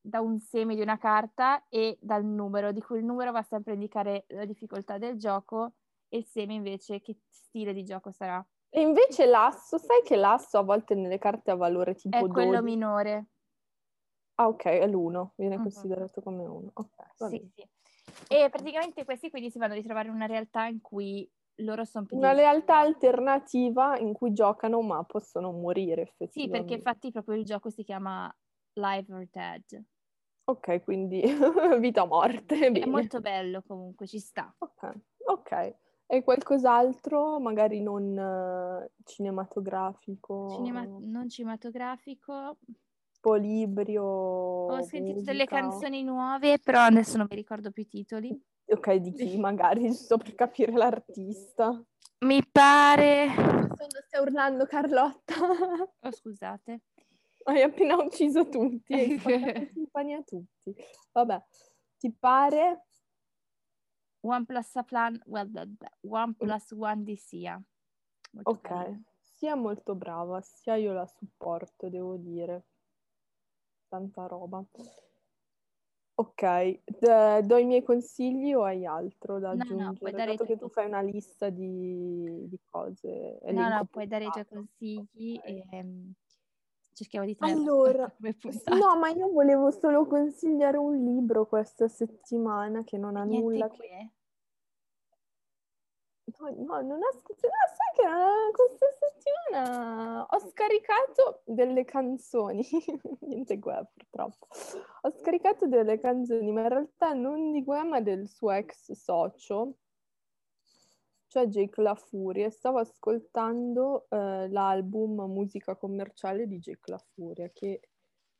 [SPEAKER 1] da un seme di una carta e dal numero, di cui il numero va sempre a indicare la difficoltà del gioco e il seme invece che stile di gioco sarà.
[SPEAKER 2] E invece l'asso, sai che l'asso a volte nelle carte ha valore
[SPEAKER 1] È
[SPEAKER 2] tipo 12?
[SPEAKER 1] quello minore.
[SPEAKER 2] Ah, ok, è l'uno, viene
[SPEAKER 1] Mhm.
[SPEAKER 2] considerato come uno. Ok, va
[SPEAKER 1] Sì,
[SPEAKER 2] bene.
[SPEAKER 1] sì. E praticamente questi quindi si vanno a ritrovare in una realtà in cui loro sono più
[SPEAKER 2] Una
[SPEAKER 1] diversi.
[SPEAKER 2] realtà alternativa in cui giocano ma possono morire
[SPEAKER 1] Sì,
[SPEAKER 2] effettivamente.
[SPEAKER 1] perché infatti proprio il gioco si chiama Live or Dead.
[SPEAKER 2] Ok, quindi <laughs> vita o morte,
[SPEAKER 1] È
[SPEAKER 2] bene.
[SPEAKER 1] molto bello comunque, ci sta.
[SPEAKER 2] Ok, ok. E qualcos'altro, magari non eh, cinematografico,
[SPEAKER 1] Cinema- non cinematografico.
[SPEAKER 2] tipo libri o
[SPEAKER 1] Ho sentito delle
[SPEAKER 2] Oh, musica o-
[SPEAKER 1] canzoni nuove, però adesso non mi ricordo più i titoli.
[SPEAKER 2] Ok, di
[SPEAKER 1] <laughs>
[SPEAKER 2] chi magari, giusto per capire l'artista.
[SPEAKER 1] Mi pare...
[SPEAKER 2] Sono, stai
[SPEAKER 1] <laughs>
[SPEAKER 2] urlando Carlotta.
[SPEAKER 1] Oh, scusate.
[SPEAKER 2] Hai appena ucciso tutti, hai spaccato in pani a tutti. Vabbè, ti pare?
[SPEAKER 1] One plus a plan... well, blah, blah. One plus one di Sia. Molto
[SPEAKER 2] Ok,
[SPEAKER 1] carino.
[SPEAKER 2] sia molto brava, sia io la supporto, devo dire. Tanta roba. Ok, d- do i miei consigli o hai altro da
[SPEAKER 1] No, no,
[SPEAKER 2] aggiungere?
[SPEAKER 1] puoi dare i
[SPEAKER 2] Dato
[SPEAKER 1] tuoi
[SPEAKER 2] che tu fai una lista di, di cose.
[SPEAKER 1] No,
[SPEAKER 2] elenco
[SPEAKER 1] no, puoi dare i tuoi
[SPEAKER 2] puntato.
[SPEAKER 1] consigli
[SPEAKER 2] Ok.
[SPEAKER 1] e ehm, cerchiamo di tenere <laughs>
[SPEAKER 2] Allora,
[SPEAKER 1] come puntata.
[SPEAKER 2] No, ma io volevo solo consigliare un libro questa settimana che non ha
[SPEAKER 1] Niente
[SPEAKER 2] nulla che
[SPEAKER 1] qui, eh.
[SPEAKER 2] No, no, non ho scritto, no, sai che eh, questa settimana ho scaricato delle canzoni, <laughs> niente Guè purtroppo, ho scaricato delle canzoni, ma in realtà non di Guè ma del suo ex socio, cioè Jake La Furia, e stavo ascoltando eh, l'album Musica Commerciale di Jake La Furia, che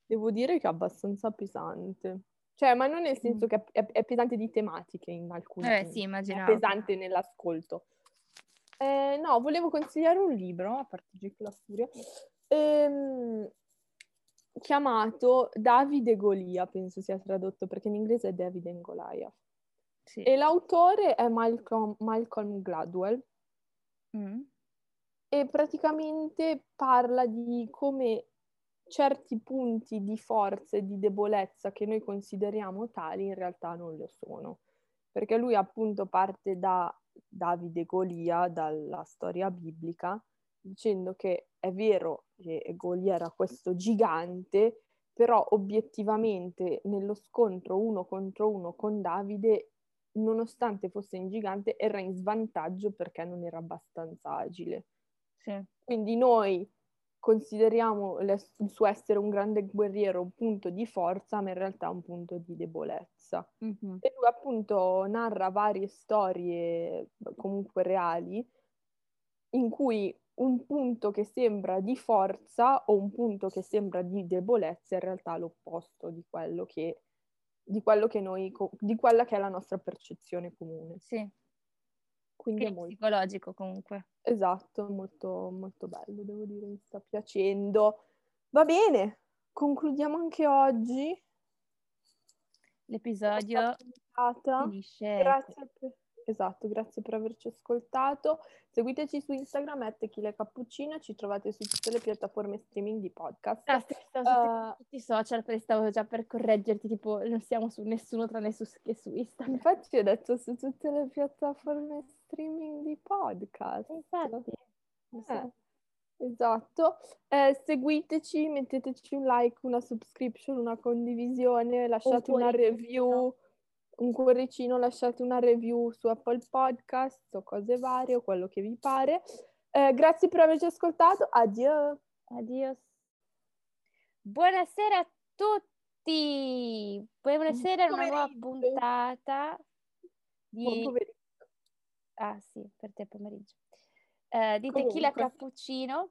[SPEAKER 2] devo dire che è abbastanza pesante, cioè ma non nel senso che è, è pesante di tematiche in alcuni
[SPEAKER 1] Vabbè,
[SPEAKER 2] punti
[SPEAKER 1] Eh, sì,
[SPEAKER 2] è
[SPEAKER 1] immaginavo.
[SPEAKER 2] pesante nell'ascolto. Eh, no, volevo consigliare un libro, a parte Gick la Furia, ehm, chiamato Davide Golia, penso sia tradotto, perché in inglese è David and Goliath.
[SPEAKER 1] Sì.
[SPEAKER 2] E l'autore è Malcolm, Malcolm Gladwell
[SPEAKER 1] Mm.
[SPEAKER 2] e praticamente parla di come certi punti di forza e di debolezza che noi consideriamo tali in realtà non lo sono. Perché lui appunto parte da Davide Golia, dalla storia biblica, dicendo che è vero che Golia era questo gigante, però obiettivamente nello scontro uno contro uno con Davide, nonostante fosse un gigante, era in svantaggio perché non era abbastanza agile.
[SPEAKER 1] Sì.
[SPEAKER 2] Quindi noi consideriamo le, il suo essere un grande guerriero un punto di forza, ma in realtà un punto di debolezza.
[SPEAKER 1] Mhm.
[SPEAKER 2] E lui appunto narra varie storie comunque reali in cui un punto che sembra di forza o un punto che sembra di debolezza è in realtà l'opposto di quello che, di quello che noi, co- di quella che è la nostra percezione comune.
[SPEAKER 1] Sì,
[SPEAKER 2] Quindi è
[SPEAKER 1] quindi
[SPEAKER 2] molto,
[SPEAKER 1] psicologico comunque.
[SPEAKER 2] esatto, molto, molto bello, devo dire, mi sta piacendo. Va bene, concludiamo anche oggi.
[SPEAKER 1] L'episodio
[SPEAKER 2] puntata.
[SPEAKER 1] finisce. ecco.
[SPEAKER 2] Grazie per... Esatto, grazie per averci ascoltato. Seguiteci su Instagram at Chile Cappuccino, ci trovate su tutte le piattaforme streaming di podcast.
[SPEAKER 1] Ah, sì, stavo su
[SPEAKER 2] Eh.
[SPEAKER 1] tutti i social perché stavo già per correggerti, tipo non siamo su nessuno tranne su, che su
[SPEAKER 2] Eh,
[SPEAKER 1] Instagram.
[SPEAKER 2] infatti ho detto su tutte le piattaforme streaming di podcast.
[SPEAKER 1] Infatti,
[SPEAKER 2] Eh,
[SPEAKER 1] sì.
[SPEAKER 2] esatto. Eh, seguiteci, metteteci un like, una subscription, una condivisione, lasciate una
[SPEAKER 1] cuoricino.
[SPEAKER 2] review, un cuoricino, lasciate una review su Apple Podcast o cose varie o quello che vi pare. Eh, grazie per averci ascoltato. Addio.
[SPEAKER 1] Adios. Buonasera a tutti. Buonasera a una nuova
[SPEAKER 2] pomeriggio.
[SPEAKER 1] puntata
[SPEAKER 2] Buon
[SPEAKER 1] di
[SPEAKER 2] pomeriggio.
[SPEAKER 1] Ah, sì, per te pomeriggio. Eh, di
[SPEAKER 2] Comunque.
[SPEAKER 1] Tequila Cappuccino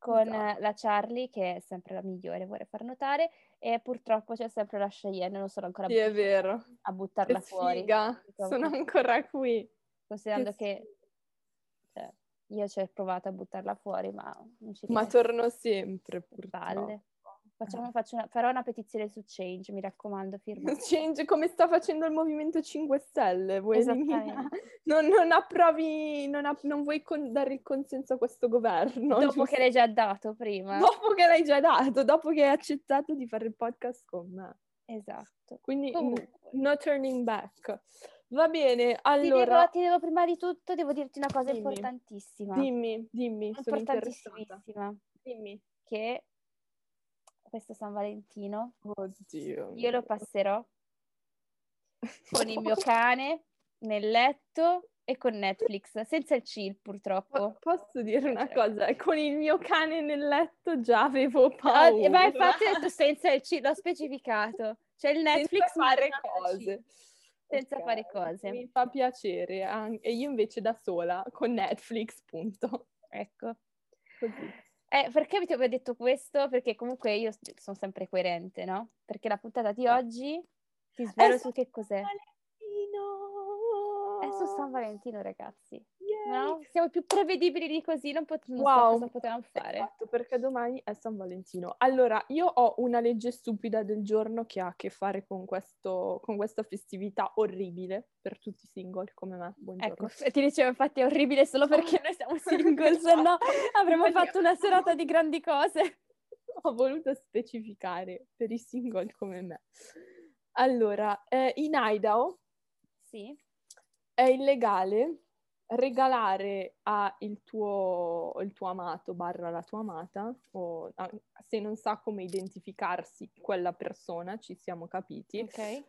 [SPEAKER 1] con
[SPEAKER 2] Esatto.
[SPEAKER 1] eh, la Charlie, che è sempre la migliore, vorrei far notare, e purtroppo c'è sempre la Cheyenne, non sono ancora
[SPEAKER 2] Sì, è vero.
[SPEAKER 1] a
[SPEAKER 2] Che
[SPEAKER 1] buttarla fuori,
[SPEAKER 2] sfiga. Sono ancora qui.
[SPEAKER 1] considerando
[SPEAKER 2] Esatto. Che
[SPEAKER 1] che cioè, io ci ho provato a buttarla fuori, ma non ci
[SPEAKER 2] Ma
[SPEAKER 1] riesco.
[SPEAKER 2] torno sempre, purtroppo.
[SPEAKER 1] Palle.
[SPEAKER 2] <laughs>
[SPEAKER 1] Facciamo- faccio una- farò una petizione su Change, mi raccomando, firma.
[SPEAKER 2] Change come sta facendo il Movimento 5 Stelle, vuoi eliminare?
[SPEAKER 1] Esattamente.
[SPEAKER 2] Non, non approvi, non, app- non vuoi con- dare il consenso a questo governo.
[SPEAKER 1] Dopo
[SPEAKER 2] giusto?
[SPEAKER 1] che l'hai già dato prima.
[SPEAKER 2] Dopo che l'hai già dato, dopo che hai accettato di fare il podcast con me.
[SPEAKER 1] Esatto.
[SPEAKER 2] Quindi
[SPEAKER 1] Comunque.
[SPEAKER 2] no turning back. Va bene,
[SPEAKER 1] Ti
[SPEAKER 2] allora
[SPEAKER 1] devo- ti devo prima di tutto, devo dirti una cosa
[SPEAKER 2] Dimmi.
[SPEAKER 1] importantissima.
[SPEAKER 2] dimmi, dimmi, sono interessata.
[SPEAKER 1] importantissima
[SPEAKER 2] Dimmi.
[SPEAKER 1] che questo San Valentino
[SPEAKER 2] Oddio.
[SPEAKER 1] io lo
[SPEAKER 2] mio.
[SPEAKER 1] passerò con il
[SPEAKER 2] <laughs>
[SPEAKER 1] mio cane nel letto e con Netflix, senza il chill
[SPEAKER 2] Po-
[SPEAKER 1] purtroppo.
[SPEAKER 2] Posso dire una
[SPEAKER 1] Piacere.
[SPEAKER 2] cosa? Con il mio cane nel letto già avevo
[SPEAKER 1] Ah,
[SPEAKER 2] paura.
[SPEAKER 1] ma infatti ho detto senza il chill, l'ho specificato. C'è il Netflix
[SPEAKER 2] senza
[SPEAKER 1] ma
[SPEAKER 2] fare
[SPEAKER 1] senza il chill.
[SPEAKER 2] cose.
[SPEAKER 1] Senza
[SPEAKER 2] Ok,
[SPEAKER 1] fare cose.
[SPEAKER 2] Mi fa piacere. an- E io invece da sola con Netflix, punto.
[SPEAKER 1] Ecco.
[SPEAKER 2] Così.
[SPEAKER 1] Eh, perché vi ti avevo detto questo? Perché comunque io s- sono sempre coerente, no? Perché la puntata di oggi ti svelo
[SPEAKER 2] Eh,
[SPEAKER 1] su che cos'è.
[SPEAKER 2] Valentino!
[SPEAKER 1] È su San Valentino, ragazzi.
[SPEAKER 2] Yay!
[SPEAKER 1] No? Siamo più prevedibili di così, non, pot- non so
[SPEAKER 2] Wow.
[SPEAKER 1] cosa potevamo fare.
[SPEAKER 2] Esatto, perché domani è San Valentino. Allora, io ho una legge stupida del giorno che ha a che fare con, questo, con questa festività orribile per tutti i single come me. Buongiorno.
[SPEAKER 1] Ecco, f- ti dicevo infatti è orribile solo perché noi siamo
[SPEAKER 2] <laughs>
[SPEAKER 1] single, se no avremmo fatto una serata di grandi cose.
[SPEAKER 2] <laughs> ho voluto specificare per i single come me. Allora, eh, in Idaho
[SPEAKER 1] Sì,
[SPEAKER 2] è illegale regalare al tuo, il tuo amato barra la tua amata, o a- se non sa come identificarsi quella persona, ci siamo capiti,
[SPEAKER 1] ok.
[SPEAKER 2] eh,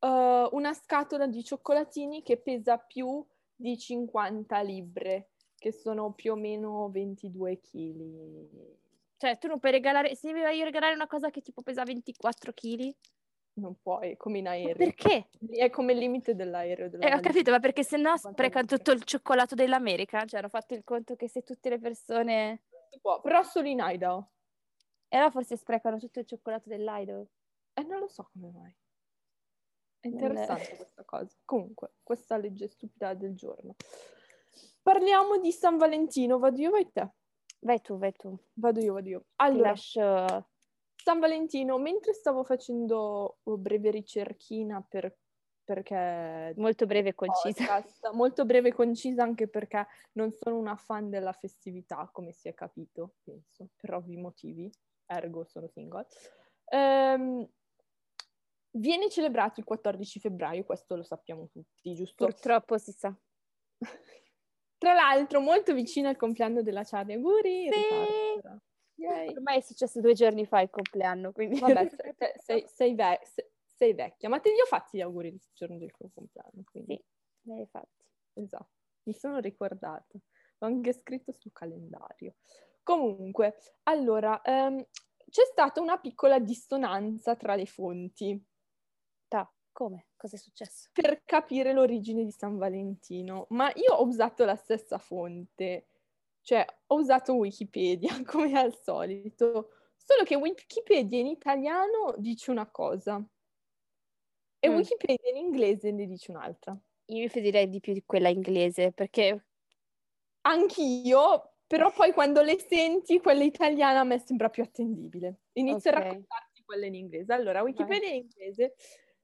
[SPEAKER 2] una scatola di cioccolatini che pesa più di 50 libbre, che sono più o meno 22 kg.
[SPEAKER 1] Cioè, tu non puoi regalare, se mi vai a regalare una cosa che tipo pesa 24 kg,
[SPEAKER 2] Non puoi, come in aereo.
[SPEAKER 1] perché?
[SPEAKER 2] È come il limite dell'aereo. della
[SPEAKER 1] Eh, ho
[SPEAKER 2] valigia.
[SPEAKER 1] capito, ma perché sennò
[SPEAKER 2] Quanto
[SPEAKER 1] sprecano
[SPEAKER 2] libbre.
[SPEAKER 1] tutto il cioccolato dell'America? Cioè, hanno fatto il conto che se tutte le persone...
[SPEAKER 2] Si può, però solo in Idaho.
[SPEAKER 1] E allora forse sprecano tutto il cioccolato dell'Idaho.
[SPEAKER 2] E eh, non lo so come mai. È
[SPEAKER 1] Non-
[SPEAKER 2] interessante questa cosa. Comunque, questa legge stupida del giorno. Parliamo di San Valentino. Vado io, vai te.
[SPEAKER 1] Vai tu, vai tu.
[SPEAKER 2] Vado io, vado io.
[SPEAKER 1] Ti
[SPEAKER 2] Allora,
[SPEAKER 1] lascio...
[SPEAKER 2] San Valentino, mentre stavo facendo oh, breve ricerchina per, perché...
[SPEAKER 1] Molto breve e concisa.
[SPEAKER 2] Podcast, molto breve e concisa anche perché non sono una fan della festività, come si è capito, penso, per ovvi motivi, ergo sono single. Ehm, viene celebrato il 14 febbraio, questo lo sappiamo tutti, giusto?
[SPEAKER 1] Purtroppo si sa.
[SPEAKER 2] <laughs> Tra l'altro molto vicino al compleanno della Charlie, auguri! in
[SPEAKER 1] Sì.
[SPEAKER 2] ritardo, però. Yay.
[SPEAKER 1] Ormai è successo due giorni fa il compleanno, quindi... <laughs>
[SPEAKER 2] <laughs> Vabbè, se- te- sei, sei ve- se- sei vecchia, ma te li ho fatti gli auguri il giorno del tuo compleanno, quindi
[SPEAKER 1] Ne hai fatti.
[SPEAKER 2] esatto, mi sono ricordata, l'ho anche scritto sul calendario. Comunque, allora, ehm, c'è stata una piccola dissonanza tra le fonti
[SPEAKER 1] Ta, come? Cosa è successo?
[SPEAKER 2] per capire l'origine di San Valentino, ma io ho usato la stessa fonte, cioè ho usato Wikipedia <laughs> come al solito, solo che Wikipedia in italiano dice una cosa e
[SPEAKER 1] Mm.
[SPEAKER 2] Wikipedia in inglese ne dice un'altra.
[SPEAKER 1] Io mi fiderei di più di quella inglese, perché
[SPEAKER 2] Anch'io, però poi quando le senti, quella italiana a me sembra più attendibile. Inizio
[SPEAKER 1] Ok.
[SPEAKER 2] a raccontarti quella in inglese. Allora, Wikipedia in inglese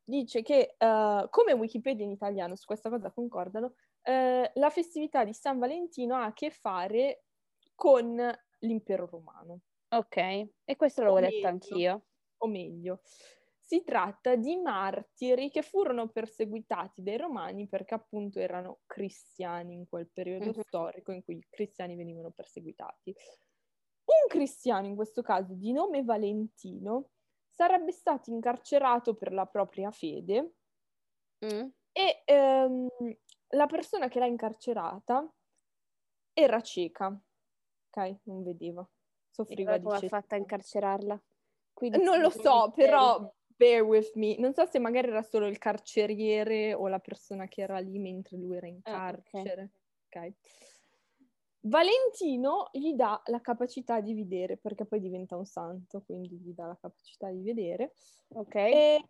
[SPEAKER 2] dice che, eh, come Wikipedia in italiano, su questa cosa concordano, eh, la festività di San Valentino ha a che fare con l'impero romano,
[SPEAKER 1] Ok, e questo l'avevo detto
[SPEAKER 2] Meglio.
[SPEAKER 1] anch'io.
[SPEAKER 2] o meglio, si tratta di martiri che furono perseguitati dai romani perché appunto erano cristiani in quel periodo
[SPEAKER 1] Mhm.
[SPEAKER 2] storico in cui i cristiani venivano perseguitati. Un cristiano, in questo caso di nome Valentino, sarebbe stato incarcerato per la propria fede
[SPEAKER 1] Mm?
[SPEAKER 2] e ehm, la persona che l'ha incarcerata era cieca, ok? Non vedeva,
[SPEAKER 1] E
[SPEAKER 2] soffriva
[SPEAKER 1] allora
[SPEAKER 2] di
[SPEAKER 1] come ha
[SPEAKER 2] cieca.
[SPEAKER 1] fatto a incarcerarla? Quindi
[SPEAKER 2] Non lo
[SPEAKER 1] sì,
[SPEAKER 2] so,
[SPEAKER 1] mistero.
[SPEAKER 2] però bear with me. Non so se magari era solo il carceriere o la persona che era lì mentre lui era in
[SPEAKER 1] Ah, ok.
[SPEAKER 2] carcere. ok. Valentino gli dà la capacità di vedere, perché poi diventa un santo, quindi gli dà la capacità di vedere.
[SPEAKER 1] Ok,
[SPEAKER 2] E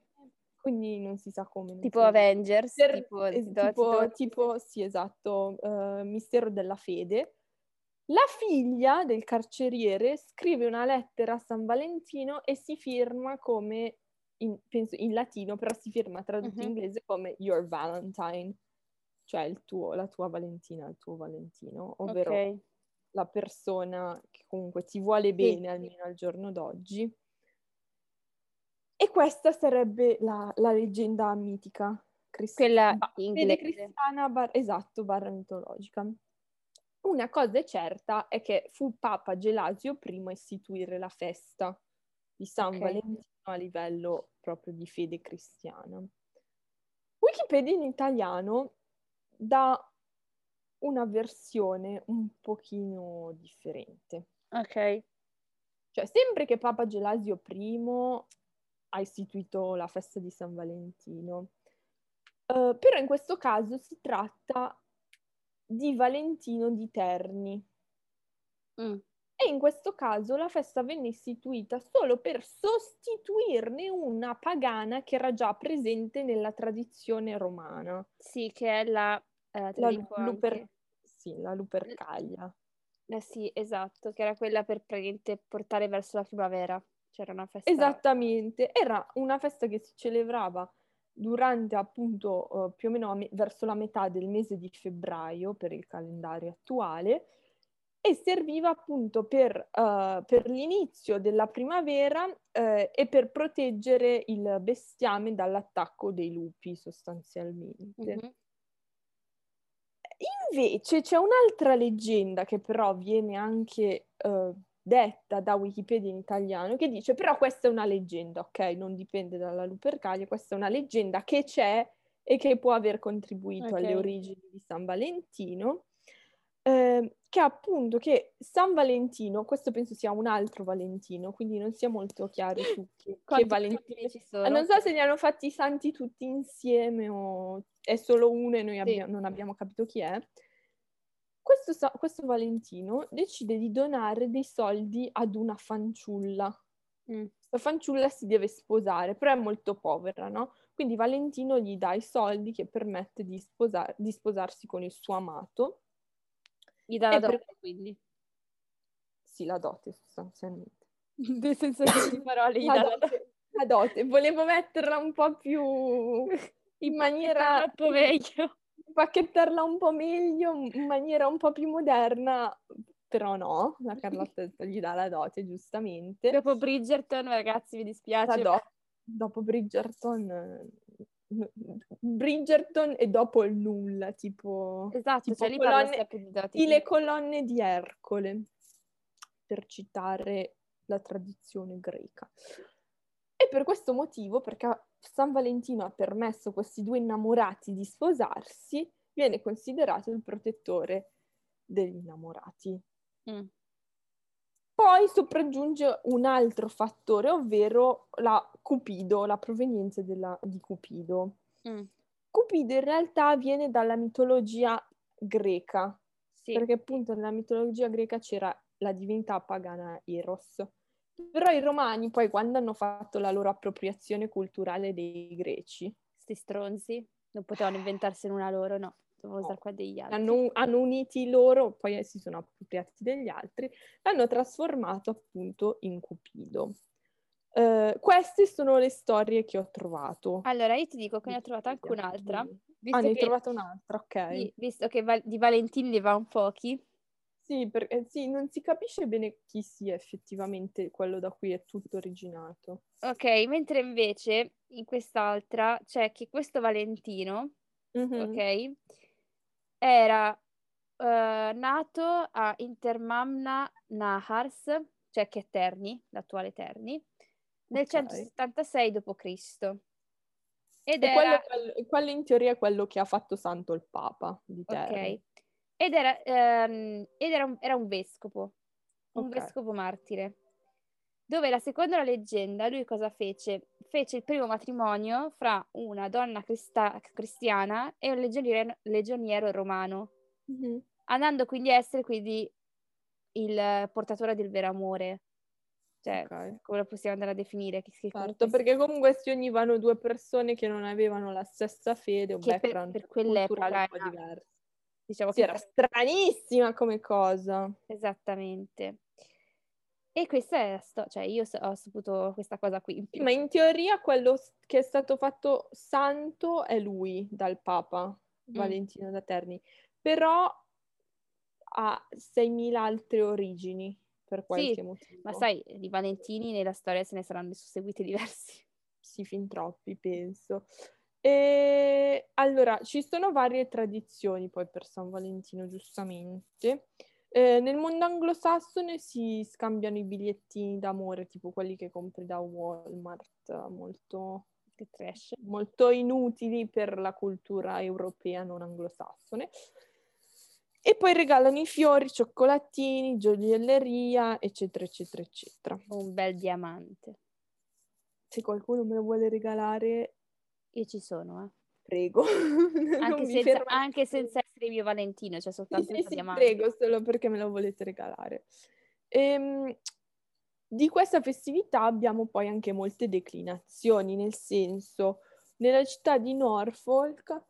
[SPEAKER 2] quindi non si sa come. non
[SPEAKER 1] tipo
[SPEAKER 2] si sa-
[SPEAKER 1] Avengers,
[SPEAKER 2] Mister-
[SPEAKER 1] tipo,
[SPEAKER 2] eh,
[SPEAKER 1] ti do- ti
[SPEAKER 2] tipo-
[SPEAKER 1] do-
[SPEAKER 2] tipo- sì, esatto, eh, mistero della fede. La figlia del carceriere scrive una lettera a San Valentino e si firma come, in, penso in latino, però si firma tradotto
[SPEAKER 1] Mhm.
[SPEAKER 2] in inglese come Your Valentine, cioè il tuo, la tua Valentina, il tuo Valentino, ovvero
[SPEAKER 1] Ok,
[SPEAKER 2] la persona che comunque ti vuole bene almeno al giorno d'oggi. E questa sarebbe la, la leggenda mitica cristiana.
[SPEAKER 1] quella inglese.
[SPEAKER 2] cristiana, bar- esatto, barra mitologica. Una cosa è certa è che fu Papa Gelasio I a istituire la festa di San
[SPEAKER 1] Ok.
[SPEAKER 2] Valentino a livello proprio di fede cristiana. Wikipedia in italiano dà una versione un pochino differente.
[SPEAKER 1] Ok,
[SPEAKER 2] Cioè, sempre che Papa Gelasio I ha istituito la festa di San Valentino, Eh, però in questo caso si tratta di Valentino di Terni.
[SPEAKER 1] Mm,
[SPEAKER 2] E in questo caso la festa venne istituita solo per sostituirne una pagana che era già presente nella tradizione romana,
[SPEAKER 1] Sì, che è la... eh, te lo
[SPEAKER 2] la,
[SPEAKER 1] dico
[SPEAKER 2] Lu- Luper-
[SPEAKER 1] anche.
[SPEAKER 2] sì, la Lupercaglia.
[SPEAKER 1] Eh sì, esatto, che era quella per praticamente portare verso la primavera. C'era una festa...
[SPEAKER 2] Esattamente, era una festa che si celebrava durante appunto eh, più o meno a me- verso la metà del mese di febbraio per il calendario attuale e serviva appunto per, eh, per l'inizio della primavera eh, e per proteggere il bestiame dall'attacco dei lupi sostanzialmente.
[SPEAKER 1] Mhm.
[SPEAKER 2] Invece c'è un'altra leggenda che però viene anche eh, detta da Wikipedia in italiano che dice però questa è una leggenda, ok? Non dipende dalla Lupercalia, questa è una leggenda che c'è e che può aver contribuito alle
[SPEAKER 1] Ok.
[SPEAKER 2] origini di San Valentino, ehm, che appunto che San Valentino, questo penso sia un altro Valentino, quindi non sia molto chiaro su che, che
[SPEAKER 1] Quanti
[SPEAKER 2] Valentino
[SPEAKER 1] Valentini ci sono?
[SPEAKER 2] Ah, Non so se li hanno fatti i santi tutti insieme o è solo uno e noi abbia- non abbiamo capito chi è. Questo, sa- questo Valentino decide di donare dei soldi ad una fanciulla.
[SPEAKER 1] Mm.
[SPEAKER 2] La fanciulla si deve sposare, però è molto povera, no? Quindi Valentino gli dà i soldi che permette di, sposa- di sposarsi con il suo amato.
[SPEAKER 1] Gli dà la
[SPEAKER 2] E per-
[SPEAKER 1] dote, quindi.
[SPEAKER 2] Sì, la dote sostanzialmente.
[SPEAKER 1] <laughs> Nel senso che di parole gli
[SPEAKER 2] La
[SPEAKER 1] dà la <laughs>
[SPEAKER 2] dote, la dote. volevo metterla un po' più in maniera...
[SPEAKER 1] Un po' meglio.
[SPEAKER 2] Pacchettarla un po' meglio, in maniera un po' più moderna, però no, la Carlotta gli dà la dote,
[SPEAKER 1] <laughs>
[SPEAKER 2] giustamente.
[SPEAKER 1] Dopo Bridgerton, ragazzi, mi dispiace.
[SPEAKER 2] Do- dopo Bridgerton... eh, Bridgerton e dopo il nulla, tipo...
[SPEAKER 1] Esatto,
[SPEAKER 2] tipo
[SPEAKER 1] cioè lì
[SPEAKER 2] colonne-
[SPEAKER 1] parla sempre di dati.
[SPEAKER 2] I le colonne di Ercole, per citare la tradizione greca. E per questo motivo, perché San Valentino ha permesso a questi due innamorati di sposarsi, viene considerato il protettore degli innamorati.
[SPEAKER 1] Mm.
[SPEAKER 2] Poi sopraggiunge un altro fattore, ovvero la Cupido, la provenienza della- di Cupido.
[SPEAKER 1] Mm.
[SPEAKER 2] Cupido in realtà viene dalla mitologia greca,
[SPEAKER 1] Sì.
[SPEAKER 2] perché appunto nella mitologia greca c'era la divinità pagana Eros. Però i romani poi quando hanno fatto la loro appropriazione culturale dei greci,
[SPEAKER 1] Sti stronzi. Non potevano inventarsene una loro, no. Dovevo usare qua degli altri.
[SPEAKER 2] Oh. hanno, hanno uniti loro, poi si sono appropriati degli altri, l'hanno trasformato appunto in Cupido. Eh, queste sono le storie che ho trovato.
[SPEAKER 1] Allora, io ti dico che ne Ah, ho trovata anche un'altra.
[SPEAKER 2] Ah,
[SPEAKER 1] Visto
[SPEAKER 2] ne hai
[SPEAKER 1] che-
[SPEAKER 2] trovata un'altra, ok.
[SPEAKER 1] sì, visto che Val- di Valentini ne va un pochi.
[SPEAKER 2] Sì, perché sì, non si capisce bene chi sia effettivamente quello da cui è tutto originato.
[SPEAKER 1] Ok, mentre invece in quest'altra c'è che questo Valentino,
[SPEAKER 2] Mhm.
[SPEAKER 1] ok, era eh, nato a Intermamna Nahars, cioè che è Terni, l'attuale Terni, nel
[SPEAKER 2] Ok.
[SPEAKER 1] 176 d.C. Ed
[SPEAKER 2] E quello,
[SPEAKER 1] era,
[SPEAKER 2] è quello- quello in teoria è quello che ha fatto santo il Papa di
[SPEAKER 1] ok,
[SPEAKER 2] Terni.
[SPEAKER 1] ed era, ehm, ed era un, era un vescovo, un
[SPEAKER 2] Ok.
[SPEAKER 1] vescovo martire, dove la secondo la leggenda lui cosa fece? Fece il primo matrimonio fra una donna crista- cristiana e un legioniero- legioniero romano.
[SPEAKER 2] Mhm.
[SPEAKER 1] andando quindi a essere quindi il eh, portatore del vero amore. Cioè,
[SPEAKER 2] Ok.
[SPEAKER 1] come lo possiamo andare a definire? Che, che
[SPEAKER 2] Certo,
[SPEAKER 1] comunque-
[SPEAKER 2] perché comunque si univano due persone che non avevano la stessa fede o
[SPEAKER 1] Che per-
[SPEAKER 2] background
[SPEAKER 1] per quell'epoca
[SPEAKER 2] culturale un po'
[SPEAKER 1] era-
[SPEAKER 2] diverso.
[SPEAKER 1] diciamo
[SPEAKER 2] Sì,
[SPEAKER 1] che-
[SPEAKER 2] era stranissima come cosa.
[SPEAKER 1] Esattamente. E questa è la sto- cioè io so- ho saputo questa cosa qui. in più.
[SPEAKER 2] Ma in teoria quello s- che è stato fatto santo è lui dal Papa
[SPEAKER 1] Mm.
[SPEAKER 2] Valentino da Terni, però ha 6.000 altre origini per qualche motivo.
[SPEAKER 1] Ma sai, di Valentini nella storia se ne saranno susseguiti diversi. <laughs>
[SPEAKER 2] Sì, fin troppi, penso. E allora, ci sono varie tradizioni poi per San Valentino, giustamente. Eh, nel mondo anglosassone si scambiano i bigliettini d'amore, tipo quelli che compri da Walmart, molto
[SPEAKER 1] Che trash.
[SPEAKER 2] molto inutili per la cultura europea non anglosassone. E poi regalano i fiori, cioccolatini, gioielleria, eccetera, eccetera, eccetera.
[SPEAKER 1] Un bel diamante.
[SPEAKER 2] Se qualcuno me lo vuole regalare,
[SPEAKER 1] Io ci sono, eh.
[SPEAKER 2] prego. <laughs> Non
[SPEAKER 1] Anche,
[SPEAKER 2] mi
[SPEAKER 1] senza,
[SPEAKER 2] fermate.
[SPEAKER 1] anche senza essere mio Valentino, cioè
[SPEAKER 2] Sì,
[SPEAKER 1] soltanto
[SPEAKER 2] sì,
[SPEAKER 1] il
[SPEAKER 2] sì,
[SPEAKER 1] diamante.
[SPEAKER 2] prego, solo perché me lo volete regalare. Ehm, di questa festività abbiamo poi anche molte declinazioni, nel senso, nella città di Norfolk,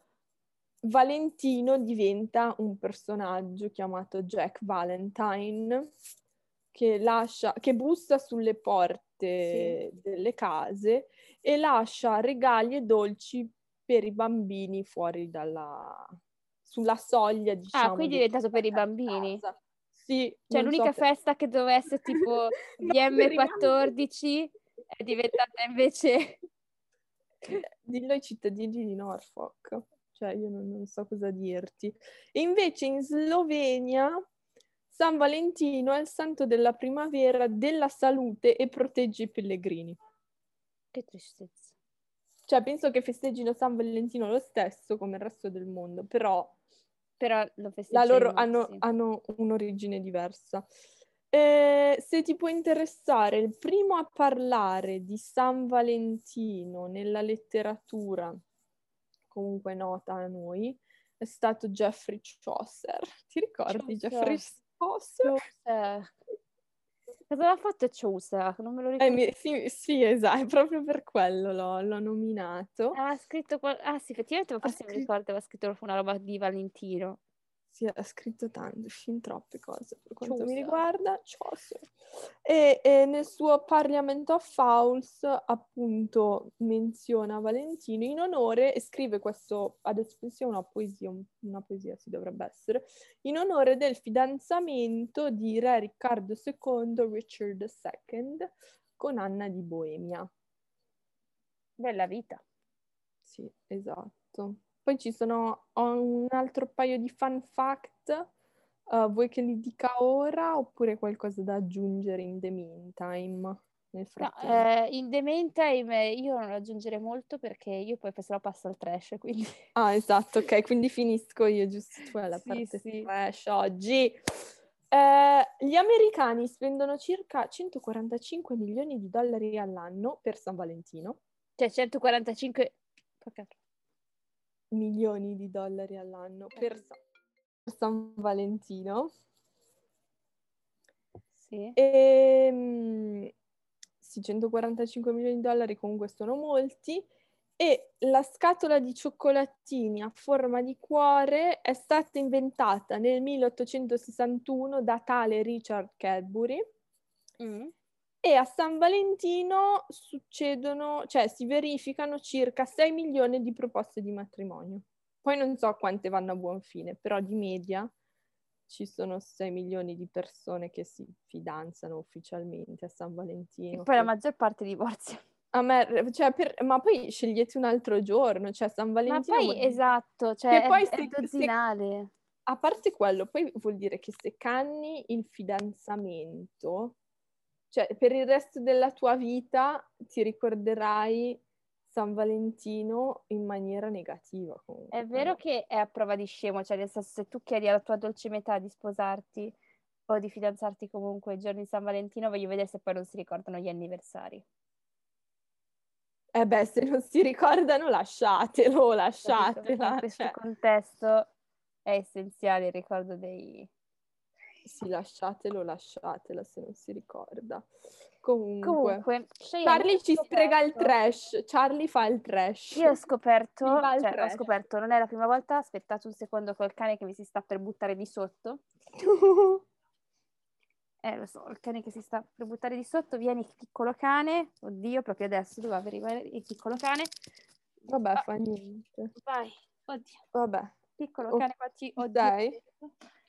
[SPEAKER 2] Valentino diventa un personaggio chiamato Jack Valentine, che, lascia, che bussa sulle porte delle case e lascia regali e dolci per i bambini fuori dalla... sulla soglia, diciamo.
[SPEAKER 1] Ah, quindi è
[SPEAKER 2] di-
[SPEAKER 1] diventato per i bambini?
[SPEAKER 2] casa. Sì,
[SPEAKER 1] Cioè,
[SPEAKER 2] non so
[SPEAKER 1] l'unica
[SPEAKER 2] per-
[SPEAKER 1] festa che doveva essere
[SPEAKER 2] <laughs>
[SPEAKER 1] tipo
[SPEAKER 2] Non per i bambini.
[SPEAKER 1] DM14 è diventata invece <laughs>
[SPEAKER 2] Dillo ai cittadini di Norfolk, cioè io non, non so cosa dirti. E invece in Slovenia San Valentino è il santo della primavera, della salute e protegge i pellegrini.
[SPEAKER 1] Che tristezza.
[SPEAKER 2] Cioè penso che festeggino San Valentino lo stesso come il resto del mondo, però
[SPEAKER 1] Però lo festeggiamo.
[SPEAKER 2] la loro hanno,
[SPEAKER 1] sì.
[SPEAKER 2] hanno un'origine diversa. Eh, se ti può interessare, il primo a parlare di San Valentino nella letteratura, comunque nota a noi, è stato Geoffrey Chaucer. <laughs> Ti ricordi
[SPEAKER 1] Chaucer.
[SPEAKER 2] Geoffrey Chaucer?
[SPEAKER 1] Chaucer. Cosa aveva fatto Chaucer? Non me lo
[SPEAKER 2] Eh,
[SPEAKER 1] ricordo.
[SPEAKER 2] mi- sì, sì, esatto, è proprio per quello l'ho, l'ho nominato.
[SPEAKER 1] Aveva scritto qual- Ah sì, effettivamente ma forse mi
[SPEAKER 2] scritto-
[SPEAKER 1] ricordo aveva scritto una roba di Valentino.
[SPEAKER 2] Sì, ha scritto tante, fin troppe cose per quanto mi
[SPEAKER 1] Chaucer.
[SPEAKER 2] riguarda. Chaucer. E, e nel suo Parliament of Fouls, appunto, menziona Valentino in onore e scrive questo, adesso penso sia una poesia, una poesia si dovrebbe essere, in onore del fidanzamento di Re Riccardo II, Richard II, con Anna di Boemia.
[SPEAKER 1] Bella vita.
[SPEAKER 2] Sì, esatto. Poi ci sono un altro paio di fun fact. Uh, vuoi che li dica ora oppure qualcosa da aggiungere in the meantime? Nel frattempo?
[SPEAKER 1] No, eh, in the meantime io non aggiungerei molto perché io poi se no passo al trash, quindi... <laughs>
[SPEAKER 2] Ah, esatto, ok, quindi finisco io giusto tu alla sì, parte sì. trash oggi. Eh, gli americani spendono circa 145 milioni di dollari all'anno per San Valentino.
[SPEAKER 1] Cioè 145
[SPEAKER 2] milioni di dollari all'anno per San San Valentino.
[SPEAKER 1] Sì.
[SPEAKER 2] E, Ehm, sì, 145 milioni di dollari comunque sono molti. E la scatola di cioccolatini a forma di cuore è stata inventata nel 1861 da tale Richard Cadbury.
[SPEAKER 1] Mm.
[SPEAKER 2] E a San Valentino succedono, cioè si verificano circa 6 milioni di proposte di matrimonio. Poi non so quante vanno a buon fine, però di media ci sono 6 milioni di persone che si fidanzano ufficialmente a San Valentino.
[SPEAKER 1] E poi la maggior parte <laughs> divorzia.
[SPEAKER 2] A me, cioè per, ma poi scegliete un altro giorno, cioè San Valentino.
[SPEAKER 1] Ma poi, vuol... esatto, cioè è, poi è, se, dozzinale.
[SPEAKER 2] Se, a parte quello, poi vuol dire che se canni il fidanzamento, cioè per il resto della tua vita ti ricorderai San Valentino in maniera negativa. Comunque.
[SPEAKER 1] È vero che è a prova di scemo, cioè nel senso se tu chiedi alla tua dolce metà di sposarti o di fidanzarti comunque i giorni di San Valentino, voglio vedere se poi non si ricordano gli anniversari.
[SPEAKER 2] Eh beh, se non si ricordano lasciatelo, lasciatela.
[SPEAKER 1] In questo cioè. contesto è essenziale il ricordo dei...
[SPEAKER 2] Sì, lasciatelo, lasciatela se non si ricorda. Comunque,
[SPEAKER 1] Comunque
[SPEAKER 2] Charlie ci sfrega il trash. Charlie fa il trash.
[SPEAKER 1] Io ho scoperto, cioè, trash. ho scoperto, non è la prima volta, aspettate un secondo col cane che mi si sta per buttare di
[SPEAKER 2] <laughs>
[SPEAKER 1] sotto. eh, lo so, il cane che si sta per buttare di sotto, vieni piccolo cane. Oddio, proprio adesso doveva arrivare il piccolo cane.
[SPEAKER 2] Vabbè, ah. fa niente.
[SPEAKER 1] Vai, oddio.
[SPEAKER 2] Vabbè.
[SPEAKER 1] Piccolo oh. cane qua ci...
[SPEAKER 2] Oddio. Dai.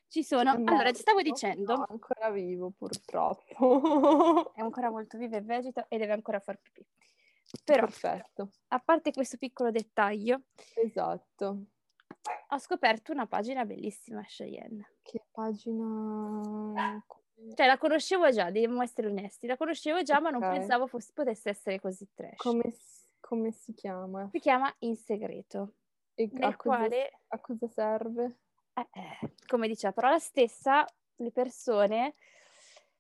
[SPEAKER 1] Ci sono. allora, ti stavo dicendo.
[SPEAKER 2] No, ancora vivo, purtroppo. <laughs>
[SPEAKER 1] è ancora molto vivo e vegeta e deve ancora far pipì. Però,
[SPEAKER 2] Perfetto.
[SPEAKER 1] a parte questo piccolo dettaglio,
[SPEAKER 2] esatto.
[SPEAKER 1] Ho scoperto una pagina bellissima, Cheyenne.
[SPEAKER 2] Che pagina.
[SPEAKER 1] Cioè, la conoscevo già, devo essere onesti, la conoscevo già, okay. ma non pensavo fosse, potesse essere così trash.
[SPEAKER 2] Come, come, si chiama?
[SPEAKER 1] Si chiama In Segreto.
[SPEAKER 2] E nel a cosa, quale... a cosa serve?
[SPEAKER 1] Eh, come dice la parola stessa, le persone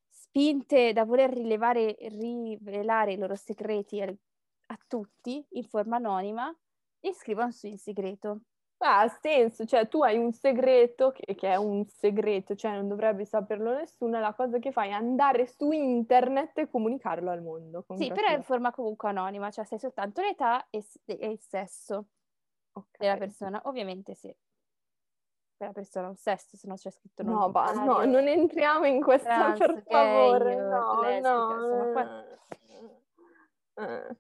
[SPEAKER 1] spinte da voler rilevare, rivelare i loro segreti a, a tutti in forma anonima, li scrivono su in segreto.
[SPEAKER 2] Ha ah, senso, cioè tu hai un segreto che, che, è un segreto, cioè non dovrebbe saperlo nessuno, la cosa che fai è andare su internet e comunicarlo al mondo.
[SPEAKER 1] Sì, però è in forma comunque anonima, cioè sei soltanto l'età e, e il sesso okay. della persona, ovviamente sì quella persona un sesso, se no c'è scritto
[SPEAKER 2] non no, ba- no, non entriamo in questa Trans, per favore. Gay, no,
[SPEAKER 1] lesbica, no. Insomma, qua...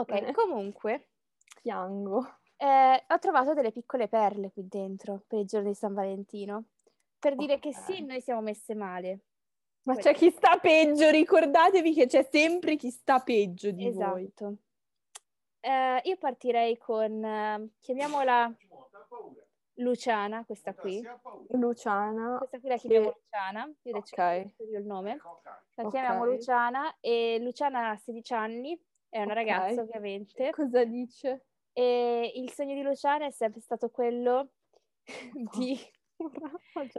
[SPEAKER 1] ok, eh.
[SPEAKER 2] <laughs>
[SPEAKER 1] comunque
[SPEAKER 2] piango.
[SPEAKER 1] Eh, ho trovato delle piccole perle qui dentro per il giorno di San Valentino per dire okay. che sì, noi siamo messe male.
[SPEAKER 2] Ma Quindi. c'è chi sta peggio, ricordatevi che c'è sempre chi sta peggio di
[SPEAKER 1] esatto.
[SPEAKER 2] voi.
[SPEAKER 1] Esatto. Eh, io partirei con, ehm, chiamiamola... Luciana, questa qui.
[SPEAKER 2] Luciana.
[SPEAKER 1] Questa qui la chiamiamo che... Luciana, io okay. il nome. La okay. chiamiamo Luciana e Luciana ha 16 anni, è una okay. ragazza ovviamente.
[SPEAKER 2] Cosa dice? <laughs>
[SPEAKER 1] E il sogno di Luciana è sempre stato
[SPEAKER 2] <laughs>
[SPEAKER 1] quello no. di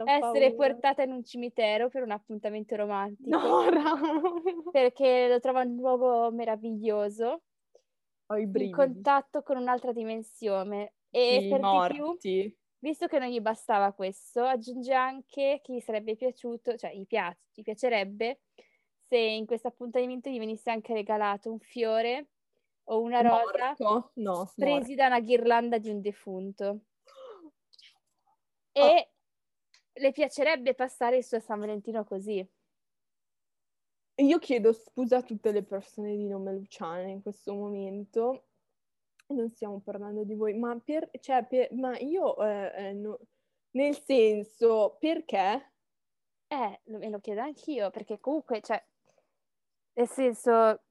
[SPEAKER 1] essere portata in un cimitero per un appuntamento romantico.
[SPEAKER 2] No,
[SPEAKER 1] perché lo trova un luogo meraviglioso.
[SPEAKER 2] <laughs> Ho i brividi.
[SPEAKER 1] in contatto con un'altra dimensione e sì, per morti. di più Visto che non gli bastava questo, aggiunge anche che gli sarebbe piaciuto, cioè gli, piace, gli piacerebbe se in questo appuntamento gli venisse anche regalato un fiore o una rosa
[SPEAKER 2] morto. no,
[SPEAKER 1] presi
[SPEAKER 2] morto.
[SPEAKER 1] da una ghirlanda di un defunto. E oh. le piacerebbe passare il suo San Valentino così.
[SPEAKER 2] Io chiedo scusa a tutte le persone di nome Luciana in questo momento, non stiamo parlando di voi, ma, per, cioè, per, ma io, eh, no, nel senso, perché?
[SPEAKER 1] Eh, lo- me lo chiedo anch'io, perché comunque, cioè, nel senso,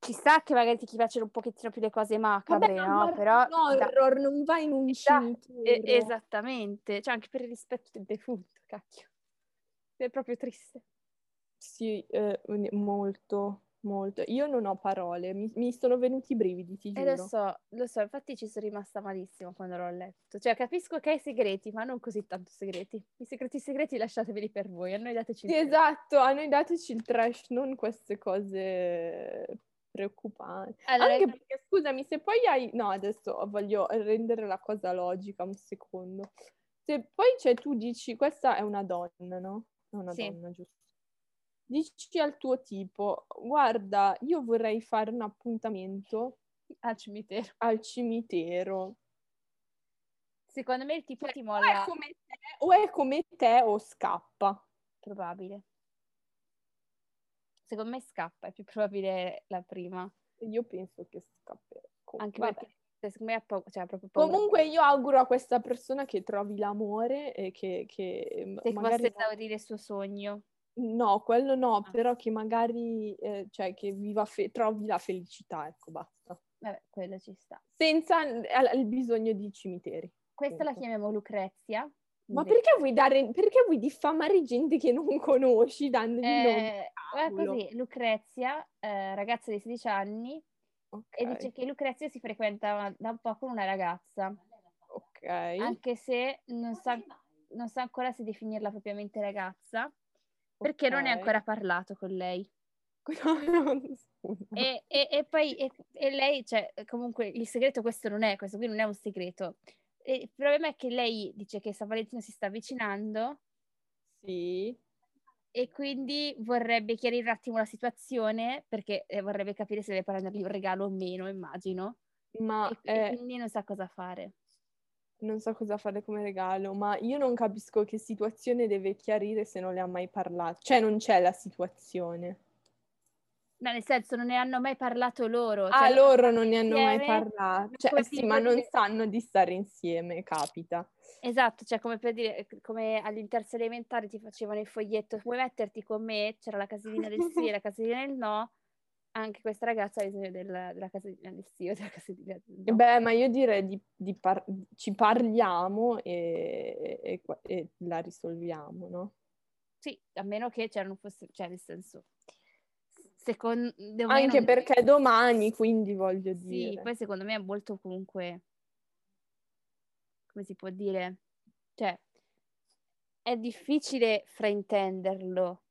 [SPEAKER 1] ci sta che magari ti piacciono un pochettino più le cose macabre,
[SPEAKER 2] ma
[SPEAKER 1] no?
[SPEAKER 2] guarda
[SPEAKER 1] Però...
[SPEAKER 2] un horror, non vai in un
[SPEAKER 1] Esatto,
[SPEAKER 2] cimitero.
[SPEAKER 1] Eh, esattamente, cioè anche per il rispetto del defunto, cacchio. È proprio triste.
[SPEAKER 2] Sì, eh, molto, molto. Io non ho parole, mi, mi sono venuti i brividi, ti
[SPEAKER 1] E
[SPEAKER 2] giuro.
[SPEAKER 1] Eh, lo so, lo so, infatti ci sono rimasta malissimo quando l'ho letto. Cioè, capisco che hai segreti, ma non così tanto segreti. I segreti segreti lasciateveli per voi, a noi dateci il
[SPEAKER 2] Sì,
[SPEAKER 1] tempo.
[SPEAKER 2] esatto, a noi dateci il trash, non queste cose preoccupanti.
[SPEAKER 1] Allora,
[SPEAKER 2] Anche perché, scusami, se poi hai... No, adesso voglio rendere la cosa logica, un secondo. Se poi, cioè, tu dici, questa è una donna, no? È una
[SPEAKER 1] Sì.
[SPEAKER 2] donna, giusto? Dici al tuo tipo, guarda, io vorrei fare un appuntamento
[SPEAKER 1] al cimitero.
[SPEAKER 2] al cimitero.
[SPEAKER 1] Secondo me il Cioè, tipo ti
[SPEAKER 2] O Cioè, è
[SPEAKER 1] molla,
[SPEAKER 2] come te, o, è come te, o scappa.
[SPEAKER 1] probabile. Secondo me scappa, è più probabile la prima.
[SPEAKER 2] Io penso che scapperà. Com-
[SPEAKER 1] Anche
[SPEAKER 2] vabbè.
[SPEAKER 1] perché, cioè, secondo me ha pau- cioè, ha proprio paura.
[SPEAKER 2] Comunque io auguro a questa persona che trovi l'amore e che, che m-
[SPEAKER 1] se
[SPEAKER 2] magari...
[SPEAKER 1] possa esaurire il suo sogno.
[SPEAKER 2] No, quello no,
[SPEAKER 1] Ah.
[SPEAKER 2] però che magari eh, cioè che viva fe- trovi la felicità, ecco, basta.
[SPEAKER 1] Vabbè, quello ci sta.
[SPEAKER 2] Senza l- al- il bisogno di cimiteri.
[SPEAKER 1] Questa la
[SPEAKER 2] Ecco.
[SPEAKER 1] chiamiamo Lucrezia.
[SPEAKER 2] Ma
[SPEAKER 1] Invece.
[SPEAKER 2] perché vuoi, dare, perché vuoi diffamare gente che non conosci dandogli nomi?
[SPEAKER 1] Eh, guarda
[SPEAKER 2] cavolo.
[SPEAKER 1] così, Lucrezia, eh, ragazza di 16 anni,
[SPEAKER 2] Ok,
[SPEAKER 1] e dice che Lucrezia si frequenta da un po' con una ragazza,
[SPEAKER 2] ok.
[SPEAKER 1] anche se non sa, non sa ancora se definirla propriamente ragazza, perché non è
[SPEAKER 2] Ok.
[SPEAKER 1] ancora parlato con
[SPEAKER 2] <laughs>
[SPEAKER 1] lei.
[SPEAKER 2] <laughs> Scusa. <laughs>
[SPEAKER 1] E, e- e poi e, e lei, cioè, comunque il segreto questo non è, questo qui non è un segreto. E il problema è che lei dice che San Valentino si sta avvicinando
[SPEAKER 2] Sì.
[SPEAKER 1] e quindi vorrebbe chiarire un attimo la situazione perché eh, vorrebbe capire se deve prendergli un regalo o meno, immagino.
[SPEAKER 2] Ma
[SPEAKER 1] E, e
[SPEAKER 2] eh,
[SPEAKER 1] quindi non sa cosa fare.
[SPEAKER 2] non so cosa fare come regalo, ma io non capisco che situazione deve chiarire se non le ha mai parlato. Cioè, non c'è la situazione.
[SPEAKER 1] No, nel senso, non ne hanno mai parlato loro.
[SPEAKER 2] ah,
[SPEAKER 1] cioè,
[SPEAKER 2] loro non ne hanno mai
[SPEAKER 1] insieme,
[SPEAKER 2] parlato.
[SPEAKER 1] non
[SPEAKER 2] Cioè,
[SPEAKER 1] puoi
[SPEAKER 2] sì, ma non
[SPEAKER 1] dire-
[SPEAKER 2] sanno di stare insieme, capita.
[SPEAKER 1] Esatto, cioè come per dire, eh, come all'interza elementare ti facevano il foglietto, vuoi metterti con me? C'era la casellina del sì e
[SPEAKER 2] <laughs>
[SPEAKER 1] la casellina del no. Anche questa ragazza ha bisogno del- della casellina del sì o della casellina del no.
[SPEAKER 2] Beh, ma io direi di, di par- ci parliamo e, e- e- e la risolviamo, no?
[SPEAKER 1] Sì, a meno che cioè, non fosse, cioè nel senso, secondo me
[SPEAKER 2] Anche
[SPEAKER 1] non-
[SPEAKER 2] perché domani, quindi voglio dire.
[SPEAKER 1] Sì, poi secondo me è molto comunque, come si può dire, cioè è difficile fraintenderlo.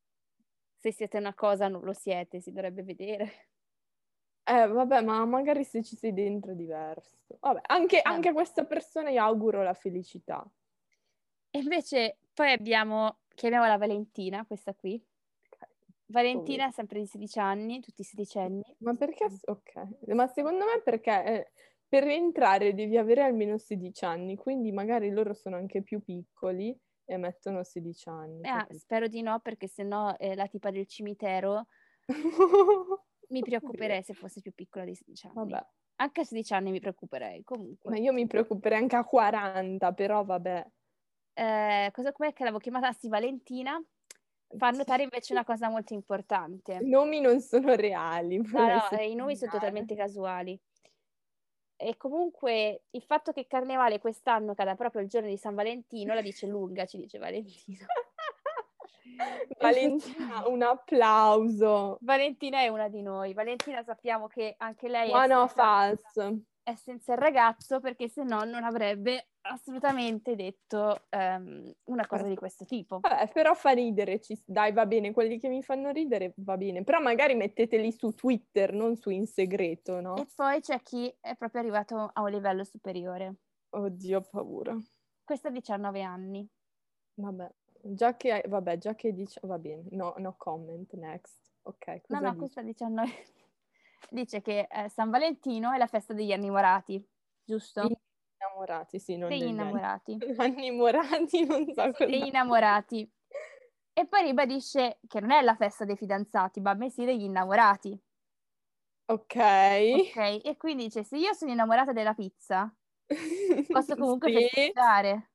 [SPEAKER 1] Se siete una cosa non lo siete, si dovrebbe vedere.
[SPEAKER 2] Eh, vabbè, ma magari se ci sei dentro è diverso. Vabbè, anche, anche a questa persona io auguro la felicità.
[SPEAKER 1] E invece poi abbiamo, chiamiamola Valentina, questa qui. Valentina, sempre di 16 anni, tutti sedicenni. Eh,
[SPEAKER 2] Ma perché? Ok, ma secondo me perché eh, per entrare devi avere almeno 16 anni, quindi magari loro sono anche più piccoli e mettono 16 anni.
[SPEAKER 1] Eh, ah,
[SPEAKER 2] capito?
[SPEAKER 1] spero di no, perché sennò eh, la tipa del cimitero mi preoccuperei se fosse più piccola di 16 anni.
[SPEAKER 2] <laughs> Vabbè,
[SPEAKER 1] Anche a 16 anni mi preoccuperei, comunque.
[SPEAKER 2] ma io mi preoccuperei anche a 40, però vabbè.
[SPEAKER 1] eh, cosa com'è che l'avevo chiamata? Sì, Valentina, fa notare invece una cosa molto
[SPEAKER 2] I
[SPEAKER 1] importante.
[SPEAKER 2] nomi non sono reali.
[SPEAKER 1] No,
[SPEAKER 2] vorrei
[SPEAKER 1] no, eh, i nomi sono
[SPEAKER 2] sottolineare.
[SPEAKER 1] totalmente casuali. E comunque il fatto che Carnevale quest'anno cada proprio il giorno di San Valentino la dice lunga, ci dice
[SPEAKER 2] <laughs>
[SPEAKER 1] Valentino. <laughs>
[SPEAKER 2] Valentina, un applauso.
[SPEAKER 1] Valentina è una di noi. Valentina sappiamo che anche lei
[SPEAKER 2] One
[SPEAKER 1] è
[SPEAKER 2] of
[SPEAKER 1] senza,
[SPEAKER 2] us.
[SPEAKER 1] è senza il ragazzo perché se no non avrebbe assolutamente detto ehm, una cosa di questo tipo.
[SPEAKER 2] Vabbè, però fa ridere, ci- dai, va bene, quelli che mi fanno ridere va bene, però magari metteteli su Twitter, non su in segreto,
[SPEAKER 1] E
[SPEAKER 2] no?
[SPEAKER 1] poi c'è chi è proprio arrivato a un livello superiore.
[SPEAKER 2] Oddio, ho paura.
[SPEAKER 1] Questa ha 19 anni.
[SPEAKER 2] Vabbè, già che, vabbè, già che dice, va bene, no, no comment, next. Ok,
[SPEAKER 1] No,
[SPEAKER 2] cosa
[SPEAKER 1] no,
[SPEAKER 2] dici?
[SPEAKER 1] questa ha 19. <laughs> Dice che eh, San Valentino è la festa degli innamorati, giusto?
[SPEAKER 2] Degli innamorati, sì, non
[SPEAKER 1] degli <laughs>
[SPEAKER 2] degli
[SPEAKER 1] innamorati.
[SPEAKER 2] Innamorati non so cosa.
[SPEAKER 1] Degli innamorati. E poi ribadisce che non è la festa dei fidanzati, ma bensì degli innamorati.
[SPEAKER 2] Ok. <laughs>
[SPEAKER 1] Ok, e quindi dice, se io sono innamorata della pizza, <laughs> posso comunque
[SPEAKER 2] Sì.
[SPEAKER 1] festeggiare.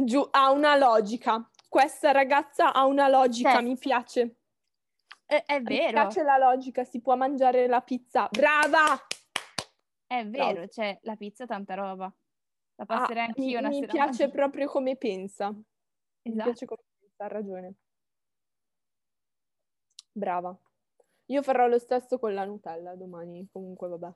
[SPEAKER 2] Giù, ha una logica. Questa ragazza ha una logica,
[SPEAKER 1] Certo.
[SPEAKER 2] mi piace.
[SPEAKER 1] Eh, è
[SPEAKER 2] Mi
[SPEAKER 1] vero,
[SPEAKER 2] piace la logica, si può mangiare la pizza. Brava!
[SPEAKER 1] è vero, cioè la pizza è tanta roba. La
[SPEAKER 2] Ah,
[SPEAKER 1] passerei anch'io
[SPEAKER 2] mi,
[SPEAKER 1] una
[SPEAKER 2] mi
[SPEAKER 1] sera.
[SPEAKER 2] piace
[SPEAKER 1] mangiando.
[SPEAKER 2] proprio come pensa. Mi
[SPEAKER 1] Esatto.
[SPEAKER 2] piace come pensa, ha ragione. Brava. Io farò lo stesso con la Nutella domani, comunque vabbè.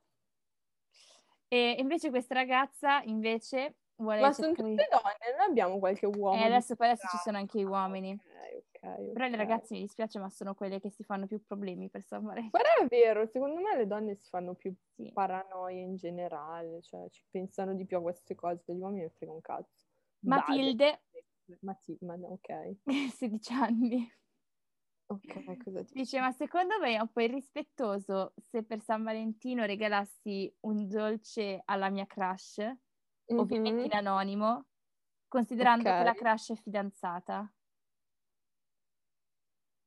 [SPEAKER 1] E invece questa ragazza invece vuole...
[SPEAKER 2] Ma sono
[SPEAKER 1] cercare-
[SPEAKER 2] tutte donne, non abbiamo qualche uomo.
[SPEAKER 1] Eh,
[SPEAKER 2] di-
[SPEAKER 1] adesso poi adesso ci sono anche gli uomini.
[SPEAKER 2] Ok, ok,
[SPEAKER 1] Però le
[SPEAKER 2] ok.
[SPEAKER 1] ragazze mi dispiace, ma sono quelle che si fanno più problemi per salvare.
[SPEAKER 2] Guarda, è vero, secondo me le donne si fanno più
[SPEAKER 1] Sì.
[SPEAKER 2] paranoie in generale, cioè ci pensano di più a queste cose, gli uomini ne frega un cazzo.
[SPEAKER 1] Matilde, <laughs>
[SPEAKER 2] Matilde, ok.
[SPEAKER 1] 16 anni,
[SPEAKER 2] Ok, cosa dici?
[SPEAKER 1] dice: Ma secondo me è un po' irrispettoso se per San Valentino regalassi un dolce alla mia crush,
[SPEAKER 2] Mhm.
[SPEAKER 1] ovviamente in anonimo, considerando
[SPEAKER 2] Ok.
[SPEAKER 1] che la crush è fidanzata.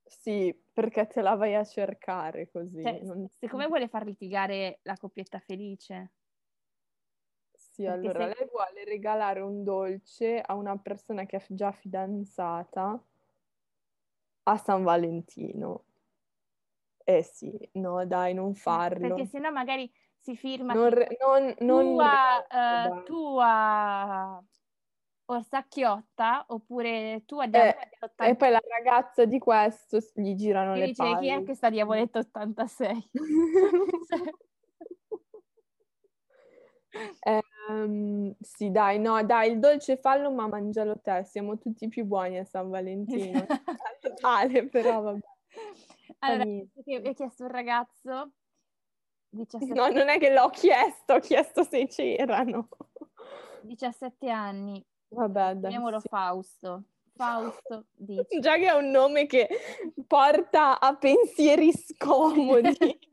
[SPEAKER 2] Sì, perché te la vai a cercare così.
[SPEAKER 1] Cioè,
[SPEAKER 2] non-
[SPEAKER 1] Secondo me vuole far litigare la coppietta felice.
[SPEAKER 2] Sì,
[SPEAKER 1] perché
[SPEAKER 2] allora
[SPEAKER 1] se-
[SPEAKER 2] lei vuole regalare un dolce a una persona che è già fidanzata a San Valentino. Eh sì, no dai, non farlo.
[SPEAKER 1] Perché sennò magari si firma
[SPEAKER 2] Non,
[SPEAKER 1] tipo,
[SPEAKER 2] re- non, non
[SPEAKER 1] tua, eh,
[SPEAKER 2] regalare, dai.
[SPEAKER 1] tua orsacchiotta oppure tua diavoletta 86.
[SPEAKER 2] Eh, E poi la ragazza di questo s- gli girano
[SPEAKER 1] Che
[SPEAKER 2] le
[SPEAKER 1] dice, chi è
[SPEAKER 2] palle.
[SPEAKER 1] questa diavoletta
[SPEAKER 2] <laughs>
[SPEAKER 1] 86?
[SPEAKER 2] Ehm, sì, dai, no, dai, il dolce fallo, ma mangialo te. Siamo tutti più buoni a
[SPEAKER 1] <laughs>
[SPEAKER 2] San Valentino. Totale, però vabbè.
[SPEAKER 1] allora,
[SPEAKER 2] Famiglia.
[SPEAKER 1] che- ho chiesto un ragazzo 17,
[SPEAKER 2] No, non è che l'ho chiesto, ho chiesto se c'erano.
[SPEAKER 1] 17 anni,
[SPEAKER 2] Vabbè, dai.
[SPEAKER 1] chiamiamolo
[SPEAKER 2] sì.
[SPEAKER 1] Fausto. Fausto
[SPEAKER 2] <laughs>
[SPEAKER 1] dice...
[SPEAKER 2] Già che è un nome che porta a pensieri scomodi.
[SPEAKER 1] <laughs>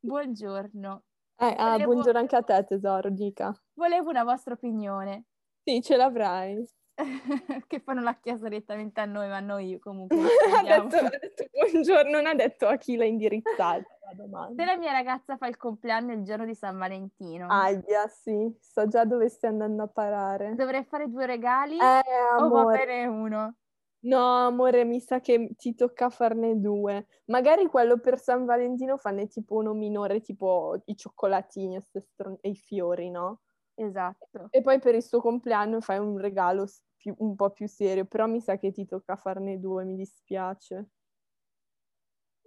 [SPEAKER 1] Buongiorno,
[SPEAKER 2] Eh, ah,
[SPEAKER 1] Volevo-
[SPEAKER 2] buongiorno anche a te, tesoro, dica.
[SPEAKER 1] volevo una vostra opinione.
[SPEAKER 2] Sì, ce l'avrai.
[SPEAKER 1] <laughs> che poi non l'ha chiesto direttamente a noi, ma a noi
[SPEAKER 2] <laughs>
[SPEAKER 1] comunque
[SPEAKER 2] ha,
[SPEAKER 1] rispondiamo.
[SPEAKER 2] detto, ha detto buongiorno, non ha detto a chi l'ha indirizzata la domanda.
[SPEAKER 1] Se la mia ragazza fa il compleanno il giorno di San Valentino,
[SPEAKER 2] Aia, sì, so già dove stai andando a parare.
[SPEAKER 1] dovrei fare due regali
[SPEAKER 2] Eh,
[SPEAKER 1] o Oh, va
[SPEAKER 2] amore.
[SPEAKER 1] bene uno?
[SPEAKER 2] No, amore, mi sa che ti tocca farne due. Magari quello per San Valentino fanno tipo uno minore, tipo i cioccolatini e ste stron- e i fiori, no?
[SPEAKER 1] Esatto.
[SPEAKER 2] E poi per il suo compleanno fai un regalo s- più- un po' più serio, però mi sa che ti tocca farne due, mi dispiace.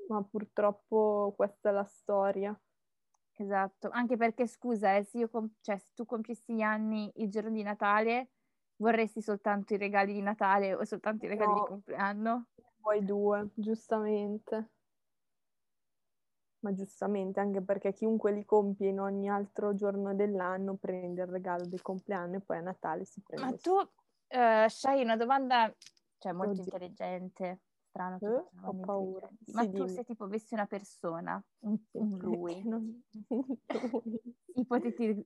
[SPEAKER 2] Ma purtroppo questa è la storia.
[SPEAKER 1] Esatto, anche perché scusa, eh, se, io com- cioè, se tu compiessi gli anni il giorno di Natale, vorresti soltanto i regali di Natale o soltanto i regali di
[SPEAKER 2] No.
[SPEAKER 1] compleanno?
[SPEAKER 2] Poi due, giustamente. Ma giustamente, anche perché chiunque li compie in ogni altro giorno dell'anno prende il regalo del compleanno e poi a Natale si prende.
[SPEAKER 1] Ma <laughs>
[SPEAKER 2] il
[SPEAKER 1] tu, eh, Shai, una domanda, cioè molto
[SPEAKER 2] Oddio.
[SPEAKER 1] intelligente, strano che
[SPEAKER 2] Eh,
[SPEAKER 1] facciano
[SPEAKER 2] ho
[SPEAKER 1] domande
[SPEAKER 2] paura.
[SPEAKER 1] intelligenti, ma
[SPEAKER 2] Sì,
[SPEAKER 1] tu
[SPEAKER 2] dimmi.
[SPEAKER 1] se tipo avessi una persona, un,
[SPEAKER 2] suo.
[SPEAKER 1] un lui,
[SPEAKER 2] <laughs>
[SPEAKER 1] <laughs>
[SPEAKER 2] Non-
[SPEAKER 1] ipoteti-
[SPEAKER 2] Sì,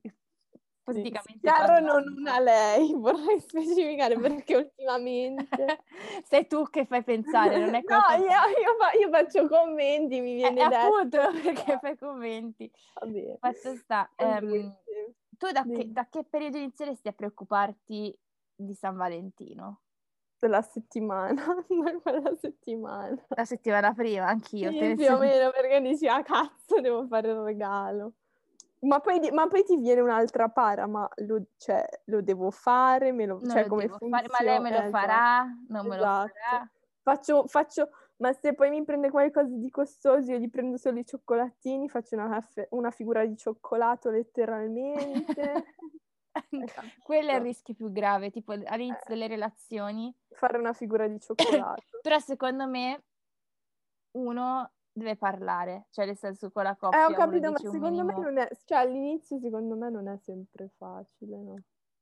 [SPEAKER 1] ipoteticamente...
[SPEAKER 2] Chiaro non
[SPEAKER 1] parlando,
[SPEAKER 2] una <laughs> lei, vorrei specificare perché ultimamente...
[SPEAKER 1] Sei tu che fai pensare, non è
[SPEAKER 2] <laughs> no,
[SPEAKER 1] qualcosa-
[SPEAKER 2] io, io fa- io faccio commenti, mi
[SPEAKER 1] Eh,
[SPEAKER 2] viene detto.
[SPEAKER 1] appunto, <laughs> perché fai commenti.
[SPEAKER 2] <laughs> Va bene.
[SPEAKER 1] Fatto sta,
[SPEAKER 2] Con lui,
[SPEAKER 1] ehm,
[SPEAKER 2] sì.
[SPEAKER 1] tu da che,
[SPEAKER 2] Dimmi.
[SPEAKER 1] da che periodo inizieresti a preoccuparti di San Valentino?
[SPEAKER 2] della settimana, <laughs> da quella settimana.
[SPEAKER 1] La settimana prima, anch'io.
[SPEAKER 2] Sì,
[SPEAKER 1] te ne
[SPEAKER 2] più o
[SPEAKER 1] sono-
[SPEAKER 2] meno perché dici, ah cazzo, devo fare il regalo. Ma poi, di- ma poi ti viene un'altra para, ma lo, cioè, lo devo fare, me lo,
[SPEAKER 1] <laughs> Non
[SPEAKER 2] cioè
[SPEAKER 1] lo
[SPEAKER 2] come
[SPEAKER 1] devo fare, ma lei me
[SPEAKER 2] funziona-
[SPEAKER 1] lo
[SPEAKER 2] eh,
[SPEAKER 1] farà, non
[SPEAKER 2] esatto,
[SPEAKER 1] me lo
[SPEAKER 2] esatto.
[SPEAKER 1] farà.
[SPEAKER 2] Faccio, faccio, ma se poi mi prende qualcosa di costoso, io gli prendo solo i cioccolatini, faccio una, fe- una figura di
[SPEAKER 1] <laughs>
[SPEAKER 2] cioccolato letteralmente. Hai capito?
[SPEAKER 1] Ecco, Quello è il rischio più grave, tipo all'inizio delle relazioni.
[SPEAKER 2] Fare una figura di
[SPEAKER 1] <laughs>
[SPEAKER 2] cioccolato.
[SPEAKER 1] Però secondo me uno deve parlare, cioè nel senso con la
[SPEAKER 2] Eh,
[SPEAKER 1] coppia
[SPEAKER 2] ho capito,
[SPEAKER 1] uno
[SPEAKER 2] ma
[SPEAKER 1] dice un
[SPEAKER 2] secondo me
[SPEAKER 1] minimo.
[SPEAKER 2] non è, cioè all'inizio secondo me non è sempre facile, no?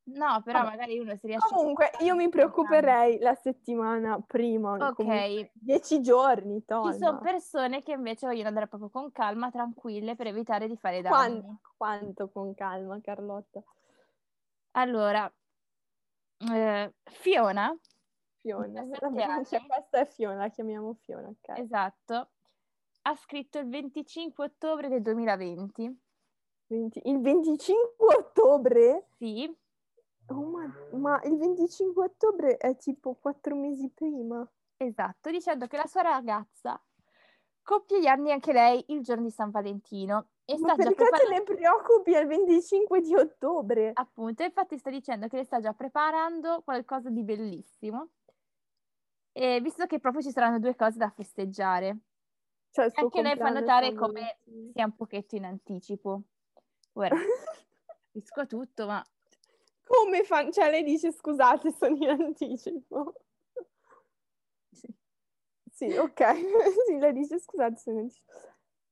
[SPEAKER 1] No, però
[SPEAKER 2] Vabbè.
[SPEAKER 1] magari uno si riesce... a-
[SPEAKER 2] Comunque, io mi preoccuperei la settimana prima, comunque
[SPEAKER 1] Ok,
[SPEAKER 2] dieci giorni,
[SPEAKER 1] ci sono
[SPEAKER 2] Tona.
[SPEAKER 1] persone che invece vogliono andare proprio con calma, tranquille, per evitare di fare danni.
[SPEAKER 2] Quanto, quanto con calma, Carlotta.
[SPEAKER 1] Allora, eh, Fiona
[SPEAKER 2] Fiona.
[SPEAKER 1] 17
[SPEAKER 2] Vabbè, cioè,
[SPEAKER 1] anni.
[SPEAKER 2] questa è Fiona, la chiamiamo Fiona, ok?
[SPEAKER 1] Esatto. Ha scritto il 25 ottobre del 2020.
[SPEAKER 2] 20 il 25 ottobre?
[SPEAKER 1] Sì,
[SPEAKER 2] Oh, ma, ma il 25 ottobre è tipo quattro mesi prima.
[SPEAKER 1] esatto, dicendo che la sua ragazza compie gli anni anche lei il giorno di San Valentino e
[SPEAKER 2] Ma
[SPEAKER 1] sta già
[SPEAKER 2] perché te
[SPEAKER 1] preparando
[SPEAKER 2] ne preoccupi al 25 di ottobre?
[SPEAKER 1] appunto, infatti sta dicendo che le sta già preparando qualcosa di bellissimo. E visto che proprio ci saranno due cose da festeggiare,
[SPEAKER 2] Cioè, il suo
[SPEAKER 1] anche lei fa
[SPEAKER 2] compleanno è
[SPEAKER 1] notare
[SPEAKER 2] San
[SPEAKER 1] come
[SPEAKER 2] Valentino.
[SPEAKER 1] sia un pochetto in anticipo. Ora,
[SPEAKER 2] <laughs>
[SPEAKER 1] capisco tutto, ma
[SPEAKER 2] Come fa? Cioè, lei dice scusate, sono in anticipo.
[SPEAKER 1] Sì.
[SPEAKER 2] Sì, ok. <laughs> sì, lei dice scusate, sono in anticipo.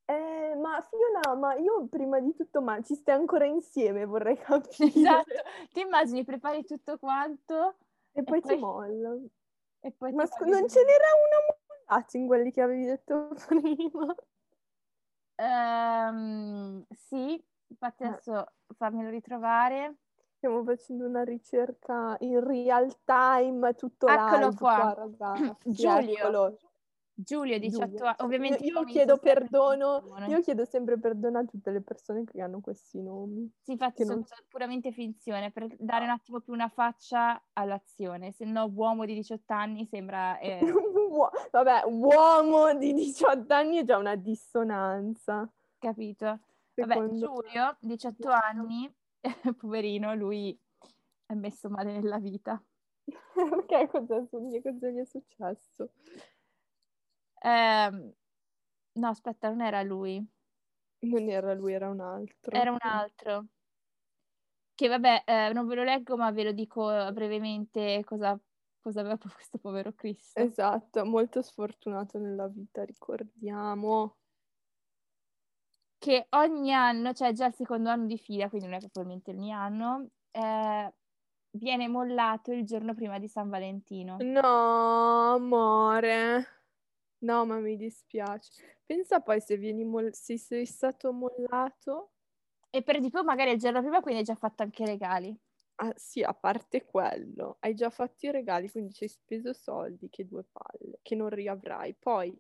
[SPEAKER 2] Eh, ma Fiona, ma io prima di tutto, ma ci stai ancora insieme, vorrei capire.
[SPEAKER 1] Esatto. ti immagini, prepari tutto quanto
[SPEAKER 2] E poi
[SPEAKER 1] E
[SPEAKER 2] ti
[SPEAKER 1] poi-
[SPEAKER 2] molla.
[SPEAKER 1] e poi...
[SPEAKER 2] Ma
[SPEAKER 1] ti
[SPEAKER 2] scu-
[SPEAKER 1] fai
[SPEAKER 2] non ce n'era una mollata in quelli che avevi detto <laughs> prima.
[SPEAKER 1] Ehm, sì, infatti
[SPEAKER 2] Eh.
[SPEAKER 1] adesso fammelo ritrovare.
[SPEAKER 2] Stiamo facendo una ricerca in real time, tutto
[SPEAKER 1] Eccolo
[SPEAKER 2] live
[SPEAKER 1] qua.
[SPEAKER 2] ragazzi.
[SPEAKER 1] <clears throat> Giulio,
[SPEAKER 2] Eccolo.
[SPEAKER 1] Giulio, 18
[SPEAKER 2] Giulia.
[SPEAKER 1] anni. Ovviamente
[SPEAKER 2] io, io
[SPEAKER 1] non mi
[SPEAKER 2] chiedo
[SPEAKER 1] sono sempre
[SPEAKER 2] perdono,
[SPEAKER 1] persone.
[SPEAKER 2] io chiedo sempre perdono a tutte le persone che hanno questi nomi. <laughs>
[SPEAKER 1] Sì, infatti
[SPEAKER 2] che
[SPEAKER 1] sono
[SPEAKER 2] non-
[SPEAKER 1] so- puramente finzione per dare un attimo più una faccia all'azione, se no uomo di 18 anni sembra... eh,
[SPEAKER 2] <laughs> Uo- Vabbè, uomo di 18 anni è già una dissonanza.
[SPEAKER 1] capito? Vabbè,
[SPEAKER 2] secondo me.
[SPEAKER 1] Giulio, 18 anni, <laughs> poverino, lui è messo male nella vita.
[SPEAKER 2] <laughs> Perché cosa, su- cosa gli è successo?
[SPEAKER 1] Ehm, no, aspetta, non era lui.
[SPEAKER 2] Non era lui, era un altro.
[SPEAKER 1] Era un altro. Che vabbè, eh, non ve lo leggo, ma ve lo dico eh, brevemente cosa, cosa aveva questo povero Cristo.
[SPEAKER 2] Esatto, molto sfortunato nella vita, ricordiamo.
[SPEAKER 1] Che ogni anno, cioè già il secondo anno di fila, quindi non è probabilmente ogni anno, eh, viene mollato il giorno prima di San Valentino.
[SPEAKER 2] No, amore. No, ma mi dispiace. Pensa poi se vieni mol- se sei stato mollato.
[SPEAKER 1] E per di più, magari il giorno prima, quindi hai già fatto anche i regali.
[SPEAKER 2] Ah, sì, a parte quello, hai già fatto i regali, quindi ci hai speso soldi, che due palle, che non riavrai. Poi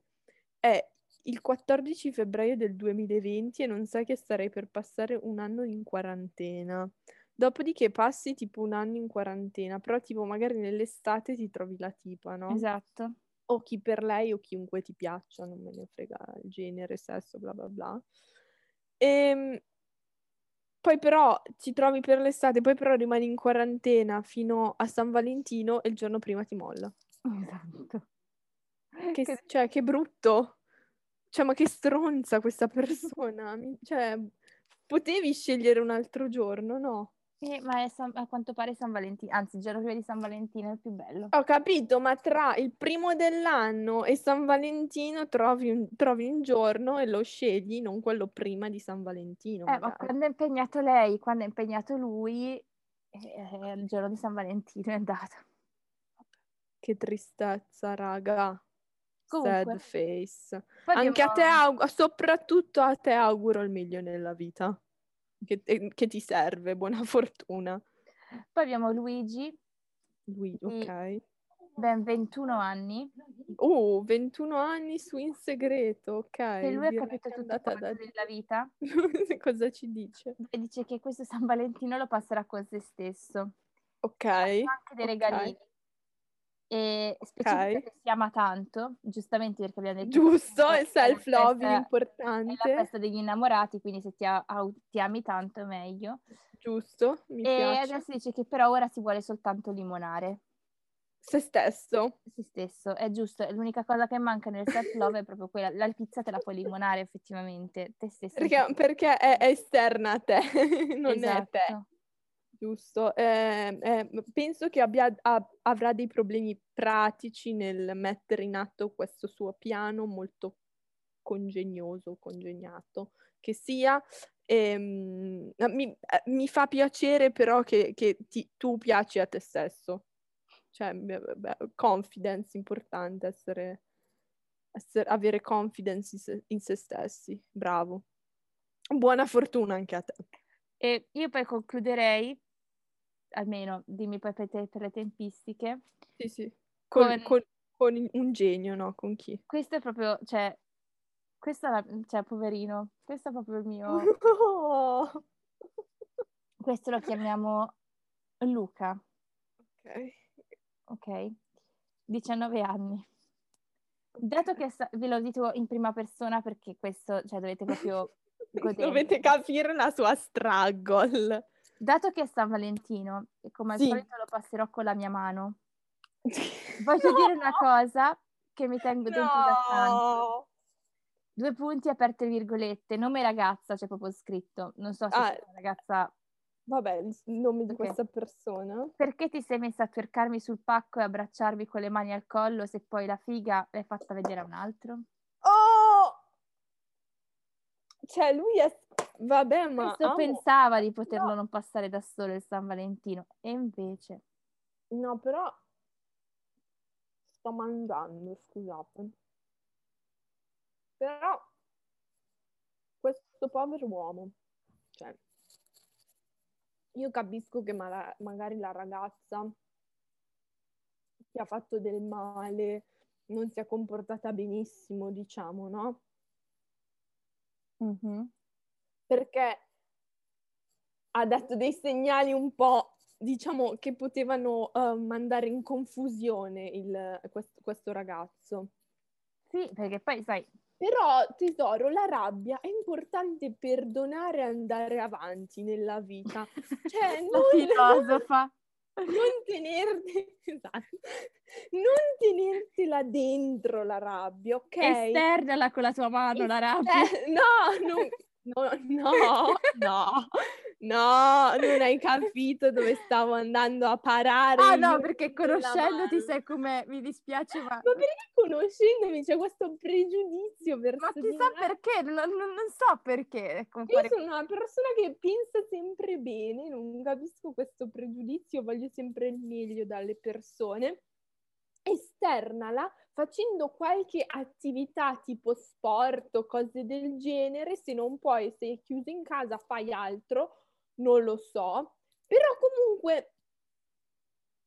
[SPEAKER 2] è il 14 febbraio del 2020 e non sai che starei per passare un anno in quarantena. Dopodiché passi tipo un anno in quarantena, però tipo magari nell'estate ti trovi la tipa, no?
[SPEAKER 1] Esatto. <laughs>
[SPEAKER 2] o chi per lei o chiunque ti piaccia, non me ne frega il genere, sesso, bla bla bla. Ehm, poi però ti trovi per l'estate, poi però rimani in quarantena fino a San Valentino e il giorno prima ti molla.
[SPEAKER 1] Esatto.
[SPEAKER 2] Che, cioè, che brutto! Cioè, ma che stronza questa persona! Mi- Cioè, potevi scegliere un altro giorno, no?
[SPEAKER 1] Eh, ma è San- a quanto pare San Valentino, anzi il giorno prima di San Valentino è il più bello.
[SPEAKER 2] Ho capito, ma tra il primo dell'anno e San Valentino trovi un, trovi un giorno e lo scegli, non quello prima di San Valentino.
[SPEAKER 1] Eh, ma
[SPEAKER 2] magari.
[SPEAKER 1] quando è impegnato lei, quando è impegnato lui, eh, il giorno di San Valentino è andata.
[SPEAKER 2] Che tristezza, raga.
[SPEAKER 1] Comunque,
[SPEAKER 2] Sad face.
[SPEAKER 1] poi
[SPEAKER 2] Anche a te, ah.
[SPEAKER 1] abbiamo-
[SPEAKER 2] aug- soprattutto a te auguro il meglio nella vita. Che, eh, che ti serve, buona <laughs> fortuna.
[SPEAKER 1] poi abbiamo Luigi,
[SPEAKER 2] Lui,
[SPEAKER 1] Mm.
[SPEAKER 2] ok.
[SPEAKER 1] ben 21 anni,
[SPEAKER 2] Oh, 21 anni su In Segreto, ok.
[SPEAKER 1] che lui ha
[SPEAKER 2] direi
[SPEAKER 1] capito
[SPEAKER 2] che è
[SPEAKER 1] tutto
[SPEAKER 2] andata
[SPEAKER 1] quanto
[SPEAKER 2] da-
[SPEAKER 1] della vita
[SPEAKER 2] <laughs> Cosa ci dice?
[SPEAKER 1] e dice che questo San Valentino lo passerà con se stesso.
[SPEAKER 2] Ok.
[SPEAKER 1] Fa anche dei
[SPEAKER 2] ok.
[SPEAKER 1] regalini. E specifica
[SPEAKER 2] Ok.
[SPEAKER 1] che si ama tanto, giustamente perché abbiamo detto...
[SPEAKER 2] Giusto,
[SPEAKER 1] che
[SPEAKER 2] il self love è
[SPEAKER 1] È
[SPEAKER 2] importante,
[SPEAKER 1] la festa degli innamorati, quindi se ti, a- au- ti ami tanto è meglio.
[SPEAKER 2] giusto, mi
[SPEAKER 1] e
[SPEAKER 2] piace.
[SPEAKER 1] adesso dice che però ora si vuole soltanto limonare
[SPEAKER 2] Se stesso.
[SPEAKER 1] se stesso, è giusto, è l'unica cosa che manca nel self-love è proprio quella, la pizza te la puoi limonare effettivamente, te stesso.
[SPEAKER 2] Perché, perché è, è esterna a te, <laughs> non è te,
[SPEAKER 1] Esatto.
[SPEAKER 2] giusto? Eh, eh, penso che abbia- a- avrà dei problemi pratici nel mettere in atto questo suo piano molto congegnoso, congegnato che sia. Ehm, mi, eh, mi fa piacere però che, che ti- tu piaci a te stesso. Cioè, beh, beh, confidence, importante essere, essere- avere confidence in se, in se stessi. Bravo. Buona fortuna anche a te.
[SPEAKER 1] E io poi concluderei, almeno dimmi poi per, te- per le tempistiche,
[SPEAKER 2] Sì, sì. Con,
[SPEAKER 1] Con-
[SPEAKER 2] con- con un genio, no? Con chi?
[SPEAKER 1] Questo è proprio, cioè, questo è, la- cioè, poverino, questo è proprio il mio,
[SPEAKER 2] No!
[SPEAKER 1] questo lo chiamiamo Luca,
[SPEAKER 2] <laughs> Ok.
[SPEAKER 1] ok? 19 anni. Dato che sa- ve lo dico in prima persona perché questo, cioè, dovete
[SPEAKER 2] <laughs>
[SPEAKER 1] proprio... godervi.
[SPEAKER 2] Dovete capire la sua struggle.
[SPEAKER 1] Dato che è San Valentino e come al
[SPEAKER 2] Sì.
[SPEAKER 1] solito lo passerò con la mia mano, voglio dire
[SPEAKER 2] <laughs>
[SPEAKER 1] una cosa che mi tengo dentro da tanto.
[SPEAKER 2] No!
[SPEAKER 1] Due punti aperte virgolette, nome ragazza c'è proprio scritto, non so se
[SPEAKER 2] Ah.
[SPEAKER 1] è una ragazza...
[SPEAKER 2] Vabbè, il nome di
[SPEAKER 1] Ok.
[SPEAKER 2] questa persona.
[SPEAKER 1] Perché ti sei messa a twercarmi sul pacco e abbracciarmi con le mani al collo se poi la figa l'hai fatta vedere a un altro?
[SPEAKER 2] Oh! Cioè, lui è... Vabbè, ma...
[SPEAKER 1] Questo
[SPEAKER 2] amo-
[SPEAKER 1] pensava di poterlo
[SPEAKER 2] No.
[SPEAKER 1] non passare da solo il San Valentino e invece...
[SPEAKER 2] No, però... Sto mangiando, scusate. Però... Questo povero uomo. Cioè... Io capisco che mala- magari la ragazza ti ha fatto del male, non si è comportata benissimo, diciamo, no? Mm-hmm. perché ha dato dei segnali un po', diciamo, che potevano eh, mandare in confusione il- questo, questo ragazzo.
[SPEAKER 1] Sì, perché poi sai,
[SPEAKER 2] Però, tesoro, la rabbia è importante perdonare e andare avanti nella
[SPEAKER 1] <laughs>
[SPEAKER 2] vita. Cioè,
[SPEAKER 1] la
[SPEAKER 2] non-
[SPEAKER 1] filosofa...
[SPEAKER 2] non tenerti, <laughs> esatto, non tenertela dentro la rabbia, ok?
[SPEAKER 1] Esternala con la tua mano la rabbia.
[SPEAKER 2] Eh, no, non- no, no, no, no, non hai capito dove stavo andando a parare.
[SPEAKER 1] Ah
[SPEAKER 2] io
[SPEAKER 1] no, perché
[SPEAKER 2] con la
[SPEAKER 1] conoscendoti
[SPEAKER 2] mano.
[SPEAKER 1] sai come mi dispiace, ma,
[SPEAKER 2] Ma perché conoscendomi c'è questo pregiudizio verso
[SPEAKER 1] ma
[SPEAKER 2] di
[SPEAKER 1] chissà
[SPEAKER 2] me?
[SPEAKER 1] perché, non, non- non so perché. ecco,
[SPEAKER 2] Io
[SPEAKER 1] fare-
[SPEAKER 2] sono una persona che pensa sempre bene, non capisco questo pregiudizio, voglio sempre il meglio dalle persone. Esternala facendo qualche attività tipo sport o cose del genere, se non puoi, sei chiuso in casa, fai altro, non lo so. Però comunque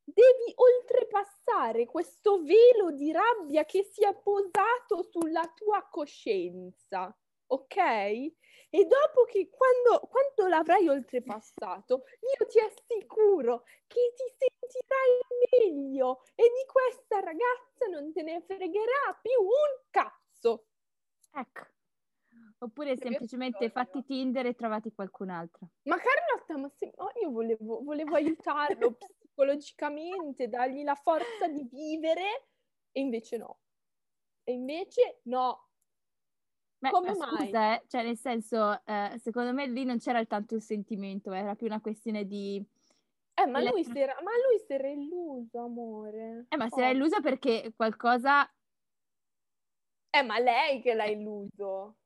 [SPEAKER 2] devi oltrepassare questo velo di rabbia che si è posato sulla tua coscienza, ok? E dopo che quando, quando l'avrai oltrepassato, io ti assicuro che ti sentirai meglio e di questa ragazza non te ne fregherà più un cazzo.
[SPEAKER 1] Ecco. Oppure
[SPEAKER 2] Perché
[SPEAKER 1] semplicemente
[SPEAKER 2] bisogna?
[SPEAKER 1] fatti Tinder e trovati qualcun altro.
[SPEAKER 2] Ma Carlotta, ma se- oh, io volevo,
[SPEAKER 1] <laughs>
[SPEAKER 2] volevo aiutarlo psicologicamente, dargli la forza di vivere, e invece no. E invece no.
[SPEAKER 1] Beh,
[SPEAKER 2] Come
[SPEAKER 1] ma
[SPEAKER 2] mai?
[SPEAKER 1] scusa, eh, cioè nel senso, eh, secondo me lì non c'era tanto il sentimento, era più una questione di...
[SPEAKER 2] Eh, ma
[SPEAKER 1] E la-
[SPEAKER 2] lui si era, ma lui si era illuso, amore.
[SPEAKER 1] Eh, ma se
[SPEAKER 2] Oh.
[SPEAKER 1] l'ha illusa perché qualcosa,
[SPEAKER 2] Eh, ma lei che l'ha illuso.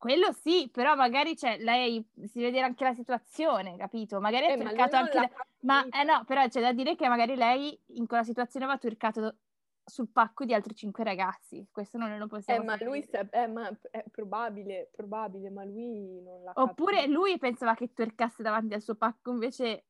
[SPEAKER 1] quello sì, però magari cioè, lei si vede anche la situazione, capito? Magari ha
[SPEAKER 2] Eh, ma lui
[SPEAKER 1] cercato
[SPEAKER 2] non
[SPEAKER 1] anche...
[SPEAKER 2] l'ha
[SPEAKER 1] la- Ma
[SPEAKER 2] capito.
[SPEAKER 1] eh no, però c'è da dire che magari lei in quella situazione aveva turcato sul pacco di altri cinque ragazzi. Questo non lo
[SPEAKER 2] Eh,
[SPEAKER 1] possiamo
[SPEAKER 2] ma
[SPEAKER 1] sapere.
[SPEAKER 2] lui sa- eh, ma è probabile, probabile, ma lui non l'ha
[SPEAKER 1] Oppure
[SPEAKER 2] capito. <laughs>
[SPEAKER 1] lui pensava che turcasse davanti al suo pacco, invece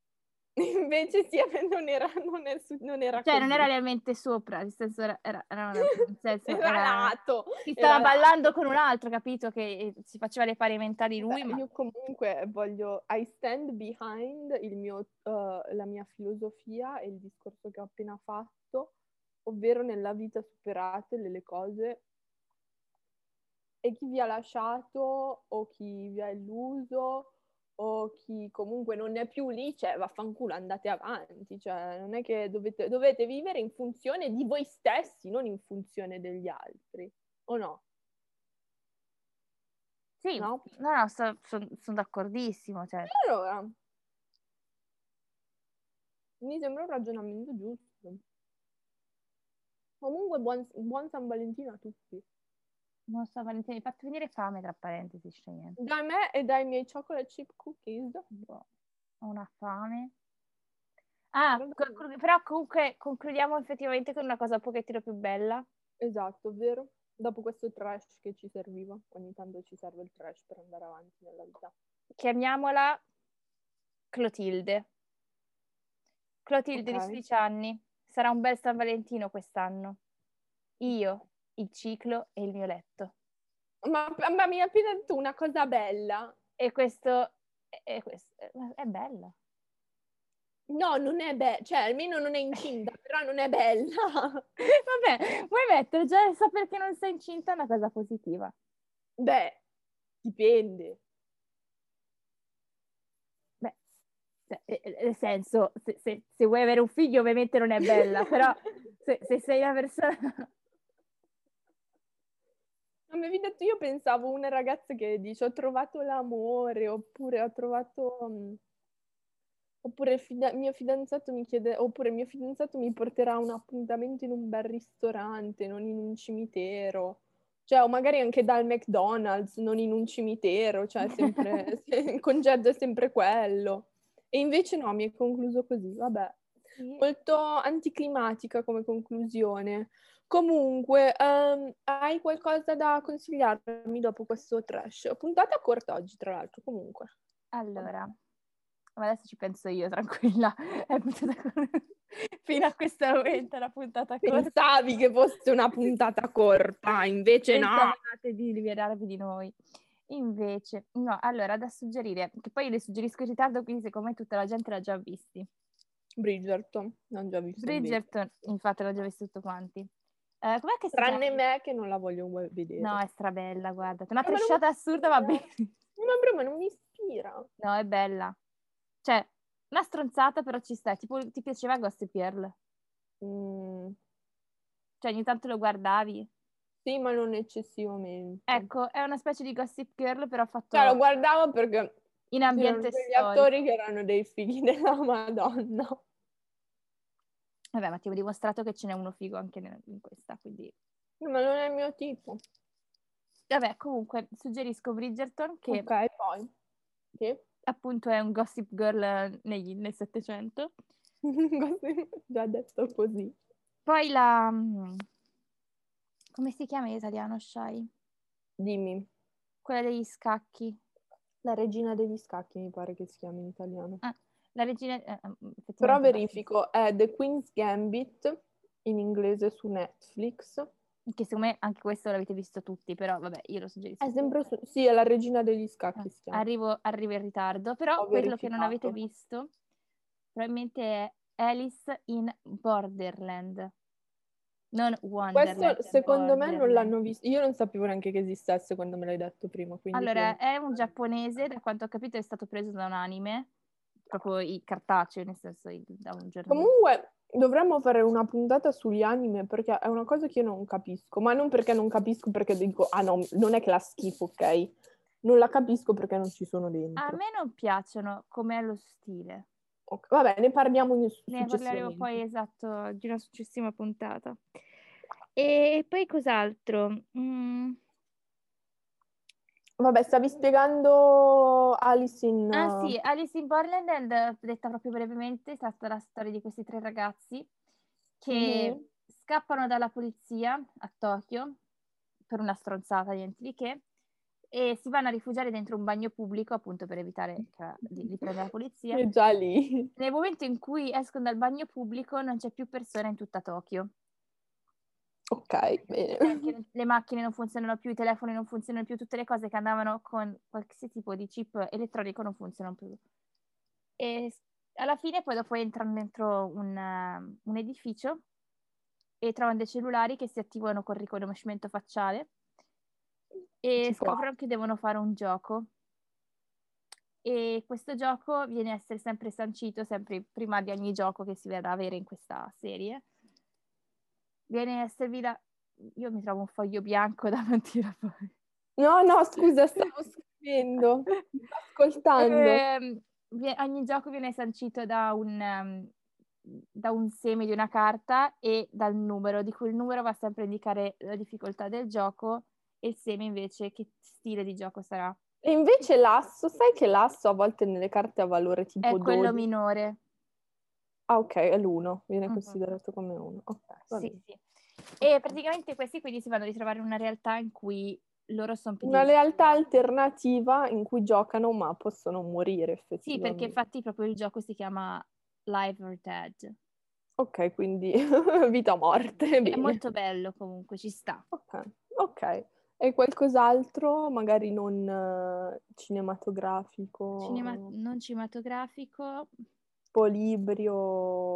[SPEAKER 2] Invece sì, <laughs> non era, non è su- non era
[SPEAKER 1] cioè non
[SPEAKER 2] così.
[SPEAKER 1] era realmente sopra, nel senso era, era- era
[SPEAKER 2] <laughs>
[SPEAKER 1] una- nel senso,
[SPEAKER 2] Era
[SPEAKER 1] era-
[SPEAKER 2] nato.
[SPEAKER 1] si
[SPEAKER 2] era
[SPEAKER 1] stava
[SPEAKER 2] nato.
[SPEAKER 1] ballando con un altro, capito? Che eh, si faceva le pari mentali lui,
[SPEAKER 2] Beh,
[SPEAKER 1] ma
[SPEAKER 2] Io comunque voglio, I stand behind il mio, eh, la mia filosofia e il discorso che ho appena fatto, ovvero nella vita superate le, le cose e chi vi ha lasciato o chi vi ha illuso o chi comunque non è più lì, cioè vaffanculo, andate avanti, cioè non è che dovete, dovete vivere in funzione di voi stessi, non in funzione degli altri, o no?
[SPEAKER 1] sì,
[SPEAKER 2] No.
[SPEAKER 1] no, no, sono d'accordissimo, cioè.
[SPEAKER 2] Allora, mi sembra un ragionamento giusto. Comunque, buon, buon San Valentino a tutti.
[SPEAKER 1] Non so, Valentina, mi hai fatto venire fame, tra parentesi, scegliendo.
[SPEAKER 2] Da me e dai miei chocolate chip cookies.
[SPEAKER 1] Boh, Ho una fame. Ah,
[SPEAKER 2] Vabbè.
[SPEAKER 1] conclu- però comunque concludiamo effettivamente con una cosa un pochettino più bella.
[SPEAKER 2] Esatto, vero? Dopo questo trash che ci serviva, ogni tanto ci serve il trash per andare avanti nella vita.
[SPEAKER 1] Chiamiamola Clotilde. Clotilde
[SPEAKER 2] Ok.
[SPEAKER 1] di 16 anni, Sarà un bel San Valentino quest'anno. Io, il ciclo e il mio letto.
[SPEAKER 2] Ma, ma mi hai appena detto una cosa bella.
[SPEAKER 1] E questo è, questo, è bello. <laughs>
[SPEAKER 2] No, non è bella, cioè almeno non è incinta, però non è bella. <laughs>
[SPEAKER 1] Vabbè, vuoi mettere già il sapere che non sei incinta è una cosa positiva.
[SPEAKER 2] Beh, dipende.
[SPEAKER 1] Beh, cioè, nel senso, se, se, se, vuoi avere un figlio ovviamente non è bella,
[SPEAKER 2] <laughs>
[SPEAKER 1] però se, se sei una persona...
[SPEAKER 2] Non mi avevi detto, io pensavo una ragazza che dice ho trovato l'amore oppure ho trovato... mm, Oppure il fida- mio fidanzato mi chiede, oppure mio fidanzato mi porterà un appuntamento in un bel ristorante, non in un cimitero. Cioè, o magari anche dal McDonald's, non in un cimitero, cioè sempre, <laughs> se, il congedo è sempre quello. E invece no, mi è concluso così, vabbè. Sì. Molto anticlimatica come conclusione. Comunque, um, hai qualcosa da consigliarmi dopo questo trash? Puntata corta oggi, tra l'altro, comunque.
[SPEAKER 1] Allora, ma adesso ci penso io, <laughs> tranquilla. Fino a questo momento è una puntata corta.
[SPEAKER 2] Pensavi che fosse una puntata corta, invece Pensavate
[SPEAKER 1] no. di liberarvi di noi. Invece, no, allora, da suggerire, che poi le suggerisco in ritardo, quindi secondo me tutta la gente l'ha già visti.
[SPEAKER 2] Bridgerton, non già visto.
[SPEAKER 1] Bridgerton, invece. infatti l'ho già visto tutti quanti. Uh, com'è che
[SPEAKER 2] Tranne si me Eh, che non la voglio vedere.
[SPEAKER 1] No, è strabella, guarda. Una tresciata non... assurda, va bene.
[SPEAKER 2] No, però ma non mi ispira.
[SPEAKER 1] No, è bella cioè una stronzata però ci sta tipo ti piaceva Gossip Girl
[SPEAKER 2] mm.
[SPEAKER 1] cioè ogni tanto lo guardavi
[SPEAKER 2] sì ma non eccessivamente
[SPEAKER 1] ecco è una specie di Gossip Girl però fatto
[SPEAKER 2] cioè lo guardavo perché
[SPEAKER 1] in ambiente
[SPEAKER 2] degli attori che erano dei figli della madonna
[SPEAKER 1] vabbè ma ti ho dimostrato che ce n'è uno figo anche in questa quindi
[SPEAKER 2] no, ma non è il mio tipo
[SPEAKER 1] vabbè comunque suggerisco Bridgerton che
[SPEAKER 2] ok poi <laughs> sì
[SPEAKER 1] appunto è un gossip girl eh, negli, nel Settecento.
[SPEAKER 2] Già detto così.
[SPEAKER 1] Poi la... mm, come si chiama in italiano, Shai?
[SPEAKER 2] Dimmi.
[SPEAKER 1] Quella degli scacchi.
[SPEAKER 2] La regina degli scacchi mi pare che si chiami in italiano.
[SPEAKER 1] Ah, la regina... Eh,
[SPEAKER 2] Però verifico, è The Queen's Gambit in inglese su Netflix
[SPEAKER 1] che secondo me anche questo l'avete visto tutti, però vabbè, io lo suggerisco.
[SPEAKER 2] È sempre su- sì, è la regina degli scacchi. Eh,
[SPEAKER 1] arrivo, arrivo, in ritardo, però Ho quello verificato. che non avete visto probabilmente è Alice in Borderland. Non Wonderland.
[SPEAKER 2] Questo secondo me non l'hanno visto, io non sapevo neanche che esistesse quando me l'hai detto prima.
[SPEAKER 1] allora, che... è un giapponese, da quanto ho capito è stato preso da un anime, proprio i cartacei, nel senso da un giorno.
[SPEAKER 2] Comunque, Dovremmo fare una puntata sugli anime perché è una cosa che io non capisco, ma non perché non capisco, perché dico, ah no, non è che la schifo, ok? Non la capisco perché non ci sono dentro.
[SPEAKER 1] A me non piacciono com'è lo stile.
[SPEAKER 2] Okay, vabbè, ne parliamo in
[SPEAKER 1] Ne parleremo poi, esatto, di una successiva puntata. E poi cos'altro? Mm.
[SPEAKER 2] Vabbè, stavi spiegando Alice in...
[SPEAKER 1] Ah sì, Alice in Borderland, eh, detta proprio brevemente, tratta la storia di questi tre ragazzi che mm-hmm. scappano dalla polizia a Tokyo per una stronzata, niente di che, e si vanno a rifugiare dentro un bagno pubblico appunto per evitare che, di, di prendere la polizia.
[SPEAKER 2] È eh, già lì. <laughs>
[SPEAKER 1] Nel momento in cui escono dal bagno pubblico non c'è più persona in tutta Tokyo.
[SPEAKER 2] Ok, <laughs> bene.
[SPEAKER 1] Le macchine non funzionano più, i telefoni non funzionano più, tutte le cose che andavano con qualsiasi tipo di chip elettronico non funzionano più. E alla fine poi dopo entrano dentro un, un edificio e trovano dei cellulari che si attivano col riconoscimento facciale e Ci scoprono può. che devono fare un gioco. E questo gioco viene a essere sempre sancito, sempre prima di ogni gioco che si verrà a avere in questa serie viene servita. Io mi trovo un foglio bianco <laughs> davanti a voi.
[SPEAKER 2] No,
[SPEAKER 1] <laughs>
[SPEAKER 2] no, scusa, stavo scrivendo, ascoltando.
[SPEAKER 1] Eh, ogni gioco viene sancito da un, ehm, da un, seme di una carta e dal numero, di cui il numero va sempre a indicare la difficoltà del gioco e il seme invece che stile di gioco sarà.
[SPEAKER 2] E invece l'asso, sai che l'asso a volte nelle carte ha valore tipo
[SPEAKER 1] È quello 12. minore.
[SPEAKER 2] Ah, ok, è l'uno, viene uh-huh. considerato come uno. Okay,
[SPEAKER 1] sì, sì. E praticamente questi quindi si vanno a ritrovare in una realtà in cui loro sono più...
[SPEAKER 2] Una realtà alternativa in cui giocano ma possono morire effettivamente.
[SPEAKER 1] Sì, perché infatti proprio il gioco si chiama Live or Dead.
[SPEAKER 2] Ok, quindi <laughs> vita o morte.
[SPEAKER 1] È molto bello comunque, ci sta.
[SPEAKER 2] Ok, ok. E qualcos'altro, magari non eh, cinematografico? mm,
[SPEAKER 1] Cinema- mm. non cinematografico.
[SPEAKER 2] tipo libri o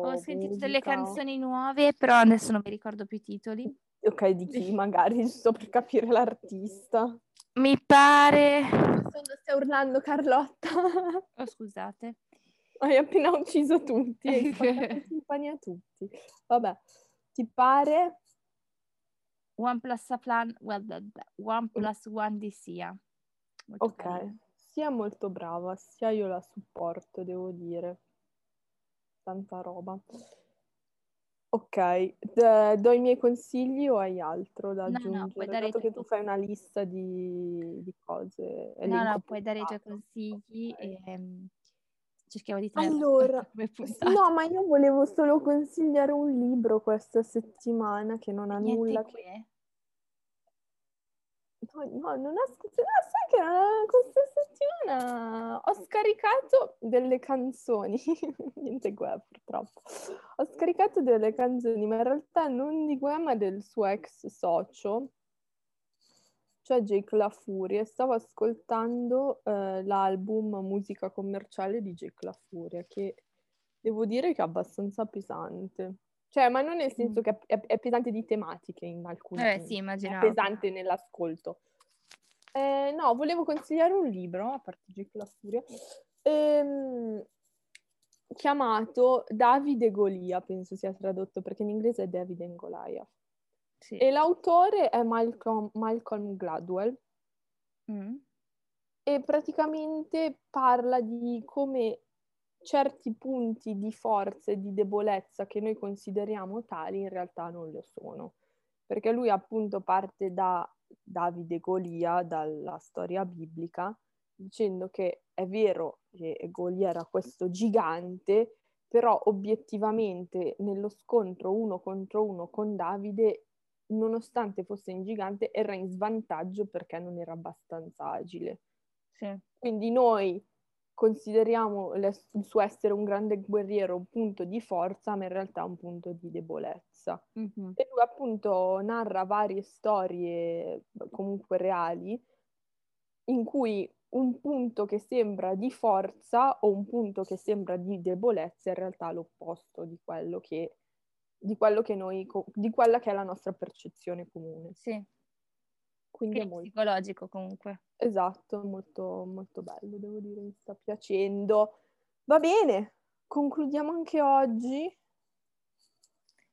[SPEAKER 1] Ho sentito
[SPEAKER 2] Oh, musica
[SPEAKER 1] delle
[SPEAKER 2] o-
[SPEAKER 1] canzoni nuove, però adesso non mi ricordo più i titoli.
[SPEAKER 2] Ok, di chi
[SPEAKER 1] <laughs>
[SPEAKER 2] magari, giusto per capire l'artista.
[SPEAKER 1] Mi pare...
[SPEAKER 2] Stai urlando Carlotta,
[SPEAKER 1] <laughs> Oh, scusate.
[SPEAKER 2] hai appena ucciso tutti, hai spaccato in pani a tutti. Vabbè, ti pare?
[SPEAKER 1] One plus a plan... well, blah, blah. One plus one di Sia. Molto
[SPEAKER 2] Ok,
[SPEAKER 1] carino.
[SPEAKER 2] sia molto brava, sia io la supporto, devo dire. Tanta roba. Ok, d- do i miei consigli o hai altro da
[SPEAKER 1] No, no,
[SPEAKER 2] aggiungere?
[SPEAKER 1] puoi dare i
[SPEAKER 2] Dato
[SPEAKER 1] tuoi
[SPEAKER 2] che tu fai una lista di, di cose.
[SPEAKER 1] No,
[SPEAKER 2] elenco
[SPEAKER 1] no, puoi dare i tuoi
[SPEAKER 2] puntato.
[SPEAKER 1] consigli
[SPEAKER 2] Ok.
[SPEAKER 1] e ehm, cerchiamo di tenerla
[SPEAKER 2] Allora,
[SPEAKER 1] come puntata.
[SPEAKER 2] No,
[SPEAKER 1] <laughs>
[SPEAKER 2] ma io volevo solo consigliare un libro questa settimana che non ha
[SPEAKER 1] Niente
[SPEAKER 2] nulla. a che-
[SPEAKER 1] che.
[SPEAKER 2] No, no, non ha scritto. no, sai che non ha- questa settimana ho scaricato delle canzoni. <laughs> Niente Guè, purtroppo. Ho scaricato delle canzoni, ma in realtà non di Guè, ma del suo ex socio, cioè Jake La Furia. Stavo ascoltando eh, l'album Musica commerciale di Jake La Furia, che devo dire che è abbastanza pesante. Cioè, ma non nel senso
[SPEAKER 1] Mm.
[SPEAKER 2] che è, è pesante di tematiche in alcuni
[SPEAKER 1] Vabbè, sì, immaginavo.
[SPEAKER 2] pesante nell'ascolto. Eh, no, volevo consigliare un libro, a parte Jake la Furia, ehm, chiamato Davide Golia, penso sia tradotto, perché in inglese è David and Goliath.
[SPEAKER 1] Sì.
[SPEAKER 2] E l'autore è Malcolm, Malcolm Gladwell
[SPEAKER 1] Mm.
[SPEAKER 2] e praticamente parla di come certi punti di forza e di debolezza che noi consideriamo tali in realtà non lo sono. Perché lui appunto parte da Davide e Golia, dalla storia biblica, dicendo che è vero che Golia era questo gigante, però obiettivamente nello scontro uno contro uno con Davide, nonostante fosse un gigante, era in svantaggio perché non era abbastanza agile.
[SPEAKER 1] Sì.
[SPEAKER 2] Quindi noi consideriamo le- il suo essere un grande guerriero un punto di forza, ma in realtà un punto di debolezza.
[SPEAKER 1] Mhm.
[SPEAKER 2] E lui appunto narra varie storie comunque reali in cui un punto che sembra di forza o un punto che sembra di debolezza è in realtà l'opposto di quello che, di quello che noi, co- di quella che è la nostra percezione comune.
[SPEAKER 1] Sì.
[SPEAKER 2] Quindi è
[SPEAKER 1] Che
[SPEAKER 2] molto
[SPEAKER 1] psicologico comunque.
[SPEAKER 2] Esatto, molto, molto bello, devo dire, mi sta piacendo. Va bene, concludiamo anche oggi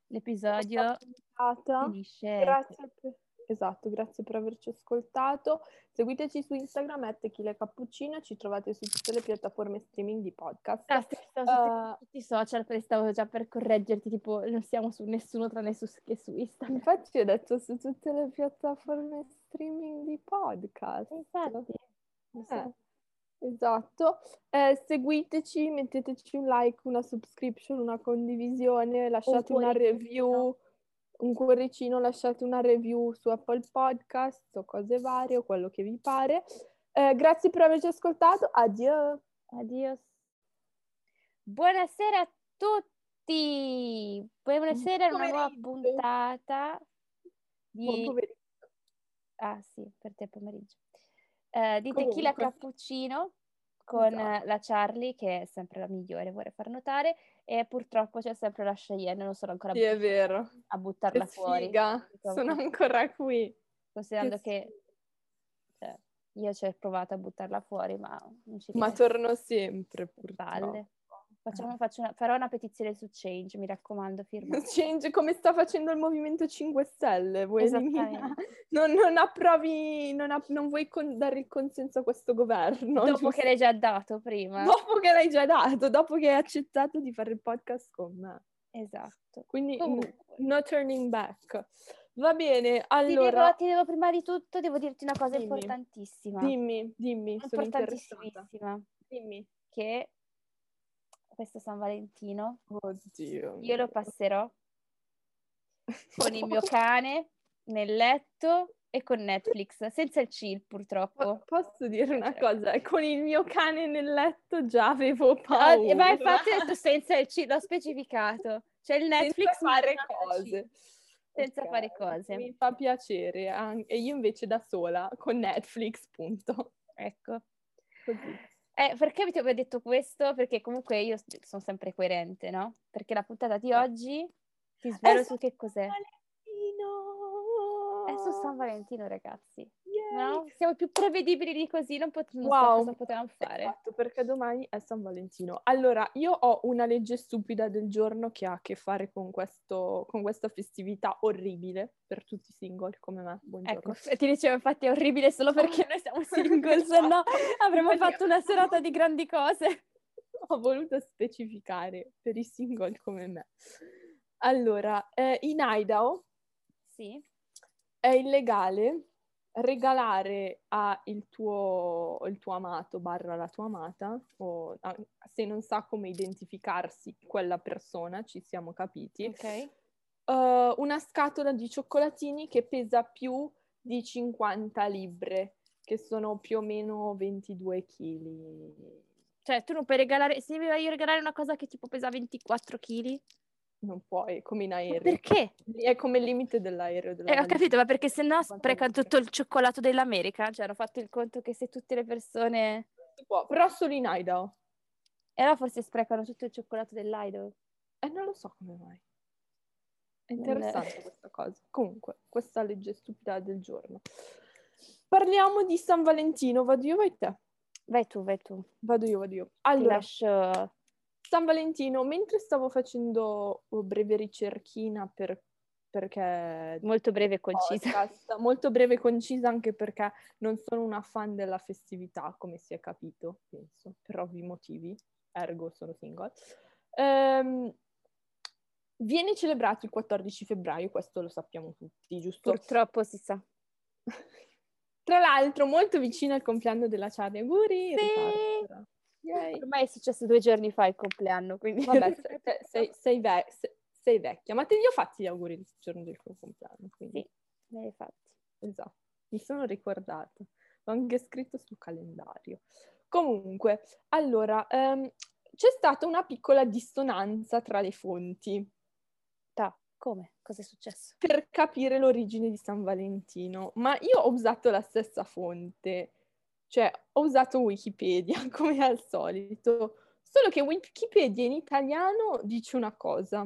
[SPEAKER 1] L'episodio
[SPEAKER 2] la puntata.
[SPEAKER 1] finisce.
[SPEAKER 2] Esatto.
[SPEAKER 1] ecco.
[SPEAKER 2] Grazie per... Esatto, grazie per averci ascoltato. Seguiteci su Instagram, at Chi le cappuccino, ci trovate su tutte le piattaforme streaming di podcast.
[SPEAKER 1] Ah, sì, stavo su
[SPEAKER 2] Eh,
[SPEAKER 1] tutti i social, perché stavo già per correggerti, tipo non siamo su nessuno tranne su, che su Instagram.
[SPEAKER 2] infatti ho detto su tutte le piattaforme streaming di podcast.
[SPEAKER 1] Infatti. lo so.
[SPEAKER 2] Eh, Esatto, Eh, seguiteci, metteteci un like, una subscription, una condivisione, lasciate una
[SPEAKER 1] cuoricino.
[SPEAKER 2] review, un cuoricino, lasciate una review su Apple Podcast o cose varie o quello che vi pare. Eh, grazie per averci ascoltato, addio!
[SPEAKER 1] Adios. Buonasera a tutti. Buonasera a una nuova
[SPEAKER 2] pomeriggio.
[SPEAKER 1] puntata di
[SPEAKER 2] Buon pomeriggio.
[SPEAKER 1] Ah, sì, per te pomeriggio. Eh, di Tequila
[SPEAKER 2] Comunque.
[SPEAKER 1] Cappuccino con
[SPEAKER 2] Esatto.
[SPEAKER 1] eh, la Charlie che è sempre la migliore, vorrei far notare e purtroppo c'è sempre la Cheyenne, non sono ancora
[SPEAKER 2] Sì, è vero,
[SPEAKER 1] a
[SPEAKER 2] che
[SPEAKER 1] buttarla fuori.
[SPEAKER 2] sfiga, sono ancora qui.
[SPEAKER 1] Considerando che
[SPEAKER 2] sfiga.
[SPEAKER 1] cioè, io ci ho provato a buttarla fuori, ma non ci
[SPEAKER 2] Ma
[SPEAKER 1] riesco.
[SPEAKER 2] torno sempre, purtroppo.
[SPEAKER 1] Palle. Facciamo- faccio una- farò una petizione su Change, mi raccomando, <laughs> firmate.
[SPEAKER 2] <laughs> Change come sta facendo il Movimento 5 Stelle, vuoi
[SPEAKER 1] Esattamente.
[SPEAKER 2] eliminare? <laughs> Non, non approvi, non, app- non vuoi con- dare il consenso a questo governo.
[SPEAKER 1] Dopo
[SPEAKER 2] giusto?
[SPEAKER 1] che l'hai già dato prima.
[SPEAKER 2] Dopo che l'hai già dato, dopo che hai accettato di fare il podcast con me.
[SPEAKER 1] Esatto.
[SPEAKER 2] Quindi n-
[SPEAKER 1] Comunque.
[SPEAKER 2] no turning back. Va bene,
[SPEAKER 1] Ti
[SPEAKER 2] allora
[SPEAKER 1] devo, ti devo- prima di tutto, devo dirti una cosa
[SPEAKER 2] Dimmi.
[SPEAKER 1] importantissima.
[SPEAKER 2] dimmi, dimmi, sono interessata.
[SPEAKER 1] importantissima.
[SPEAKER 2] Dimmi.
[SPEAKER 1] Che questo San Valentino
[SPEAKER 2] Oddio.
[SPEAKER 1] io lo
[SPEAKER 2] mio.
[SPEAKER 1] passerò con il mio <laughs> cane nel letto e con Netflix, senza il chill purtroppo.
[SPEAKER 2] <laughs> Po- Posso dire una
[SPEAKER 1] Cioè,
[SPEAKER 2] cosa? Con il mio cane nel letto già avevo
[SPEAKER 1] Ah,
[SPEAKER 2] paura.
[SPEAKER 1] ma infatti ho detto senza il chill, l'ho specificato. C'è il Netflix
[SPEAKER 2] senza fare
[SPEAKER 1] ma-
[SPEAKER 2] cose.
[SPEAKER 1] Senza
[SPEAKER 2] Ok,
[SPEAKER 1] fare cose.
[SPEAKER 2] Mi fa piacere, an- e io invece da sola, con Netflix, punto.
[SPEAKER 1] Ecco.
[SPEAKER 2] Così.
[SPEAKER 1] Eh, perché vi ho detto questo? Perché comunque io s- sono sempre coerente, no? Perché la puntata di oggi ti svelo
[SPEAKER 2] Eh,
[SPEAKER 1] su che cos'è.
[SPEAKER 2] Valentino!
[SPEAKER 1] È su San Valentino, ragazzi.
[SPEAKER 2] Yay!
[SPEAKER 1] No? Siamo più prevedibili di così, non, pot- non so
[SPEAKER 2] Wow.
[SPEAKER 1] cosa potevamo fare.
[SPEAKER 2] Esatto, perché domani è San Valentino. Allora, io ho una legge stupida del giorno che ha a che fare con, questo, con questa festività orribile per tutti i single come me. Buongiorno.
[SPEAKER 1] Ecco, f- <laughs> ti dicevo, infatti è orribile solo perché noi siamo single,
[SPEAKER 2] <laughs>
[SPEAKER 1] se <laughs> no
[SPEAKER 2] Esatto.
[SPEAKER 1] avremmo fatto una serata di grandi cose.
[SPEAKER 2] Ho voluto specificare per i single come me. Allora, eh, in Idaho
[SPEAKER 1] Sì,
[SPEAKER 2] è illegale regalare al tuo, il tuo amato barra la tua amata, o a- se non sa come identificarsi quella persona, ci siamo capiti,
[SPEAKER 1] ok.
[SPEAKER 2] eh, una scatola di cioccolatini che pesa più di 50 libbre, che sono più o meno 22 kg.
[SPEAKER 1] Cioè, tu non puoi regalare, se mi vai a regalare una cosa che tipo pesa 24 kg,
[SPEAKER 2] Non puoi, come in
[SPEAKER 1] ma
[SPEAKER 2] aereo.
[SPEAKER 1] perché?
[SPEAKER 2] È come il limite dell'aereo. della
[SPEAKER 1] Eh, ho
[SPEAKER 2] valigia.
[SPEAKER 1] capito, ma perché sennò
[SPEAKER 2] 50
[SPEAKER 1] spreca
[SPEAKER 2] libbre.
[SPEAKER 1] tutto il cioccolato dell'America? Cioè, hanno fatto il conto che se tutte le persone...
[SPEAKER 2] Si può, però solo in Idaho.
[SPEAKER 1] E allora forse sprecano tutto il cioccolato dell'Idaho.
[SPEAKER 2] E eh, non lo so come mai. È
[SPEAKER 1] Non-
[SPEAKER 2] interessante questa cosa. Comunque, questa legge stupida del giorno. Parliamo di San Valentino. Vado io, vai te.
[SPEAKER 1] Vai tu, vai tu.
[SPEAKER 2] Vado io, vado io.
[SPEAKER 1] Ti
[SPEAKER 2] Allora,
[SPEAKER 1] lascio...
[SPEAKER 2] San Valentino, mentre stavo facendo oh, breve ricerchina per- perché...
[SPEAKER 1] Molto breve e concisa.
[SPEAKER 2] podcast, molto breve e concisa anche perché non sono una fan della festività, come si è capito, penso, per ovvi motivi, ergo sono single. Ehm, viene celebrato il 14 febbraio, questo lo sappiamo tutti, giusto?
[SPEAKER 1] Purtroppo si sa.
[SPEAKER 2] Tra l'altro molto vicino al compleanno della Charlie, auguri! in
[SPEAKER 1] Sì!
[SPEAKER 2] ritardo, però. Yay.
[SPEAKER 1] Ormai è successo due giorni fa il compleanno, quindi... <laughs>
[SPEAKER 2] Vabbè, se- te- sei, sei ve- se- sei vecchia, ma te li ho fatti gli auguri il giorno del tuo compleanno, quindi...
[SPEAKER 1] Sì. Me l'hai fatti.
[SPEAKER 2] Esatto, mi sono ricordata, l'ho anche scritto sul calendario. Comunque, allora, ehm, c'è stata una piccola dissonanza tra le fonti
[SPEAKER 1] Ta, come? Cosa è successo?
[SPEAKER 2] per capire l'origine di San Valentino, ma io ho usato la stessa fonte, cioè ho usato Wikipedia <laughs> come al solito, solo che Wikipedia in italiano dice una cosa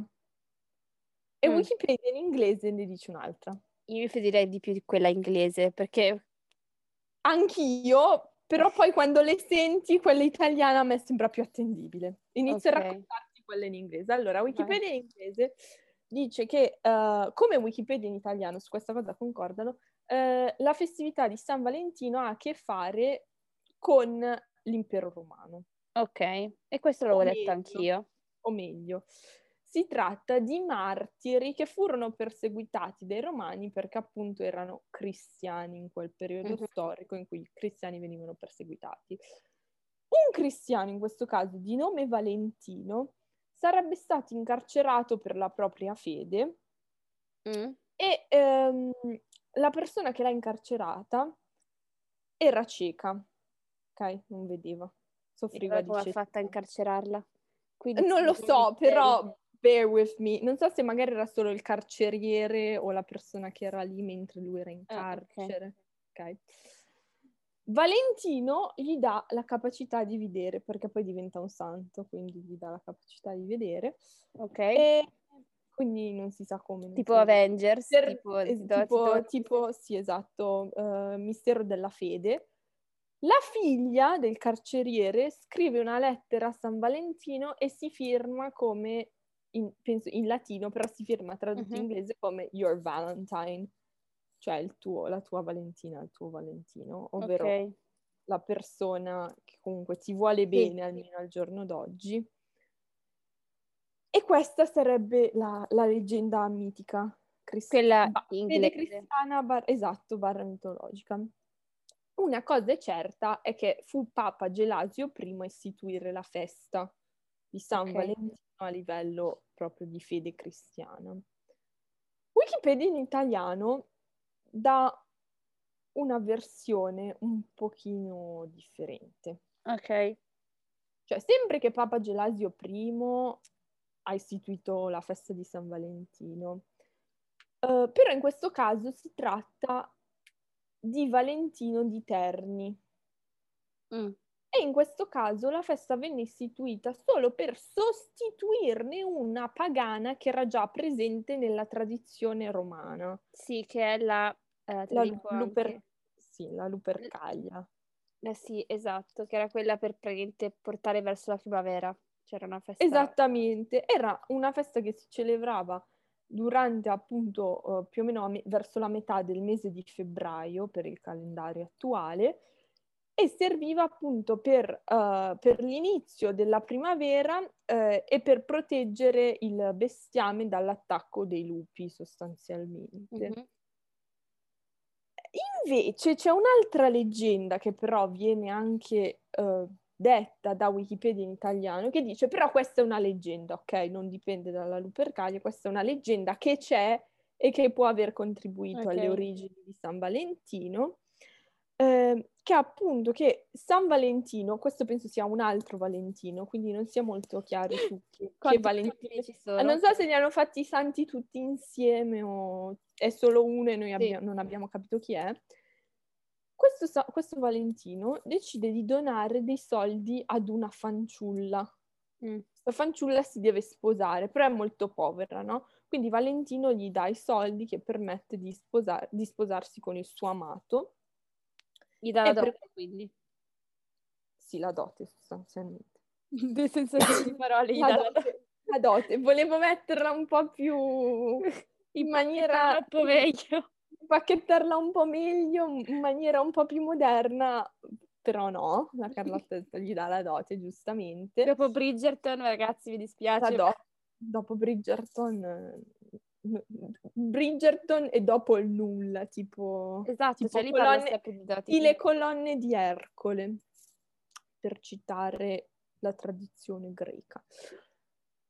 [SPEAKER 2] e
[SPEAKER 1] Mm.
[SPEAKER 2] Wikipedia in inglese ne dice un'altra.
[SPEAKER 1] Io mi fiderei di più di quella inglese, perché...
[SPEAKER 2] Anch'io, però poi quando le senti, quella italiana a me sembra più attendibile. Inizio
[SPEAKER 1] Ok.
[SPEAKER 2] a raccontarti quella in inglese. Allora, Wikipedia in inglese dice che, eh, come Wikipedia in italiano, su questa cosa concordano, eh, la festività di San Valentino ha a che fare con l'impero romano,
[SPEAKER 1] Ok, e questo l'avevo detto
[SPEAKER 2] Meglio.
[SPEAKER 1] anch'io.
[SPEAKER 2] o meglio, si tratta di martiri che furono perseguitati dai romani perché appunto erano cristiani in quel periodo
[SPEAKER 1] Mhm.
[SPEAKER 2] storico in cui i cristiani venivano perseguitati. Un cristiano, in questo caso di nome Valentino, sarebbe stato incarcerato per la propria fede
[SPEAKER 1] Mm?
[SPEAKER 2] e ehm, la persona che l'ha incarcerata era cieca, ok? Non vedeva,
[SPEAKER 1] E
[SPEAKER 2] soffriva
[SPEAKER 1] allora
[SPEAKER 2] di
[SPEAKER 1] come ha
[SPEAKER 2] cieca.
[SPEAKER 1] fatta a incarcerarla? Quindi
[SPEAKER 2] Non lo
[SPEAKER 1] sì,
[SPEAKER 2] so,
[SPEAKER 1] sì.
[SPEAKER 2] però bear with me. Non so se magari era solo il carceriere o la persona che era lì mentre lui era in
[SPEAKER 1] Ah, ok.
[SPEAKER 2] carcere. ok. Valentino gli dà la capacità di vedere, perché poi diventa un santo, quindi gli dà la capacità di vedere.
[SPEAKER 1] Ok,
[SPEAKER 2] E quindi non si sa come. non
[SPEAKER 1] tipo
[SPEAKER 2] si-
[SPEAKER 1] Avengers,
[SPEAKER 2] Mister-
[SPEAKER 1] tipo,
[SPEAKER 2] eh,
[SPEAKER 1] ti do- ti
[SPEAKER 2] tipo-
[SPEAKER 1] do-
[SPEAKER 2] tipo- sì, esatto, eh, mistero della fede. La figlia del carceriere scrive una lettera a San Valentino e si firma come, in, penso in latino, però si firma tradotto
[SPEAKER 1] Mhm.
[SPEAKER 2] in inglese come Your Valentine, cioè il tuo, la tua Valentina, il tuo Valentino, ovvero
[SPEAKER 1] Ok,
[SPEAKER 2] la persona che comunque ti vuole bene almeno al giorno d'oggi. E questa sarebbe la, la leggenda mitica ah,
[SPEAKER 1] quella
[SPEAKER 2] cristiana.
[SPEAKER 1] inglese.
[SPEAKER 2] cristiana, bar- esatto, barra mitologica. Una cosa è certa è che fu Papa Gelasio I a istituire la festa di San
[SPEAKER 1] Ok.
[SPEAKER 2] Valentino a livello proprio di fede cristiana. Wikipedia in italiano dà una versione un pochino differente.
[SPEAKER 1] ok,
[SPEAKER 2] Cioè, sempre che Papa Gelasio I ha istituito la festa di San Valentino. Uh, però in questo caso si tratta di Valentino di Terni.
[SPEAKER 1] Mm.
[SPEAKER 2] E in questo caso la festa venne istituita solo per sostituirne una pagana che era già presente nella tradizione romana.
[SPEAKER 1] Sì, che è la, eh, te
[SPEAKER 2] La,
[SPEAKER 1] lo dico anche.
[SPEAKER 2] Luper- sì, la Lupercaglia.
[SPEAKER 1] Eh sì, esatto, che era quella per praticamente portare verso la primavera. C'era una festa.
[SPEAKER 2] Esattamente, era una festa che si celebrava durante appunto eh, più o meno a me- verso la metà del mese di febbraio per il calendario attuale e serviva appunto per, eh, per l'inizio della primavera eh, e per proteggere il bestiame dall'attacco dei lupi sostanzialmente.
[SPEAKER 1] Mhm.
[SPEAKER 2] Invece c'è un'altra leggenda che però viene anche eh, detta da Wikipedia in italiano che dice però questa è una leggenda, ok? Non dipende dalla Lupercalia, questa è una leggenda che c'è e che può aver contribuito
[SPEAKER 1] Ok.
[SPEAKER 2] alle origini di San Valentino, ehm, che appunto che San Valentino, questo penso sia un altro Valentino, quindi non sia molto chiaro su chi- che
[SPEAKER 1] Quanti
[SPEAKER 2] Valentino
[SPEAKER 1] turni ci sono?
[SPEAKER 2] Ah, Non so se li hanno fatti i santi tutti insieme o è solo uno e noi abbia- non abbiamo capito chi è. Questo, sa- questo Valentino decide di donare dei soldi ad una fanciulla.
[SPEAKER 1] Mm.
[SPEAKER 2] La fanciulla si deve sposare, però è molto povera, no? Quindi Valentino gli dà i soldi che permette di, sposa- di sposarsi con il suo amato.
[SPEAKER 1] Gli dà la
[SPEAKER 2] E per-
[SPEAKER 1] dote,
[SPEAKER 2] <laughs>
[SPEAKER 1] quindi.
[SPEAKER 2] Sì, la dote sostanzialmente.
[SPEAKER 1] Nel senso che di parole gli
[SPEAKER 2] La
[SPEAKER 1] dà la
[SPEAKER 2] <laughs> dote,
[SPEAKER 1] <laughs>
[SPEAKER 2] la dote. Volevo metterla un po' più in maniera...
[SPEAKER 1] troppo meglio.
[SPEAKER 2] pacchettarla un po' meglio, in maniera un po' più moderna, però no, la <laughs> Carlotta gli dà la dote, giustamente.
[SPEAKER 1] Dopo Bridgerton, ragazzi, mi
[SPEAKER 2] La
[SPEAKER 1] dispiace.
[SPEAKER 2] do- dopo Bridgerton, eh, n- Bridgerton e dopo il nulla, tipo,
[SPEAKER 1] Esatto,
[SPEAKER 2] tipo
[SPEAKER 1] cioè lì parla
[SPEAKER 2] colonne,
[SPEAKER 1] sempre di doti.
[SPEAKER 2] sì, le colonne di Ercole, per citare la tradizione greca.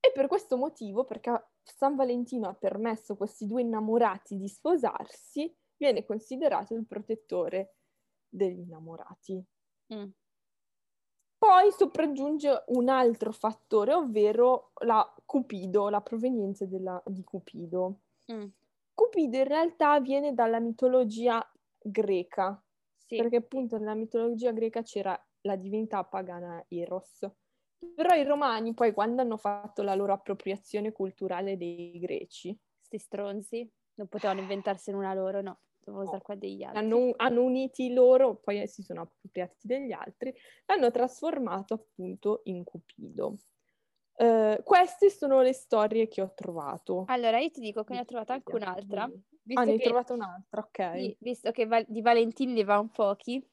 [SPEAKER 2] E per questo motivo, perché San Valentino ha permesso a questi due innamorati di sposarsi, viene considerato il protettore degli innamorati.
[SPEAKER 1] Mm.
[SPEAKER 2] Poi sopraggiunge un altro fattore, ovvero la Cupido, la provenienza della- di Cupido.
[SPEAKER 1] Mm.
[SPEAKER 2] Cupido in realtà viene dalla mitologia greca,
[SPEAKER 1] Sì.
[SPEAKER 2] perché appunto nella mitologia greca c'era la divinità pagana Eros. Però i romani poi quando hanno fatto la loro appropriazione culturale dei greci,
[SPEAKER 1] sti stronzi, non potevano inventarsene una loro, no, dovevano
[SPEAKER 2] No.
[SPEAKER 1] usare qua degli altri.
[SPEAKER 2] hanno, hanno uniti loro, poi si sono appropriati degli altri, l'hanno trasformato appunto in Cupido. Eh, queste sono le storie che ho trovato.
[SPEAKER 1] Allora, io ti dico che Ah, ecco, ne ho trovata anche un'altra,
[SPEAKER 2] Ah,
[SPEAKER 1] visto,
[SPEAKER 2] ne hai
[SPEAKER 1] che,
[SPEAKER 2] trovata un'altra, ok.
[SPEAKER 1] sì, visto che Val- di Valentini ne va un pochi.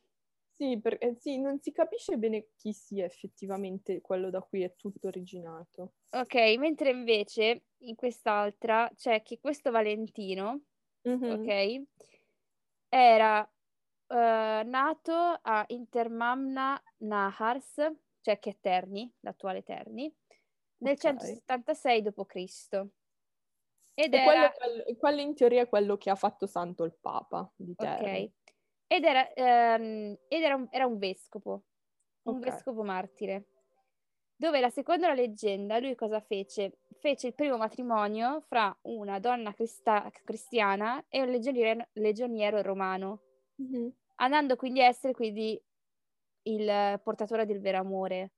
[SPEAKER 2] Sì, perché sì, non si capisce bene chi sia effettivamente quello da cui è tutto originato.
[SPEAKER 1] Ok, mentre invece in quest'altra c'è che questo Valentino,
[SPEAKER 2] Mhm.
[SPEAKER 1] ok, era eh, nato a Intermamna Nahars, cioè che è Terni, l'attuale Terni, nel
[SPEAKER 2] Ok.
[SPEAKER 1] 176 d.C. Ed
[SPEAKER 2] E quello,
[SPEAKER 1] era
[SPEAKER 2] è quello- e quello in teoria è quello che ha fatto santo il Papa di Terni.
[SPEAKER 1] Ok. Cioè, Ed era, ehm, ed era un, era un vescovo, un
[SPEAKER 2] Ok.
[SPEAKER 1] vescovo martire, dove la secondo la leggenda lui cosa fece? Fece il primo matrimonio fra una donna crista- cristiana e un legioniero, legioniero romano,
[SPEAKER 2] Mhm.
[SPEAKER 1] andando quindi a essere quindi il eh, portatore del vero amore.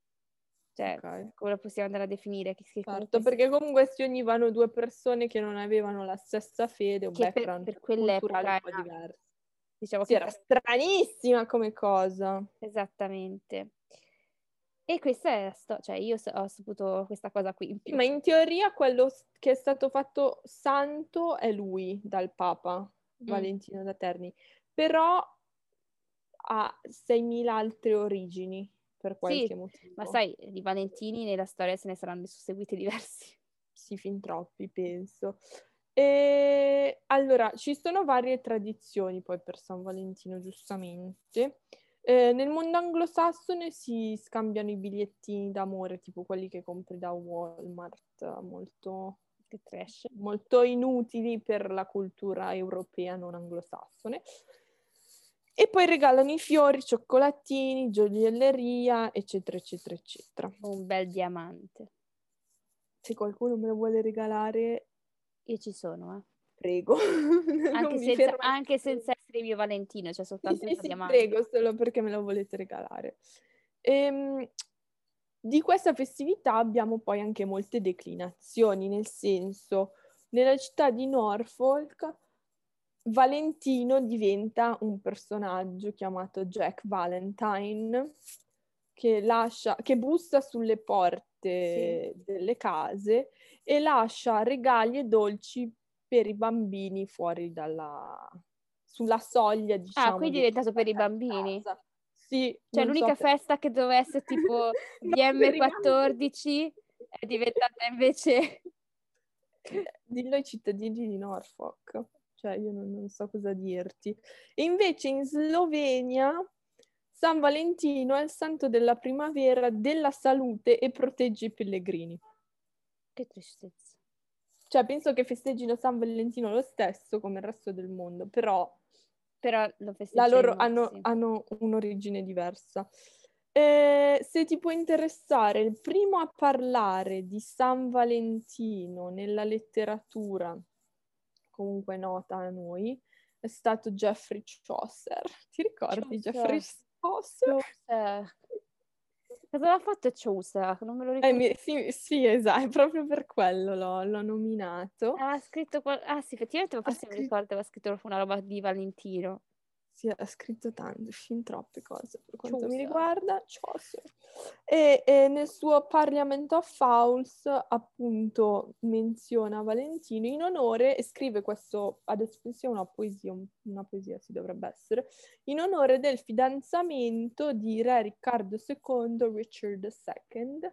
[SPEAKER 1] Cioè,
[SPEAKER 2] Ok.
[SPEAKER 1] come lo possiamo andare a definire? Che, che
[SPEAKER 2] Certo,
[SPEAKER 1] comunque
[SPEAKER 2] perché comunque si univano due persone che non avevano la stessa fede o
[SPEAKER 1] Che per-
[SPEAKER 2] background
[SPEAKER 1] per quell'epoca
[SPEAKER 2] culturale un po'
[SPEAKER 1] era-
[SPEAKER 2] diverso.
[SPEAKER 1] diciamo
[SPEAKER 2] Sì,
[SPEAKER 1] che
[SPEAKER 2] era stranissima come cosa.
[SPEAKER 1] <laughs> Esattamente. E questa è la sto- cioè io so- ho saputo questa cosa qui in più.
[SPEAKER 2] Ma in teoria quello s- che è stato fatto santo è lui dal Papa
[SPEAKER 1] Mm.
[SPEAKER 2] Valentino da Terni, però ha 6.000 altre origini per qualche motivo.
[SPEAKER 1] Ma sai, di Valentini nella storia se ne saranno susseguiti diversi. <laughs>
[SPEAKER 2] Sì, fin troppi, penso. E allora, ci sono varie tradizioni poi per San Valentino, giustamente. Eh, nel mondo anglosassone si scambiano i bigliettini d'amore, tipo quelli che compri da Walmart, molto,
[SPEAKER 1] Che trash.
[SPEAKER 2] molto inutili per la cultura europea non anglosassone. E poi regalano i fiori, cioccolatini, gioielleria, eccetera, eccetera, eccetera.
[SPEAKER 1] Un bel diamante.
[SPEAKER 2] se qualcuno me lo vuole regalare,
[SPEAKER 1] Io ci sono, eh.
[SPEAKER 2] prego. <laughs>
[SPEAKER 1] anche,
[SPEAKER 2] Non Ecco, mi
[SPEAKER 1] senza,
[SPEAKER 2] fermate.
[SPEAKER 1] anche senza essere mio Valentino, cioè
[SPEAKER 2] Sì,
[SPEAKER 1] soltanto
[SPEAKER 2] sì,
[SPEAKER 1] una
[SPEAKER 2] sì,
[SPEAKER 1] diamante.
[SPEAKER 2] prego, solo perché me lo volete regalare. Ehm, di questa festività abbiamo poi anche molte declinazioni, nel senso, nella città di Norfolk, Valentino diventa un personaggio chiamato Jack Valentine, che, lascia, che bussa sulle porte delle case e lascia regali e dolci per i bambini fuori dalla... sulla soglia, diciamo.
[SPEAKER 1] Ah, quindi è
[SPEAKER 2] di-
[SPEAKER 1] diventato per i bambini?
[SPEAKER 2] casa. Sì.
[SPEAKER 1] Cioè
[SPEAKER 2] non so
[SPEAKER 1] l'unica
[SPEAKER 2] per-
[SPEAKER 1] festa che doveva
[SPEAKER 2] <laughs>
[SPEAKER 1] essere tipo
[SPEAKER 2] No, per i bambini.
[SPEAKER 1] DM14 è diventata
[SPEAKER 2] <laughs>
[SPEAKER 1] invece...
[SPEAKER 2] Dillo ai cittadini di Norfolk, cioè io non, non so cosa dirti. E invece in Slovenia San Valentino è il santo della primavera, della salute e protegge i pellegrini.
[SPEAKER 1] Che tristezza.
[SPEAKER 2] Cioè penso che festeggino San Valentino lo stesso come il resto del mondo, però
[SPEAKER 1] Però lo festeggiano
[SPEAKER 2] la
[SPEAKER 1] i
[SPEAKER 2] loro
[SPEAKER 1] mozzi.
[SPEAKER 2] hanno, hanno un'origine diversa. Eh, se ti può interessare, il primo a parlare di San Valentino nella letteratura, comunque nota a noi, è stato Geoffrey Chaucer. Ti ricordi
[SPEAKER 1] Chaucer.
[SPEAKER 2] Geoffrey Chaucer?
[SPEAKER 1] Chaucer. Cosa aveva fatto Chaucer? Non me lo
[SPEAKER 2] Eh,
[SPEAKER 1] ricordo.
[SPEAKER 2] mi- sì, sì, esatto, è proprio per quello l'ho, l'ho nominato.
[SPEAKER 1] Ah, ha scritto qual- Ah sì, effettivamente, ma
[SPEAKER 2] Ha
[SPEAKER 1] forse mi
[SPEAKER 2] scritto-
[SPEAKER 1] ricordo aveva scritto una roba di Valentino.
[SPEAKER 2] Sì, ha scritto tanto, fin troppe cose per quanto mi
[SPEAKER 1] Chaucer.
[SPEAKER 2] riguarda. Chaucer. E, e nel suo Parliament of Fouls, appunto, menziona Valentino in onore e scrive questo, adesso penso sia una poesia, un- una poesia si dovrebbe essere, in onore del fidanzamento di Re Riccardo II, Richard II,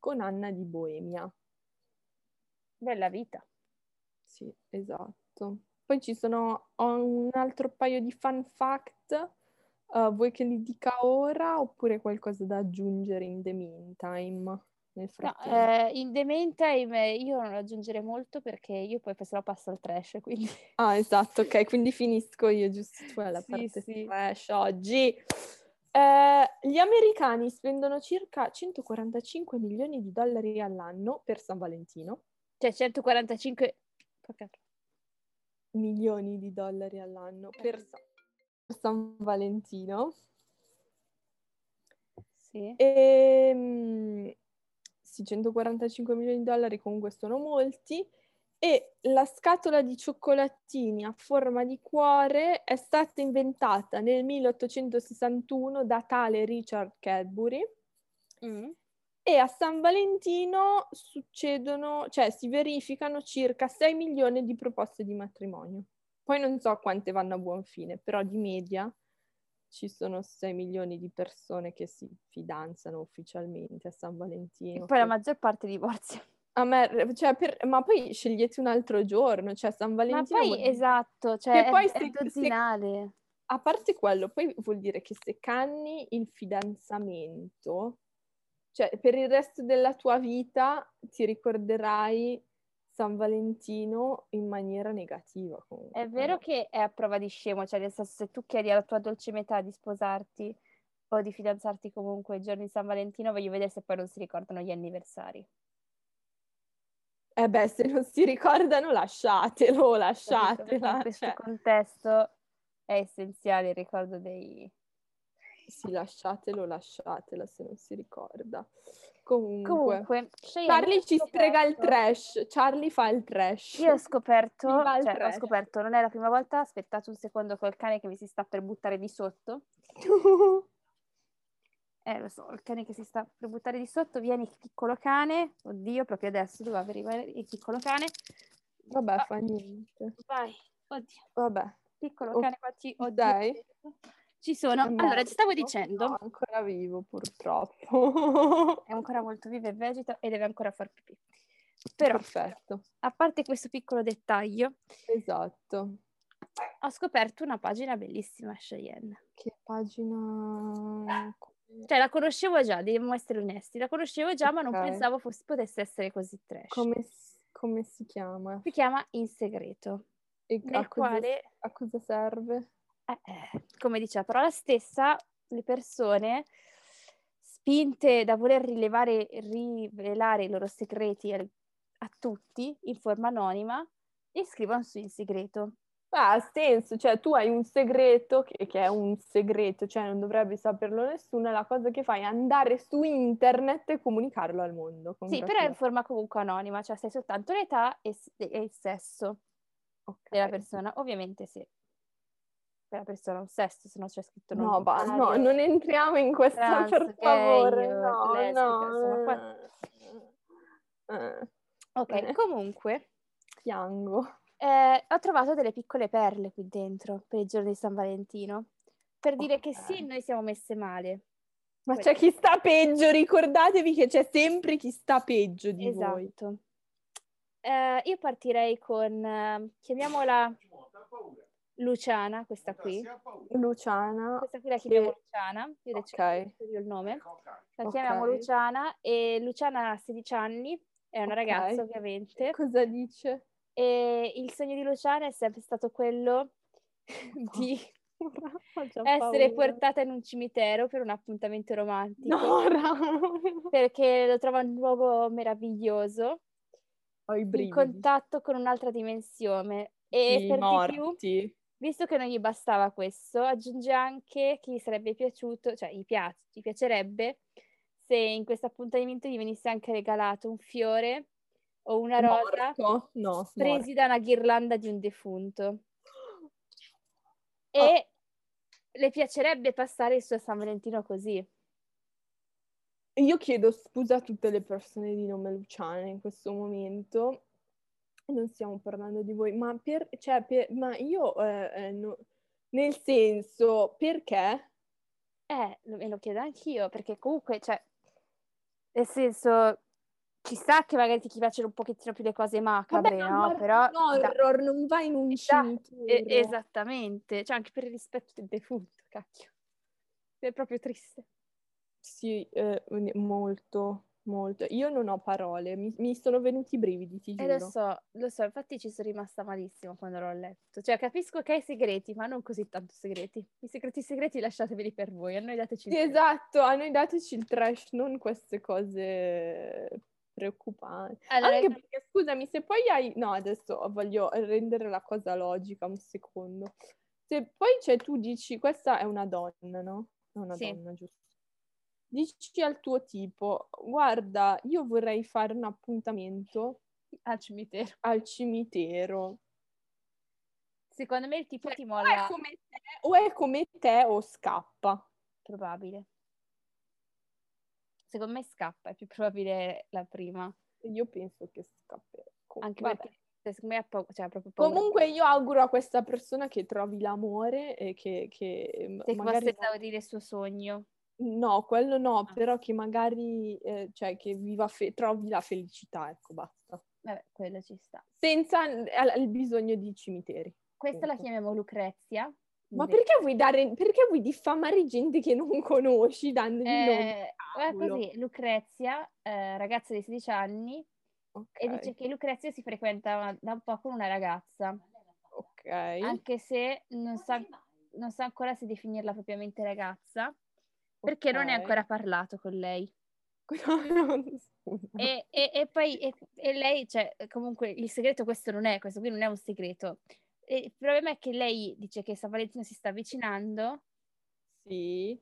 [SPEAKER 2] con Anna di Boemia.
[SPEAKER 1] Bella vita.
[SPEAKER 2] Sì, esatto. Poi ci sono ho un altro paio di fun fact. eh, vuoi che li dica ora oppure qualcosa da aggiungere in the meantime? Nel
[SPEAKER 1] No,
[SPEAKER 2] frattempo.
[SPEAKER 1] eh, in The Meantime eh, io non aggiungerei molto perché io poi se no passo al trash, quindi... <laughs>
[SPEAKER 2] Ah, esatto, ok, quindi finisco io, giusto tu hai la
[SPEAKER 1] Sì,
[SPEAKER 2] parte
[SPEAKER 1] sì.
[SPEAKER 2] trash oggi. Eh, gli americani spendono circa 145 milioni di dollari all'anno per San Valentino.
[SPEAKER 1] Cioè 145... Porca-
[SPEAKER 2] milioni di dollari all'anno per Sa-
[SPEAKER 1] Eh.
[SPEAKER 2] per San Valentino.
[SPEAKER 1] Sì.
[SPEAKER 2] E, mm, sì, 145 milioni di dollari comunque sono molti. E la scatola di cioccolatini a forma di cuore è stata inventata nel 1861 da tale Richard Cadbury.
[SPEAKER 1] Mm.
[SPEAKER 2] E a San Valentino succedono, cioè si verificano circa 6 milioni di proposte di matrimonio. Poi non so quante vanno a buon fine, però di media ci sono 6 milioni di persone che si fidanzano ufficialmente a San Valentino.
[SPEAKER 1] E poi la maggior parte divorzia. <laughs>
[SPEAKER 2] A me- cioè, per- ma poi scegliete un altro giorno, cioè San
[SPEAKER 1] Ma
[SPEAKER 2] Valentino. vuol
[SPEAKER 1] poi,
[SPEAKER 2] dire-
[SPEAKER 1] esatto, cioè
[SPEAKER 2] Che
[SPEAKER 1] è,
[SPEAKER 2] poi
[SPEAKER 1] è
[SPEAKER 2] se- se-
[SPEAKER 1] dozzinale.
[SPEAKER 2] A parte quello, poi vuol dire che se canni il fidanzamento, cioè per il resto della tua vita ti ricorderai San Valentino in maniera negativa. comunque.
[SPEAKER 1] È vero che è a prova di scemo, cioè nel senso se tu chiedi alla tua dolce metà di sposarti o di fidanzarti comunque i giorni di San Valentino, voglio vedere se poi non si ricordano gli anniversari.
[SPEAKER 2] Eh beh, se non si ricordano lasciatelo,
[SPEAKER 1] Capito? Perché in
[SPEAKER 2] lasciatela.
[SPEAKER 1] questo
[SPEAKER 2] Esatto, cioè,
[SPEAKER 1] contesto è essenziale il ricordo dei...
[SPEAKER 2] sì, lasciatelo, lasciatela se non si ricorda. Comunque,
[SPEAKER 1] Comunque, Cheyenne, io
[SPEAKER 2] Charlie
[SPEAKER 1] ho
[SPEAKER 2] ci sprega il
[SPEAKER 1] scoperto-
[SPEAKER 2] trash, Charlie fa il trash.
[SPEAKER 1] Io ho scoperto,
[SPEAKER 2] Mi va il
[SPEAKER 1] cioè ho
[SPEAKER 2] trash.
[SPEAKER 1] scoperto, non è la prima volta, aspettate un secondo col cane che mi si sta per buttare di
[SPEAKER 2] <laughs>
[SPEAKER 1] sotto. Eh, lo so, il cane che si sta per buttare di sotto, vieni piccolo cane, oddio, proprio adesso doveva arrivare il piccolo cane.
[SPEAKER 2] Vabbè,
[SPEAKER 1] Ah,
[SPEAKER 2] fa niente.
[SPEAKER 1] vai, oddio,
[SPEAKER 2] Vabbè.
[SPEAKER 1] piccolo
[SPEAKER 2] Ok,
[SPEAKER 1] cane, quanti, oddio.
[SPEAKER 2] Oh, dai.
[SPEAKER 1] Ci sono,
[SPEAKER 2] È
[SPEAKER 1] allora ti stavo
[SPEAKER 2] morto.
[SPEAKER 1] dicendo,
[SPEAKER 2] No, ancora vivo purtroppo. <laughs>
[SPEAKER 1] è ancora molto vivo e vegeta e deve ancora far pipì. Però,
[SPEAKER 2] Perfetto,
[SPEAKER 1] a parte questo piccolo dettaglio,
[SPEAKER 2] esatto.
[SPEAKER 1] ho scoperto una pagina bellissima, Cheyenne.
[SPEAKER 2] Che pagina... come-
[SPEAKER 1] Cioè, la conoscevo già, devo essere onesti, la conoscevo già, ma non
[SPEAKER 2] Ok.
[SPEAKER 1] pensavo fosse- potesse essere così trash.
[SPEAKER 2] Come, s- come si chiama?
[SPEAKER 1] Si chiama In Segreto,
[SPEAKER 2] E
[SPEAKER 1] nel
[SPEAKER 2] a, cosa,
[SPEAKER 1] quale,
[SPEAKER 2] a cosa serve?
[SPEAKER 1] eh, eh, come dice la parola stessa, le persone spinte da voler rilevare, rivelare i loro segreti al a tutti in forma anonima e scrivono su in segreto.
[SPEAKER 2] Ma ha senso, cioè tu hai un segreto che, che, è un segreto, cioè non dovrebbe saperlo nessuno, la cosa che fai è andare su internet e comunicarlo al mondo.
[SPEAKER 1] Sì, però è in forma comunque anonima, cioè sei soltanto l'età e, e il sesso okay. della persona, ovviamente sì. Per la persona un sesso, se no c'è scritto
[SPEAKER 2] no. Ba, no, non entriamo in questa, trans, per favore. Io, no,
[SPEAKER 1] lesbica, no. Insomma, qua... uh, ok, eh.
[SPEAKER 2] <laughs>
[SPEAKER 1] comunque.
[SPEAKER 2] Piango.
[SPEAKER 1] Eh, ho trovato delle piccole perle qui dentro per il giorno di San Valentino, per dire okay. che sì, noi siamo messe male.
[SPEAKER 2] Ma Quello. c'è chi sta peggio, ricordatevi che c'è sempre chi sta peggio di
[SPEAKER 1] esatto.
[SPEAKER 2] voi. Esatto.
[SPEAKER 1] Eh, io partirei con, ehm, chiamiamola Luciana, questa qui.
[SPEAKER 2] Luciana.
[SPEAKER 1] Questa qui la chiamiamo io... Luciana, io okay. io il nome. La chiamiamo okay. Luciana e Luciana ha 16 anni, è una okay. ragazza ovviamente.
[SPEAKER 2] Cosa dice? <laughs>
[SPEAKER 1] E il sogno di Luciana è sempre stato
[SPEAKER 2] <laughs>
[SPEAKER 1] quello no. di <laughs> essere portata in un cimitero per un appuntamento romantico.
[SPEAKER 2] <laughs> No, no.
[SPEAKER 1] Perché lo trova un luogo meraviglioso.
[SPEAKER 2] Ho i brividi.
[SPEAKER 1] in contatto con un'altra dimensione. E
[SPEAKER 2] sì,
[SPEAKER 1] per
[SPEAKER 2] morti.
[SPEAKER 1] di più, visto che non gli bastava questo, aggiunge anche che gli sarebbe piaciuto, cioè gli, piace, gli piacerebbe se in questo appuntamento gli venisse anche regalato un fiore o una rosa
[SPEAKER 2] morto? No,
[SPEAKER 1] presi morto. da una ghirlanda di un defunto. E oh. le piacerebbe passare il suo San Valentino così.
[SPEAKER 2] Io chiedo scusa a tutte le persone di nome Luciana in questo momento. Non stiamo parlando di voi, ma, per, cioè, per, ma io, eh, no, nel senso, perché?
[SPEAKER 1] Eh, me lo chiedo anch'io, perché comunque, cioè, nel senso, ci sta che magari ti piacciono un pochettino più le cose macabre, Vabbè, no? eh, Però
[SPEAKER 2] horror, da... non vai in un esatto, cimitero.
[SPEAKER 1] esattamente, cioè anche per il rispetto del defunto, cacchio. È proprio triste.
[SPEAKER 2] Sì, eh, molto, molto. Io non ho parole, mi, mi sono venuti i brividi, ti giuro.
[SPEAKER 1] Eh, lo so, lo so, infatti ci sono rimasta malissimo quando l'ho letto. Cioè capisco che hai segreti, ma non così tanto segreti. I segreti segreti lasciateveli per voi, a noi dateci
[SPEAKER 2] il sì, trash. esatto, a noi dateci il trash, non queste cose preoccupante. Allora, Anche perché, scusami, se poi hai... No, adesso voglio rendere la cosa logica un secondo. Se poi cioè, tu dici, questa è una donna, no? È una sì. donna, giusto? Dici al tuo tipo, guarda, io vorrei fare un appuntamento...
[SPEAKER 1] Al cimitero.
[SPEAKER 2] Al cimitero.
[SPEAKER 1] Secondo me il tipo cioè, ti molla...
[SPEAKER 2] O è come te o, è come te, o scappa.
[SPEAKER 1] Probabile secondo me scappa, è più probabile la prima.
[SPEAKER 2] Io penso che scappi.
[SPEAKER 1] Anche Vabbè. perché secondo me ha paura, cioè, proprio
[SPEAKER 2] paura. Comunque io auguro a questa persona che trovi l'amore e che... che
[SPEAKER 1] Se magari... possa esaurire il suo sogno.
[SPEAKER 2] No, quello no, ah. però che magari, eh, cioè, che viva fe- trovi la felicità, ecco, basta.
[SPEAKER 1] Vabbè, quello ci sta.
[SPEAKER 2] Senza il, il bisogno di cimiteri.
[SPEAKER 1] Questa appunto. la chiamiamo Lucrezia.
[SPEAKER 2] Ma perché vuoi, dare, perché vuoi diffamare gente che non conosci dandogli eh,
[SPEAKER 1] nome? così, Lucrezia, eh, ragazza di 16 anni, okay. e dice che Lucrezia si frequenta da un po' con una ragazza.
[SPEAKER 2] Ok. <laughs>
[SPEAKER 1] Anche se non sa, non sa ancora se definirla propriamente ragazza, perché okay. non è ancora parlato con lei. e, e, e, poi e, e lei, cioè, comunque il segreto questo non è, questo qui non è un segreto il problema è che lei dice che San Valentino si sta avvicinando.
[SPEAKER 2] Sì.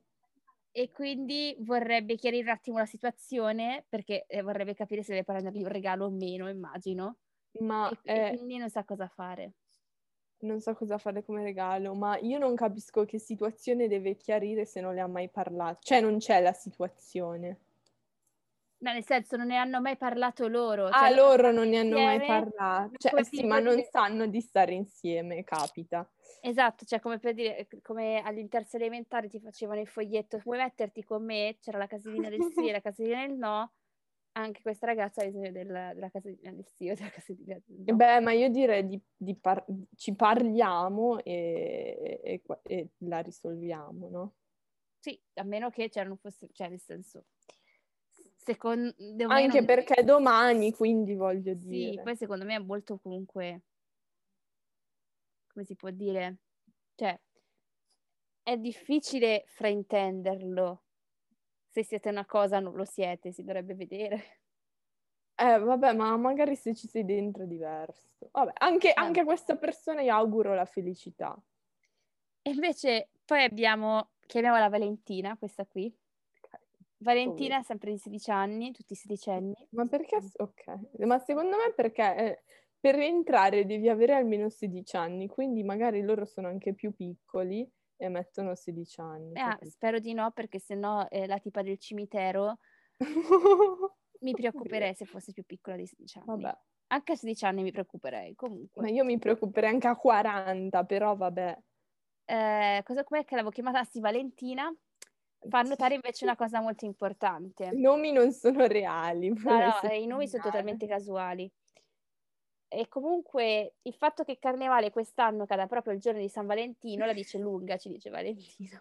[SPEAKER 1] E quindi vorrebbe chiarire un attimo la situazione perché eh, vorrebbe capire se deve prendergli un regalo o meno, immagino.
[SPEAKER 2] Ma
[SPEAKER 1] e, eh, e quindi non sa cosa fare.
[SPEAKER 2] Non sa so cosa fare come regalo, ma io non capisco che situazione deve chiarire se non le ha mai parlato. Cioè non c'è la situazione.
[SPEAKER 1] No, nel senso, non ne hanno mai parlato loro.
[SPEAKER 2] Cioè, ah, loro non ne hanno insieme, mai parlato. Cioè, sì, ma non che... sanno di stare insieme, capita.
[SPEAKER 1] Esatto, cioè come per dire, come all'interzo elementare ti facevano il foglietto, puoi metterti con me, c'era la casellina del sì e la casellina del no, anche questa ragazza ha bisogno della, della casellina del sì o della casellina del no.
[SPEAKER 2] Beh, ma io direi di, di par- ci parliamo e, e, e, la risolviamo, no?
[SPEAKER 1] Sì, a meno che cioè, non fosse, cioè nel senso... Secondo,
[SPEAKER 2] anche
[SPEAKER 1] non...
[SPEAKER 2] perché domani quindi voglio
[SPEAKER 1] sì,
[SPEAKER 2] dire
[SPEAKER 1] sì poi secondo me è molto comunque come si può dire cioè è difficile fraintenderlo se siete una cosa non lo siete si dovrebbe vedere
[SPEAKER 2] Eh, vabbè, ma magari se ci sei dentro è diverso. Vabbè, anche, anche a questa persona io auguro la felicità.
[SPEAKER 1] <laughs> E invece poi abbiamo, chiamiamola Valentina, questa qui. Valentina ha sempre di 16 anni, tutti sedicenni.
[SPEAKER 2] Ma perché? Ok, ma secondo me perché eh, per rientrare devi avere almeno 16 anni, quindi magari loro sono anche più piccoli e mettono 16 anni.
[SPEAKER 1] Ah,
[SPEAKER 2] capito?
[SPEAKER 1] spero di no, perché sennò eh, la tipa del cimitero mi preoccuperei se fosse più piccola di 16 anni.
[SPEAKER 2] <laughs> Vabbè,
[SPEAKER 1] Anche a 16 anni mi preoccuperei, comunque.
[SPEAKER 2] ma io mi preoccuperei anche a 40, però vabbè.
[SPEAKER 1] Eh, cosa com'è che l'avevo chiamata? Ah, Sì, Valentina. Fa notare invece una cosa molto importante.
[SPEAKER 2] I nomi non sono reali.
[SPEAKER 1] Eh. No,
[SPEAKER 2] vorrei
[SPEAKER 1] no, eh, i
[SPEAKER 2] sottolineare.
[SPEAKER 1] nomi sono totalmente casuali. E comunque il fatto che Carnevale quest'anno cada proprio il giorno di San Valentino la dice lunga, ci dice Valentina.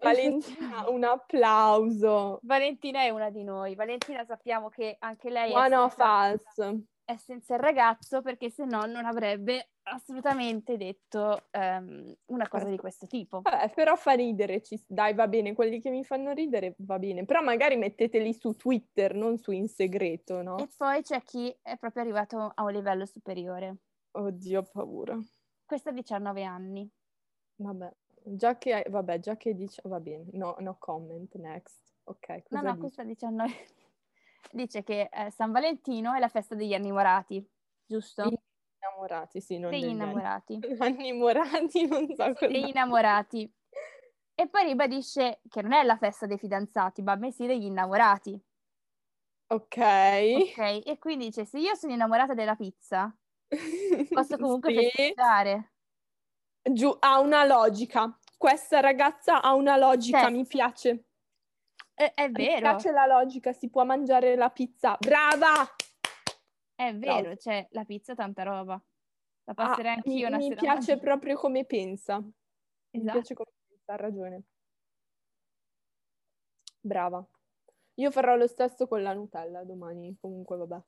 [SPEAKER 2] Valentina, un applauso.
[SPEAKER 1] Valentina è una di noi. Valentina sappiamo che anche lei
[SPEAKER 2] Buono
[SPEAKER 1] è
[SPEAKER 2] o
[SPEAKER 1] senza,
[SPEAKER 2] falso?
[SPEAKER 1] è senza il ragazzo perché se no non avrebbe assolutamente detto ehm, una cosa di questo tipo.
[SPEAKER 2] Vabbè, però fa ridere, ci- dai, va bene, quelli che mi fanno ridere va bene, però magari metteteli su Twitter, non su in segreto, no?
[SPEAKER 1] E poi c'è chi è proprio arrivato a un livello superiore.
[SPEAKER 2] Oddio, ho paura.
[SPEAKER 1] Questa ha 19 anni.
[SPEAKER 2] Vabbè, già che, vabbè, già che dice, va bene, no, no comment, next. Ok,
[SPEAKER 1] No,
[SPEAKER 2] cosa
[SPEAKER 1] no,
[SPEAKER 2] dici?
[SPEAKER 1] questa 19 <laughs> dice che eh, San Valentino è la festa degli innamorati, giusto?
[SPEAKER 2] Degli Innamorati, sì, non
[SPEAKER 1] degli
[SPEAKER 2] degli
[SPEAKER 1] innamorati.
[SPEAKER 2] <laughs> anni. Innamorati, non so cosa.
[SPEAKER 1] Degli innamorati. E poi ribadisce che non è la festa dei fidanzati, ma bensì degli innamorati.
[SPEAKER 2] Ok.
[SPEAKER 1] Ok? E quindi dice, se io sono innamorata della pizza, <laughs> posso comunque
[SPEAKER 2] Sì.
[SPEAKER 1] festeggiare.
[SPEAKER 2] Giù, ha una logica. Questa ragazza ha una logica,
[SPEAKER 1] Cioè,
[SPEAKER 2] mi piace.
[SPEAKER 1] Eh, È,
[SPEAKER 2] Mi
[SPEAKER 1] vero,
[SPEAKER 2] piace la logica, si può mangiare la pizza. Brava!
[SPEAKER 1] è vero, cioè la pizza è tanta roba. La
[SPEAKER 2] Ah,
[SPEAKER 1] passerei anch'io
[SPEAKER 2] mi,
[SPEAKER 1] una
[SPEAKER 2] mi
[SPEAKER 1] sera.
[SPEAKER 2] piace
[SPEAKER 1] mangiata.
[SPEAKER 2] proprio come pensa. Mi
[SPEAKER 1] Esatto.
[SPEAKER 2] piace come pensa, ha ragione. Brava. Io farò lo stesso con la Nutella domani, comunque vabbè.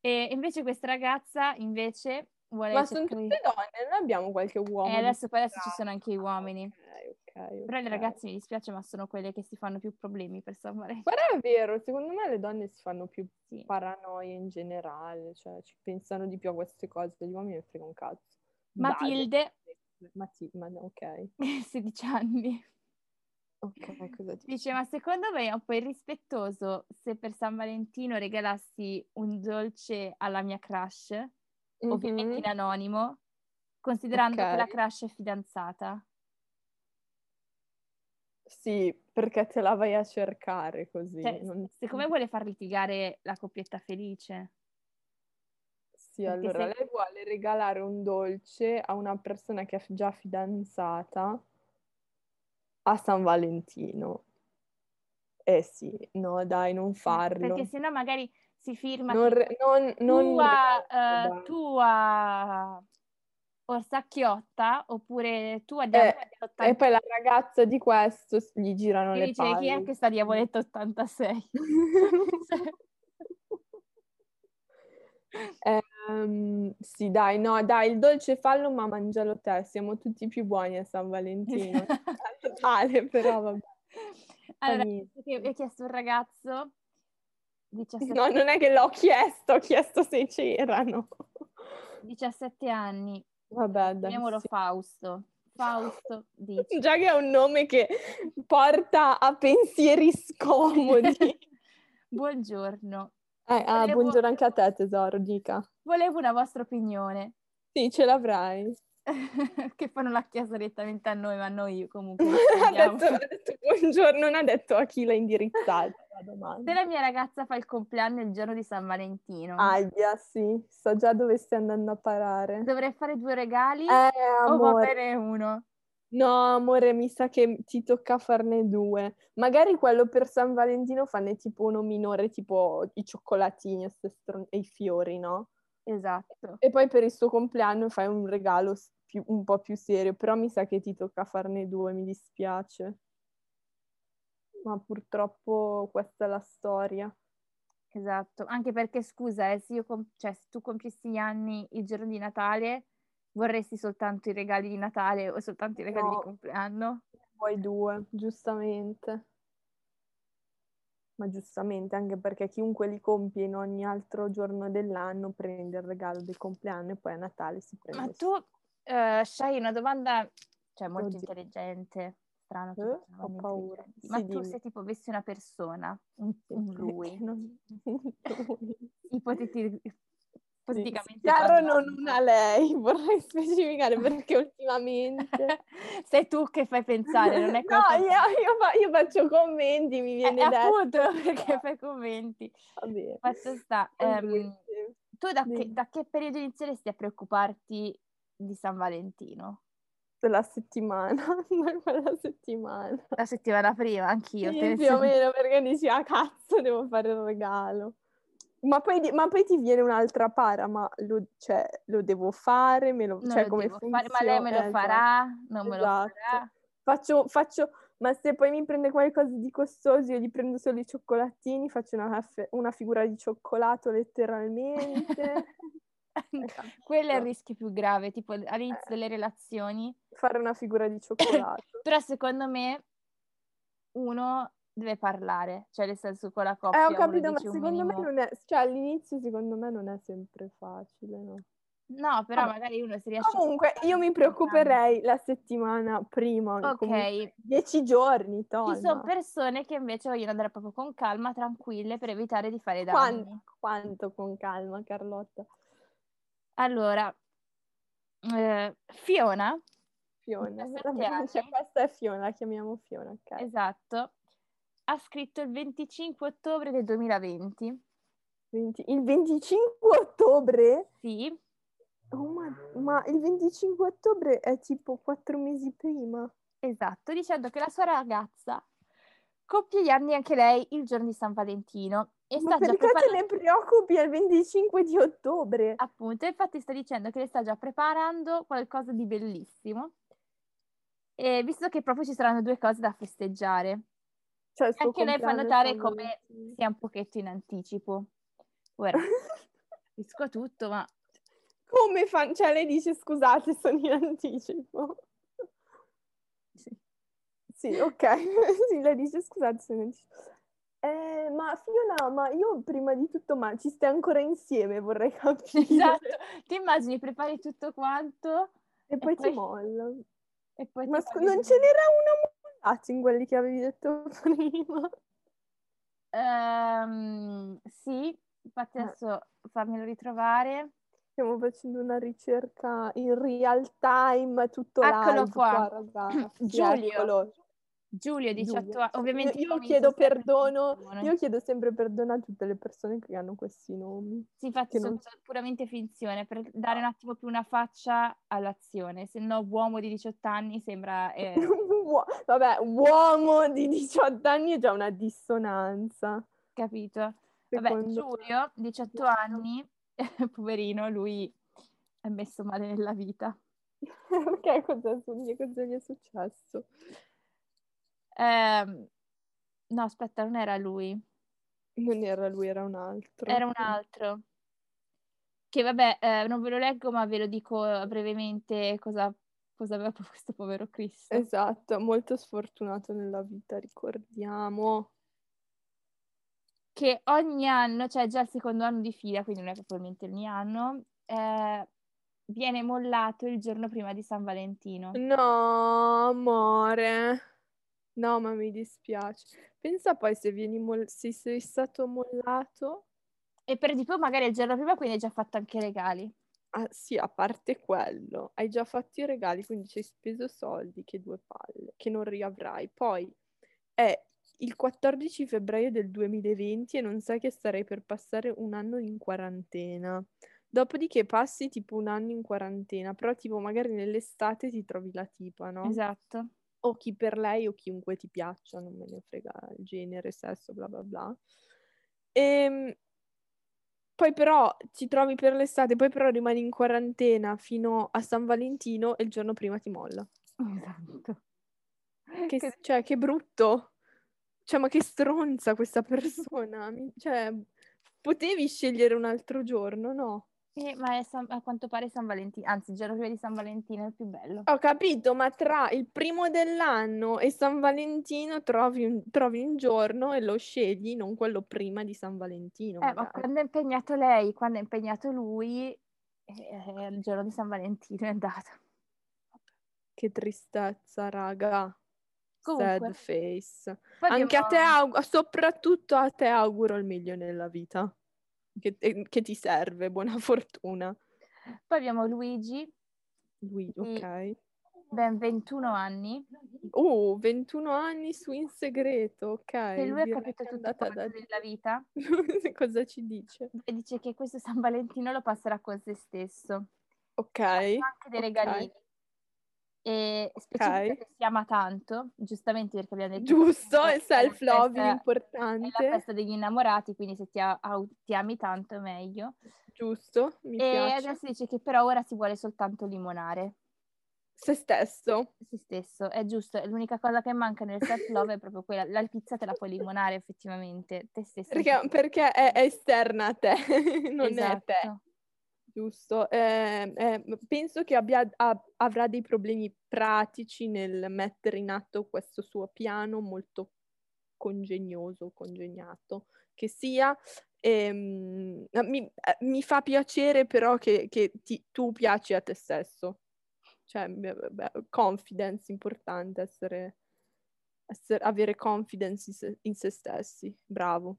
[SPEAKER 1] E invece questa ragazza invece vuole...
[SPEAKER 2] Ma sono
[SPEAKER 1] cercare-
[SPEAKER 2] tutte donne, non abbiamo qualche uomo.
[SPEAKER 1] E
[SPEAKER 2] di
[SPEAKER 1] Eh, adesso, poi adesso ci
[SPEAKER 2] strada?
[SPEAKER 1] sono anche gli uomini.
[SPEAKER 2] Ok, ok,
[SPEAKER 1] Però le
[SPEAKER 2] ok.
[SPEAKER 1] ragazze mi dispiace, ma sono quelle che si fanno più problemi per salvare.
[SPEAKER 2] Però è vero, secondo me le donne si fanno più
[SPEAKER 1] Sì.
[SPEAKER 2] paranoie in generale, cioè ci pensano di più a queste cose, gli uomini ne frega un cazzo.
[SPEAKER 1] Matilde, <laughs>
[SPEAKER 2] Matilde, ok.
[SPEAKER 1] 16 anni,
[SPEAKER 2] Ok, cosa dici?
[SPEAKER 1] dice: Ma secondo me è un po' irrispettoso se per San Valentino regalassi un dolce alla mia crush, ovviamente in
[SPEAKER 2] Mhm.
[SPEAKER 1] anonimo, considerando
[SPEAKER 2] Ok.
[SPEAKER 1] che la crush è fidanzata.
[SPEAKER 2] Sì, perché te la vai a cercare così.
[SPEAKER 1] Cioè,
[SPEAKER 2] non-
[SPEAKER 1] siccome vuole far litigare la coppietta felice,
[SPEAKER 2] Sì,
[SPEAKER 1] perché
[SPEAKER 2] allora
[SPEAKER 1] se-
[SPEAKER 2] lei vuole regalare un dolce a una persona che è già fidanzata a San Valentino. Eh sì, no, dai, non farlo.
[SPEAKER 1] perché sennò magari si firma
[SPEAKER 2] Non,
[SPEAKER 1] tipo,
[SPEAKER 2] re- non, non
[SPEAKER 1] tua,
[SPEAKER 2] regalarlo,
[SPEAKER 1] eh,
[SPEAKER 2] dai.
[SPEAKER 1] tua orsacchiotta oppure tua
[SPEAKER 2] Eh,
[SPEAKER 1] diavoletta
[SPEAKER 2] E
[SPEAKER 1] 86.
[SPEAKER 2] poi la ragazza di questo s- gli girano
[SPEAKER 1] Mi
[SPEAKER 2] le
[SPEAKER 1] dice chi è
[SPEAKER 2] palle.
[SPEAKER 1] questa diavoletta
[SPEAKER 2] <laughs>
[SPEAKER 1] <laughs> 86?
[SPEAKER 2] Ehm, sì, dai, no, dai, il dolce fallo, ma mangialo te. Siamo tutti più buoni a San
[SPEAKER 1] <laughs>
[SPEAKER 2] Valentino. Totale, però vabbè. fa
[SPEAKER 1] Allora,
[SPEAKER 2] niente.
[SPEAKER 1] che- mi ha chiesto un ragazzo 17,
[SPEAKER 2] No, non è che l'ho chiesto, ho chiesto se c'erano.
[SPEAKER 1] 17 anni,
[SPEAKER 2] Vabbè, dai,
[SPEAKER 1] chiamiamolo
[SPEAKER 2] sì.
[SPEAKER 1] Fausto. Fausto dice.
[SPEAKER 2] <laughs> Già che è un nome che porta a
[SPEAKER 1] <laughs>
[SPEAKER 2] pensieri scomodi.
[SPEAKER 1] Buongiorno,
[SPEAKER 2] Eh, ah,
[SPEAKER 1] Volevo-
[SPEAKER 2] buongiorno anche a te, tesoro, dica.
[SPEAKER 1] volevo una vostra opinione.
[SPEAKER 2] Sì, ce l'avrai.
[SPEAKER 1] <laughs> che poi non l'ha chiesto direttamente a noi, ma noi comunque
[SPEAKER 2] <laughs> ha,
[SPEAKER 1] rispondiamo.
[SPEAKER 2] detto, ha <laughs> detto buongiorno, non ha detto a chi l'ha indirizzata la
[SPEAKER 1] Se
[SPEAKER 2] domanda.
[SPEAKER 1] la mia ragazza fa il compleanno il giorno di San Valentino,
[SPEAKER 2] Aia, sì, so già dove stai andando a parare.
[SPEAKER 1] dovrei fare due regali
[SPEAKER 2] Eh,
[SPEAKER 1] o Oh, va
[SPEAKER 2] amore.
[SPEAKER 1] bene uno?
[SPEAKER 2] No, amore, mi sa che ti tocca farne due. Magari quello per San Valentino fanne tipo uno minore, tipo i cioccolatini e ste stron- e i fiori, no?
[SPEAKER 1] Esatto.
[SPEAKER 2] E poi per il suo compleanno fai un regalo s- più- un po' più serio, però mi sa che ti tocca farne due, mi dispiace. Ma purtroppo questa è la storia.
[SPEAKER 1] Esatto, anche perché scusa, eh, se, io com- cioè, se tu compissi gli anni il giorno di Natale, vorresti soltanto i regali di Natale o soltanto i regali di
[SPEAKER 2] No.
[SPEAKER 1] compleanno?
[SPEAKER 2] Vuoi due, giustamente. ma giustamente anche perché chiunque li compie in ogni altro giorno dell'anno prende il regalo del compleanno e poi a Natale si prende.
[SPEAKER 1] Ma tu, eh, Shai, una domanda cioè, molto Oddio. intelligente. Strano che
[SPEAKER 2] eh, ho paura.
[SPEAKER 1] Sì, ma dimmi. tu se tipo avessi una persona, un,
[SPEAKER 2] <laughs>
[SPEAKER 1] un lui,
[SPEAKER 2] non...
[SPEAKER 1] ipoteticamente politicamente
[SPEAKER 2] Chiaro non una lei, <laughs> vorrei specificare
[SPEAKER 1] <laughs>
[SPEAKER 2] perché ultimamente
[SPEAKER 1] sei tu che fai pensare, non è
[SPEAKER 2] <laughs> No, io, io, fa, io, faccio commenti, mi viene eh, detto.
[SPEAKER 1] Appunto, <laughs> perché fai commenti. Fatto
[SPEAKER 2] <laughs>
[SPEAKER 1] sta, ehm, tu da che, da che, periodo inizieresti a preoccuparti di San Valentino?
[SPEAKER 2] La settimana, <laughs> la settimana.
[SPEAKER 1] La settimana prima, anch'io.
[SPEAKER 2] Sì, più sei... o meno, perché dici, ah cazzo, devo fare il regalo. Ma poi, ma poi, ti viene un'altra para, ma lo, cioè, lo devo fare, me lo, cioè, lo come esatto, funziona?
[SPEAKER 1] ma lei me lo eh, farà, non esatto. me lo farà.
[SPEAKER 2] Faccio, faccio, ma se poi mi prende qualcosa di costoso, io gli prendo solo i cioccolatini, faccio una, una figura di cioccolato letteralmente.
[SPEAKER 1] <laughs> Quello è
[SPEAKER 2] Esatto.
[SPEAKER 1] il rischio più grave, tipo all'inizio eh. delle relazioni.
[SPEAKER 2] Fare una figura di cioccolato.
[SPEAKER 1] Però secondo me uno deve parlare, cioè nel senso con la coppia.
[SPEAKER 2] Eh, ho capito, ma secondo minimo. me non è, cioè all'inizio secondo me non è sempre facile, no?
[SPEAKER 1] No, però ah, magari uno si riesce
[SPEAKER 2] Comunque, a... io mi preoccuperei la settimana prima, ok. Dieci giorni, tonna.
[SPEAKER 1] Ci sono persone che invece vogliono andare proprio con calma, tranquille, per evitare di fare danni.
[SPEAKER 2] Quanto, quanto con calma, Carlotta?
[SPEAKER 1] Allora, eh, Fiona.
[SPEAKER 2] Fiona, cioè, questa è Fiona, la chiamiamo Fiona, ok?
[SPEAKER 1] Esatto, ha scritto il 25 ottobre del 2020.
[SPEAKER 2] 20, il 25 ottobre?
[SPEAKER 1] Sì.
[SPEAKER 2] Oh, ma, ma, il 25 ottobre è tipo quattro mesi prima.
[SPEAKER 1] Esatto, dicendo che la sua ragazza compie gli anni anche lei il giorno di San Valentino. E
[SPEAKER 2] ma sta perché già preparando... te ne preoccupi al 25 di ottobre?
[SPEAKER 1] Appunto, infatti sta dicendo che le sta già preparando qualcosa di bellissimo. E visto che proprio ci saranno due cose da festeggiare,
[SPEAKER 2] cioè,
[SPEAKER 1] anche lei fa notare come sia un pochetto in anticipo. Ora,
[SPEAKER 2] <laughs>
[SPEAKER 1] capisco tutto, ma...
[SPEAKER 2] Come fa? Cioè, lei dice, scusate, sono in anticipo. Sì, sì ok. <laughs> sì, lei dice, scusate, sono in anticipo. Eh, ma Fiona, ma io prima di tutto, ma ci stai ancora insieme, vorrei capire.
[SPEAKER 1] Esatto, ti immagini, prepari tutto quanto...
[SPEAKER 2] E, e poi, poi, ti molla.
[SPEAKER 1] E poi
[SPEAKER 2] ma scu- non ce n'era una mollata in quelli che avevi detto prima?
[SPEAKER 1] Um, sì, infatti
[SPEAKER 2] Eh.
[SPEAKER 1] adesso fammelo ritrovare.
[SPEAKER 2] Stiamo facendo una ricerca in real time, tutto
[SPEAKER 1] Eccolo
[SPEAKER 2] live,
[SPEAKER 1] qua.
[SPEAKER 2] qua
[SPEAKER 1] <clears throat> Giulio. Eccolo. Giulio, 18 anni. Ovviamente
[SPEAKER 2] io, io chiedo perdono, io chiedo sempre perdono a tutte le persone che hanno questi nomi. <laughs>
[SPEAKER 1] Sì, infatti sono non... puramente finzione, per dare
[SPEAKER 2] Ah.
[SPEAKER 1] un attimo più una faccia all'azione, se no uomo di 18 anni sembra... Eh...
[SPEAKER 2] <laughs> Vabbè, uomo di 18 anni è già una dissonanza.
[SPEAKER 1] Capito. Secondo... Vabbè, Giulio, 18 anni, <laughs> poverino, lui è messo male nella vita.
[SPEAKER 2] <laughs> ok, cosa, cosa gli è successo?
[SPEAKER 1] Eh, no, aspetta, non era lui.
[SPEAKER 2] Non era lui, era un altro.
[SPEAKER 1] Era un altro. Che vabbè, eh, non ve lo leggo, ma ve lo dico eh, brevemente cosa, cosa aveva <laughs> questo povero Cristo.
[SPEAKER 2] Esatto, molto sfortunato nella vita, ricordiamo.
[SPEAKER 1] Che ogni anno, cioè già il secondo anno di fila, quindi non è probabilmente ogni anno, eh, viene mollato il giorno prima di San Valentino.
[SPEAKER 2] Mm. No, amore. No, ma mi dispiace. Pensa poi se, mol- se sei stato mollato.
[SPEAKER 1] E per di più magari il giorno prima quindi hai già fatto anche i regali.
[SPEAKER 2] Ah sì, a parte quello. Hai già fatto i regali, quindi ci hai speso soldi, che due palle, che non riavrai. Poi è il 14 febbraio del 2020 e non sai che starei per passare un anno in quarantena. Dopodiché passi tipo un anno in quarantena, però tipo magari nell'estate ti trovi la tipa, no?
[SPEAKER 1] Esatto <laughs>
[SPEAKER 2] o chi per lei o chiunque ti piaccia, non me ne frega il genere, sesso, bla bla bla. E, poi però ti trovi per l'estate, poi però rimani in quarantena fino a San Valentino e il giorno prima ti molla.
[SPEAKER 1] Esatto.
[SPEAKER 2] Che, che... Cioè, che brutto. Cioè, ma che stronza questa persona. cioè, potevi scegliere un altro giorno, no?
[SPEAKER 1] Eh, ma è San- a quanto pare San Valentino, anzi il giorno prima di San Valentino è il più bello.
[SPEAKER 2] Ho capito, ma tra il primo dell'anno e San Valentino trovi un, trovi un giorno e lo scegli, non quello prima di San Valentino.
[SPEAKER 1] Eh, ma
[SPEAKER 2] magari.
[SPEAKER 1] quando è impegnato lei, quando è impegnato lui, eh, il giorno di San Valentino è andato.
[SPEAKER 2] Che tristezza, raga.
[SPEAKER 1] Comunque,
[SPEAKER 2] Sad face.
[SPEAKER 1] poi
[SPEAKER 2] Anche a
[SPEAKER 1] abbiamo-
[SPEAKER 2] te, aug- soprattutto a te auguro il meglio nella vita. Che, eh, che ti serve, buona <laughs> fortuna.
[SPEAKER 1] poi abbiamo Luigi,
[SPEAKER 2] Lui,
[SPEAKER 1] Mm.
[SPEAKER 2] ok.
[SPEAKER 1] ben 21 anni,
[SPEAKER 2] Oh, 21 anni su In Segreto, ok.
[SPEAKER 1] che lui ha
[SPEAKER 2] direi
[SPEAKER 1] capito
[SPEAKER 2] che è
[SPEAKER 1] tutto
[SPEAKER 2] andata
[SPEAKER 1] quanto
[SPEAKER 2] da-
[SPEAKER 1] della vita
[SPEAKER 2] <laughs> Cosa ci dice?
[SPEAKER 1] e dice che questo San Valentino lo passerà con se stesso.
[SPEAKER 2] Ok.
[SPEAKER 1] anche dei
[SPEAKER 2] ok.
[SPEAKER 1] regalini. E specifica
[SPEAKER 2] Ok.
[SPEAKER 1] che si ama tanto, giustamente perché abbiamo detto...
[SPEAKER 2] Giusto,
[SPEAKER 1] che
[SPEAKER 2] il self-love
[SPEAKER 1] è
[SPEAKER 2] è
[SPEAKER 1] la festa- È la
[SPEAKER 2] importante.
[SPEAKER 1] festa degli innamorati, quindi se ti, a- au- ti ami tanto è meglio.
[SPEAKER 2] Giusto, mi
[SPEAKER 1] e
[SPEAKER 2] piace.
[SPEAKER 1] adesso dice che però ora si vuole soltanto limonare
[SPEAKER 2] Se stesso.
[SPEAKER 1] se stesso, è giusto. è L'unica cosa che manca nel self-love è proprio quella. La pizza te la puoi limonare effettivamente, te stesso.
[SPEAKER 2] Perché, perché è, è esterna a te, <laughs> non è te.
[SPEAKER 1] Esatto.
[SPEAKER 2] Giusto, Eh, eh, penso che abbia- a- avrà dei problemi pratici nel mettere in atto questo suo piano molto congegnoso, congegnato che sia. Ehm, mi, eh, mi fa piacere però che, che ti- tu piaci a te stesso, cioè beh, beh, confidence, importante essere, essere- avere confidence in se- in se stessi, bravo.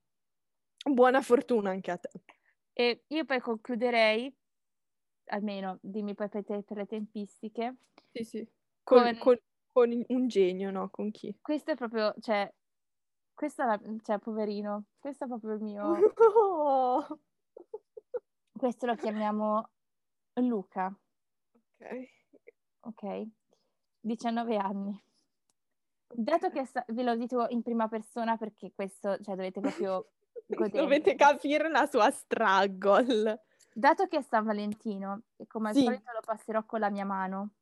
[SPEAKER 2] Buona fortuna anche a te.
[SPEAKER 1] E io poi concluderei, almeno dimmi poi per, te- per le tempistiche,
[SPEAKER 2] Sì, sì. Con,
[SPEAKER 1] Con-
[SPEAKER 2] con- con il- un genio, no? Con chi?
[SPEAKER 1] questo è proprio, cioè, questo è la- cioè, poverino, questo è proprio il
[SPEAKER 2] <laughs>
[SPEAKER 1] mio...
[SPEAKER 2] No!
[SPEAKER 1] Questo lo chiamiamo Luca,
[SPEAKER 2] Ok.
[SPEAKER 1] ok? 19 anni. Dato che sa- ve lo dico in prima persona perché questo, cioè dovete proprio...
[SPEAKER 2] <laughs>
[SPEAKER 1] godervi.
[SPEAKER 2] Dovete capire la sua struggle.
[SPEAKER 1] Dato che è San Valentino e come al
[SPEAKER 2] Sì.
[SPEAKER 1] solito lo passerò con la mia mano,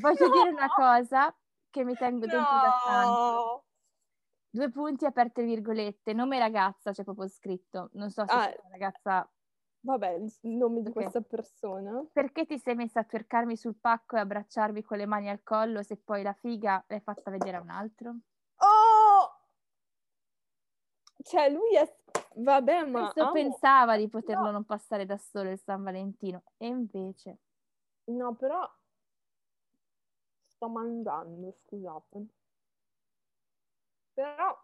[SPEAKER 1] voglio dire una cosa che mi tengo dentro da tanto.
[SPEAKER 2] No!
[SPEAKER 1] Due punti aperte virgolette, nome ragazza c'è proprio scritto, non so se
[SPEAKER 2] Ah.
[SPEAKER 1] sia una ragazza...
[SPEAKER 2] Vabbè, il nome di
[SPEAKER 1] Ok.
[SPEAKER 2] questa persona.
[SPEAKER 1] Perché ti sei messa a twercarmi sul pacco e abbracciarmi con le mani al collo se poi la figa l'hai fatta vedere a un altro?
[SPEAKER 2] Oh! Cioè, lui è... Vabbè, ma...
[SPEAKER 1] Questo
[SPEAKER 2] amo-
[SPEAKER 1] pensava di poterlo non passare da solo il San Valentino e invece
[SPEAKER 2] No, però... Sto mangiando, scusate. Però...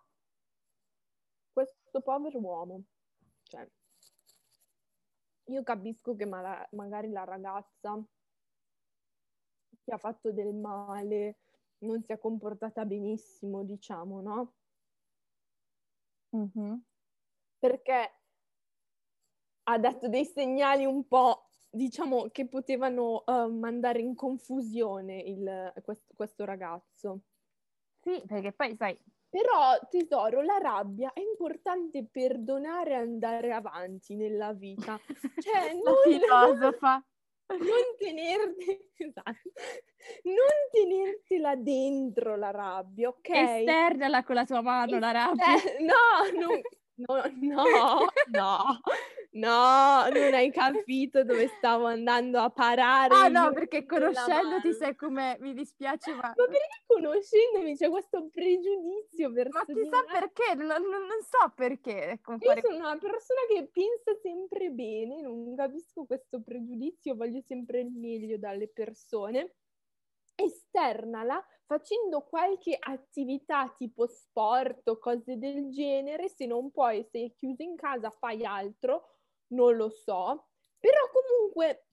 [SPEAKER 2] Questo povero uomo. Cioè... Io capisco che mala- magari la ragazza ti ha fatto del male, non si è comportata benissimo, diciamo, no? perché ha dato dei segnali un po', diciamo, che potevano eh, mandare in confusione il- quest- questo ragazzo.
[SPEAKER 1] sì, perché poi sai,
[SPEAKER 2] Però, tesoro, la rabbia è importante perdonare e andare avanti nella
[SPEAKER 1] <laughs>
[SPEAKER 2] vita. Cioè,
[SPEAKER 1] la
[SPEAKER 2] non,
[SPEAKER 1] filosofa
[SPEAKER 2] non tenerti, esatto, non tenertela dentro la rabbia, ok?
[SPEAKER 1] esternala con la tua mano la rabbia.
[SPEAKER 2] Eh, no, non- no, no, no, no, non hai capito dove stavo andando a parare.
[SPEAKER 1] <laughs> Ah
[SPEAKER 2] io
[SPEAKER 1] no, perché
[SPEAKER 2] con la
[SPEAKER 1] conoscendoti
[SPEAKER 2] mano.
[SPEAKER 1] sai come mi dispiace, <laughs> ma,
[SPEAKER 2] Ma perché conoscendomi c'è questo pregiudizio verso
[SPEAKER 1] ma
[SPEAKER 2] di
[SPEAKER 1] chissà
[SPEAKER 2] me?
[SPEAKER 1] perché, non, non- non so perché. ecco, un
[SPEAKER 2] Io
[SPEAKER 1] cuore-
[SPEAKER 2] sono una persona che pensa sempre bene, non capisco questo pregiudizio, voglio sempre il meglio dalle persone. Esternala facendo qualche attività tipo sport o cose del genere, se non puoi, sei chiuso in casa, fai altro, non lo so. Però comunque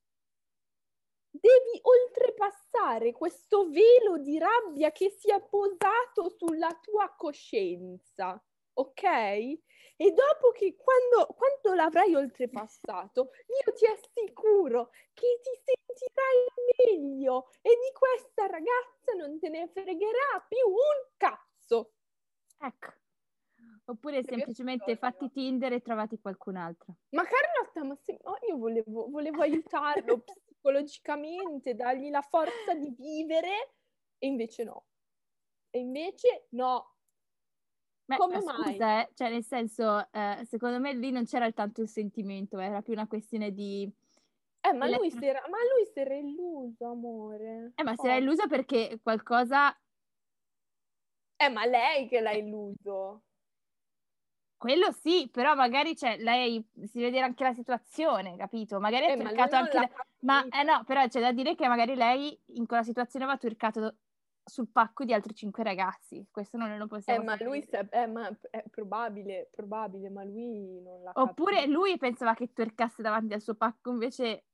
[SPEAKER 2] devi oltrepassare questo velo di rabbia che si è posato sulla tua coscienza, ok? E dopo che quando, quando l'avrai oltrepassato, io ti assicuro che ti sentirai meglio e di questa ragazza non te ne fregherà più un cazzo.
[SPEAKER 1] Ecco. Oppure
[SPEAKER 2] piace
[SPEAKER 1] semplicemente
[SPEAKER 2] Giorgio?
[SPEAKER 1] fatti Tinder e trovati qualcun altro.
[SPEAKER 2] Ma Carlotta, ma se- no, io volevo,
[SPEAKER 1] <laughs>
[SPEAKER 2] volevo aiutarlo psicologicamente, dargli la forza di vivere, e invece no. E invece no.
[SPEAKER 1] Beh,
[SPEAKER 2] Come
[SPEAKER 1] scusa,
[SPEAKER 2] mai?
[SPEAKER 1] eh, cioè nel senso, eh, secondo me lì non c'era tanto il sentimento, era più una questione di...
[SPEAKER 2] Eh, ma,
[SPEAKER 1] Elettro-
[SPEAKER 2] lui si era, ma lui si era illuso, amore.
[SPEAKER 1] Eh, ma si
[SPEAKER 2] Oh.
[SPEAKER 1] era illusa perché qualcosa...
[SPEAKER 2] Eh, ma lei che l'ha illuso.
[SPEAKER 1] Quello sì, però magari cioè, lei si vede anche la situazione, capito? Magari ha
[SPEAKER 2] Eh, ma lui
[SPEAKER 1] turcato
[SPEAKER 2] non
[SPEAKER 1] anche...
[SPEAKER 2] l'ha
[SPEAKER 1] la- Ma
[SPEAKER 2] capito.
[SPEAKER 1] eh no, però c'è da dire che magari lei in quella situazione va turcato sul pacco di altri cinque ragazzi. Questo non lo
[SPEAKER 2] Eh,
[SPEAKER 1] possiamo
[SPEAKER 2] ma lui
[SPEAKER 1] sapere.
[SPEAKER 2] sa- eh, ma è probabile, probabile, ma lui non l'ha
[SPEAKER 1] Oppure
[SPEAKER 2] capito. <laughs>
[SPEAKER 1] lui pensava che turcasse davanti al suo pacco, invece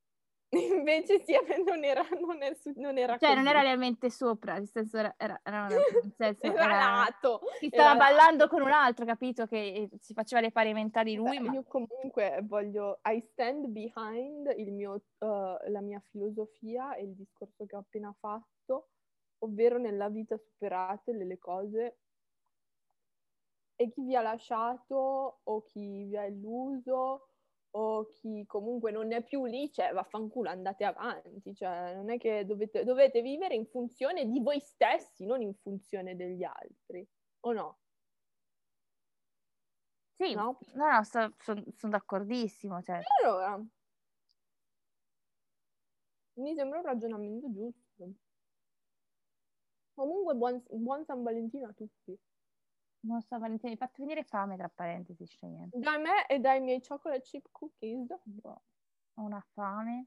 [SPEAKER 2] Invece sì, <laughs> eh, non era, non è su- non era
[SPEAKER 1] cioè non
[SPEAKER 2] così.
[SPEAKER 1] era realmente sopra, nel senso era, era, era una- nel senso,
[SPEAKER 2] Era
[SPEAKER 1] era-
[SPEAKER 2] lato.
[SPEAKER 1] si
[SPEAKER 2] era
[SPEAKER 1] stava
[SPEAKER 2] lato.
[SPEAKER 1] ballando con un altro, capito? Che eh, si faceva le pari mentali lui,
[SPEAKER 2] Beh,
[SPEAKER 1] ma
[SPEAKER 2] Io comunque voglio, I stand behind il mio, eh, la mia filosofia e il discorso che ho appena fatto, ovvero nella vita superate le cose e chi vi ha lasciato o chi vi ha illuso o chi comunque non è più lì, cioè vaffanculo, andate avanti, cioè non è che dovete, dovete vivere in funzione di voi stessi, non in funzione degli altri, o no?
[SPEAKER 1] sì, no,
[SPEAKER 2] No.
[SPEAKER 1] no, sono d'accordissimo, cioè.
[SPEAKER 2] Allora, mi sembra un ragionamento giusto. Comunque, buon, buon San Valentino a tutti.
[SPEAKER 1] Non so, Valentina, mi hai fatto venire fame, tra parentesi, scegliendo.
[SPEAKER 2] Da me e dai miei chocolate chip cookies.
[SPEAKER 1] Boh, Ho una fame.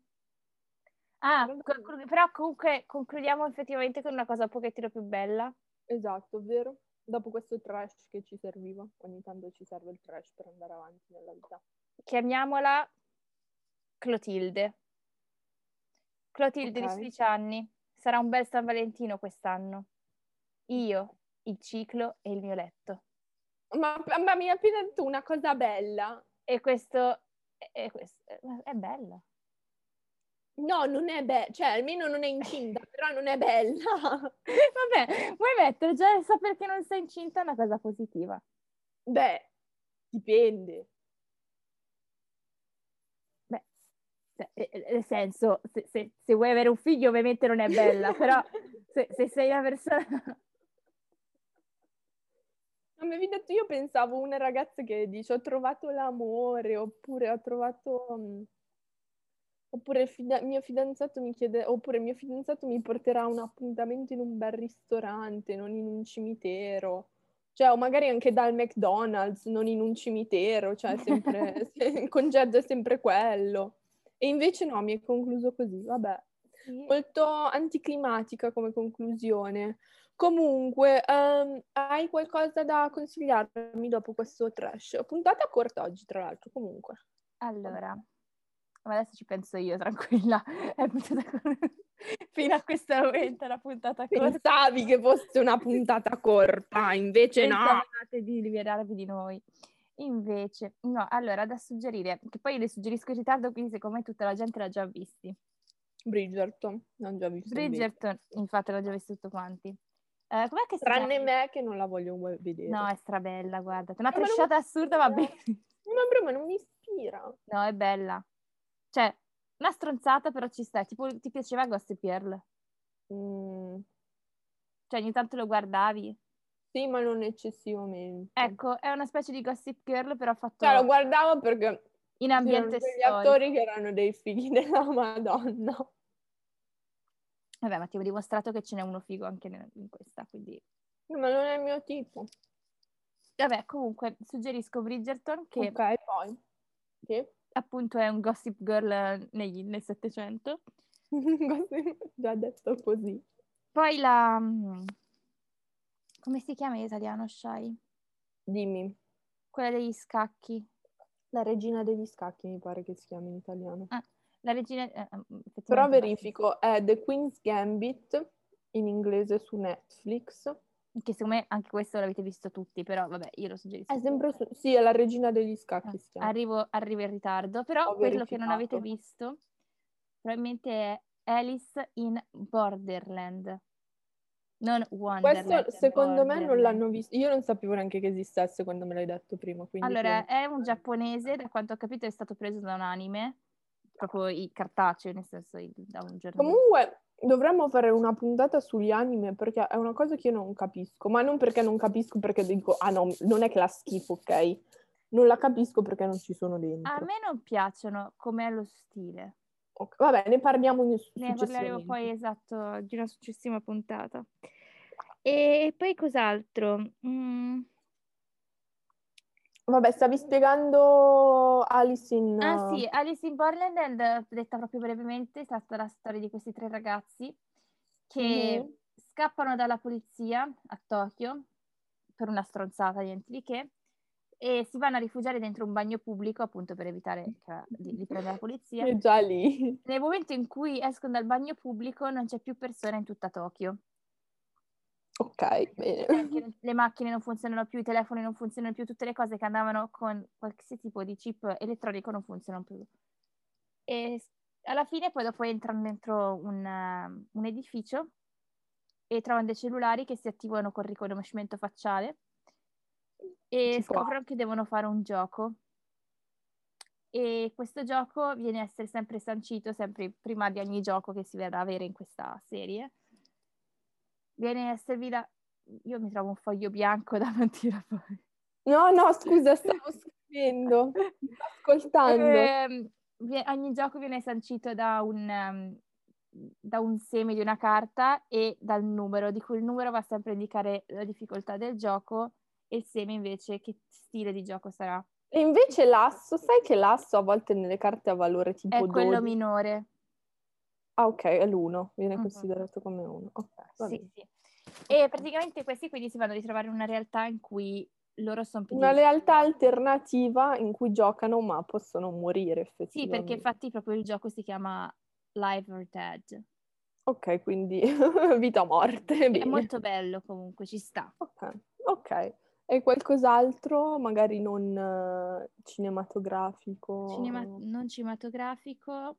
[SPEAKER 1] Ah,
[SPEAKER 2] Però-
[SPEAKER 1] co- co- però comunque concludiamo effettivamente con una cosa un pochettino più bella.
[SPEAKER 2] Esatto, vero? Dopo questo trash che ci serviva, ogni tanto ci serve il trash per andare avanti nella vita.
[SPEAKER 1] Chiamiamola Clotilde. Clotilde
[SPEAKER 2] Ok.
[SPEAKER 1] di 16 anni. Sarà un bel San Valentino quest'anno. Io, il ciclo e il mio letto.
[SPEAKER 2] Ma, ma mi hai appena detto una cosa bella.
[SPEAKER 1] E questo è, è questo- è bello.
[SPEAKER 2] No, non è bella, cioè almeno non è incinta, <laughs> però non è bella. <laughs>
[SPEAKER 1] Vabbè, vuoi mettere già il sapere che non sei incinta è una cosa positiva.
[SPEAKER 2] Beh, dipende.
[SPEAKER 1] Beh, cioè, eh, eh, nel senso, se, se- se vuoi avere un figlio ovviamente non è bella,
[SPEAKER 2] <laughs>
[SPEAKER 1] però se, se sei una persona... <laughs>
[SPEAKER 2] Non mi avevi detto, io pensavo una ragazza che dice ho trovato l'amore, oppure ho trovato... mm, Oppure il fida- mio fidanzato mi chiede, oppure mio fidanzato mi porterà un appuntamento in un bel ristorante, non in un cimitero. Cioè, o magari anche dal McDonald's, non in un cimitero, cioè sempre, il congedo è sempre quello. E invece no, mi è concluso così, vabbè. Molto anticlimatica come conclusione. Comunque, ehm, hai qualcosa da consigliarmi dopo questo trash? Puntata corta oggi, tra l'altro, comunque.
[SPEAKER 1] Allora, ma adesso ci penso io, tranquilla. È puntata corta. <laughs> Fino a questo momento è una puntata corta.
[SPEAKER 2] Pensavi che fosse una puntata corta, invece no.
[SPEAKER 1] Pensavate di liberarvi di noi. Invece, no, allora, da suggerire, che poi le suggerisco in ritardo, quindi secondo me tutta la gente l'ha già visti.
[SPEAKER 2] Bridgerton, non già visto. bene.
[SPEAKER 1] Bridgerton, infatti l'ho già visto tutti quanti. Eh, com'è che si
[SPEAKER 2] Tranne
[SPEAKER 1] chiama?
[SPEAKER 2] me che non la voglio gu- vedere.
[SPEAKER 1] No, è strabella, guarda. Una
[SPEAKER 2] Eh, ma non-
[SPEAKER 1] tresciata assurda, va bene. <laughs>
[SPEAKER 2] Ma bro, ma non mi ispira.
[SPEAKER 1] No, è bella. Cioè, una stronzata però ci sta. Tipo, ti piaceva Gossip Girl?
[SPEAKER 2] Mm,
[SPEAKER 1] Cioè, ogni tanto lo guardavi?
[SPEAKER 2] sì, ma non eccessivamente.
[SPEAKER 1] Ecco, è una specie di Gossip Girl, però fatto
[SPEAKER 2] Cioè, lo guardavo perché
[SPEAKER 1] in
[SPEAKER 2] c'erano
[SPEAKER 1] ambiente
[SPEAKER 2] degli
[SPEAKER 1] storico.
[SPEAKER 2] attori che erano dei fighi della Madonna.
[SPEAKER 1] Vabbè, ma ti ho dimostrato che ce n'è uno figo anche nel- in questa, quindi...
[SPEAKER 2] No, Ma non è il mio tipo.
[SPEAKER 1] Vabbè, comunque, suggerisco Bridgerton, che
[SPEAKER 2] Ok, poi. Sì.
[SPEAKER 1] appunto è un Gossip Girl eh, negli- nel Settecento.
[SPEAKER 2] <laughs> Così, Già detto così.
[SPEAKER 1] Poi la... mm, Come si chiama in italiano, Shai?
[SPEAKER 2] Dimmi.
[SPEAKER 1] Quella degli scacchi.
[SPEAKER 2] La regina degli scacchi mi pare che si chiami in italiano.
[SPEAKER 1] La regina... eh, eh,
[SPEAKER 2] Però
[SPEAKER 1] effettivamente-
[SPEAKER 2] verifico, è The Queen's Gambit in inglese su Netflix.
[SPEAKER 1] Che secondo me anche questo l'avete visto tutti, però vabbè, io lo suggerisco.
[SPEAKER 2] È sempre su... Sì, è la regina degli scacchi
[SPEAKER 1] Eh,
[SPEAKER 2] si chiama.
[SPEAKER 1] Arrivo, arrivo in ritardo, però
[SPEAKER 2] Ho
[SPEAKER 1] quello che non avete
[SPEAKER 2] verificato.
[SPEAKER 1] visto probabilmente è Alice in Borderland. Non Wonderland.
[SPEAKER 2] Questo secondo me non
[SPEAKER 1] Borderland.
[SPEAKER 2] l'hanno visto. Io non sapevo neanche che esistesse quando me l'hai detto prima. Quindi
[SPEAKER 1] Allora,
[SPEAKER 2] ti-
[SPEAKER 1] è un giapponese, da quanto ho capito è stato preso da un anime, proprio i cartaceo, nel senso i- da un giornale.
[SPEAKER 2] Comunque, Dovremmo fare una puntata sugli anime perché è una cosa che io non capisco, ma non perché non capisco perché dico, ah no, non è che la schifo, ok? Non la capisco perché non ci sono dentro.
[SPEAKER 1] A me non piacciono com'è lo stile.
[SPEAKER 2] Ok, Vabbè, ne parliamo in
[SPEAKER 1] Ne
[SPEAKER 2] successivamente.
[SPEAKER 1] parleremo poi esatto di una successiva puntata. E poi cos'altro? Mm,
[SPEAKER 2] Vabbè, stavi spiegando Alice in...
[SPEAKER 1] Ah sì, Alice in Borderland, eh, detta proprio brevemente, è stata la storia di questi tre ragazzi che
[SPEAKER 2] Mhm.
[SPEAKER 1] scappano dalla polizia a Tokyo per una stronzata, niente di che, e si vanno a rifugiare dentro un bagno pubblico appunto per evitare che la- di, di prendere la polizia.
[SPEAKER 2] eh, È già lì. <laughs>
[SPEAKER 1] Nel momento in cui escono dal bagno pubblico non c'è più persona in tutta Tokyo.
[SPEAKER 2] Ok,
[SPEAKER 1] Cioè,
[SPEAKER 2] bene.
[SPEAKER 1] anche le macchine non funzionano più, i telefoni non funzionano più, tutte le cose che andavano con qualsiasi tipo di chip elettronico non funzionano più. E s- alla fine poi dopo entrano dentro un, eh, un edificio e trovano dei cellulari che si attivano col riconoscimento facciale e
[SPEAKER 2] Ci può.
[SPEAKER 1] scoprono che devono fare un gioco. E questo gioco viene a essere sempre sancito, sempre prima di ogni gioco che si verrà a avere in questa serie. Viene a servi da... Io mi trovo un foglio bianco <laughs> da non tirare fuori.
[SPEAKER 2] No, no, scusa, stavo scrivendo, ascoltando.
[SPEAKER 1] Ehm, vi- ogni gioco viene sancito da un, ehm, da un seme di una carta e dal numero, di cui il numero va sempre a indicare la difficoltà del gioco e il seme invece che stile di gioco sarà.
[SPEAKER 2] E invece l'asso, sai che l'asso a volte nelle carte ha valore
[SPEAKER 1] È
[SPEAKER 2] tipo 12?
[SPEAKER 1] quello minore.
[SPEAKER 2] Ah, ok, è l'uno, viene
[SPEAKER 1] Mhm.
[SPEAKER 2] considerato come uno. Ok, va
[SPEAKER 1] Sì,
[SPEAKER 2] bene.
[SPEAKER 1] sì. E praticamente questi quindi si vanno a ritrovare in una realtà in cui loro sono
[SPEAKER 2] Una realtà alternativa in cui giocano ma possono morire effettivamente.
[SPEAKER 1] Sì, perché infatti proprio il gioco si chiama Live or Dead.
[SPEAKER 2] Ok, quindi <laughs> vita o morte,
[SPEAKER 1] È
[SPEAKER 2] bene.
[SPEAKER 1] molto bello comunque, ci sta.
[SPEAKER 2] Ok, ok. E qualcos'altro, magari non eh, cinematografico,
[SPEAKER 1] Cinema-
[SPEAKER 2] un
[SPEAKER 1] non cinematografico.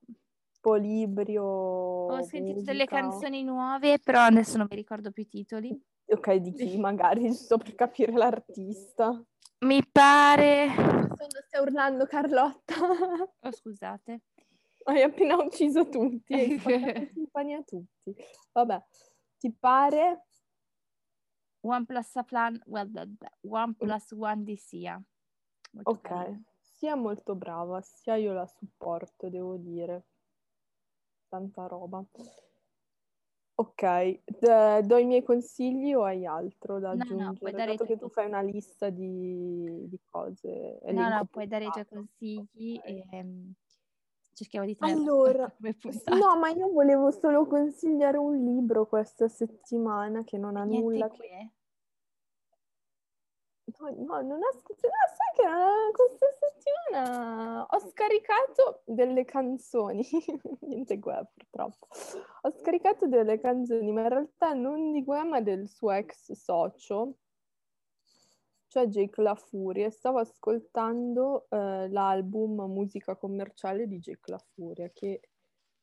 [SPEAKER 2] po' libri o
[SPEAKER 1] Ho sentito delle
[SPEAKER 2] Oh, musica o-
[SPEAKER 1] canzoni nuove, però adesso non mi ricordo più i titoli.
[SPEAKER 2] Ok, di
[SPEAKER 1] <laughs>
[SPEAKER 2] chi magari, giusto per capire l'artista.
[SPEAKER 1] Mi pare...
[SPEAKER 2] Quando stai urlando Carlotta,
[SPEAKER 1] Oh, scusate.
[SPEAKER 2] hai appena ucciso
[SPEAKER 1] <laughs>
[SPEAKER 2] tutti, hai spaccato i pani a tutti. Vabbè, ti pare?
[SPEAKER 1] One plus a plan... well, blah, blah. One plus one di Sia. Molto
[SPEAKER 2] Mm. Ok,
[SPEAKER 1] carino.
[SPEAKER 2] sia molto brava, sia io la supporto, devo dire. Tanta roba. Ok, d- do i miei consigli o hai altro da
[SPEAKER 1] No, no,
[SPEAKER 2] aggiungere?
[SPEAKER 1] puoi dare
[SPEAKER 2] Dato
[SPEAKER 1] tu.
[SPEAKER 2] che tu fai una lista di, di cose.
[SPEAKER 1] No,
[SPEAKER 2] elenco
[SPEAKER 1] no, puoi dare i tuoi
[SPEAKER 2] puntato.
[SPEAKER 1] consigli
[SPEAKER 2] Ok.
[SPEAKER 1] e ehm, cerchiamo di tenere <laughs>
[SPEAKER 2] Allora,
[SPEAKER 1] come puntata.
[SPEAKER 2] No, ma io volevo solo consigliare un libro questa settimana che non ha
[SPEAKER 1] Niente
[SPEAKER 2] nulla. Che...
[SPEAKER 1] qui, eh.
[SPEAKER 2] No, no, non ha scritto. Ah, sai che non ha- questa settimana ho scaricato delle canzoni. <laughs> Niente guerra, purtroppo. Ho scaricato delle canzoni, ma in realtà non di Guè, ma del suo ex socio, cioè Jake La Furia. e Stavo ascoltando eh, l'album Musica commerciale di Jake La Furia, che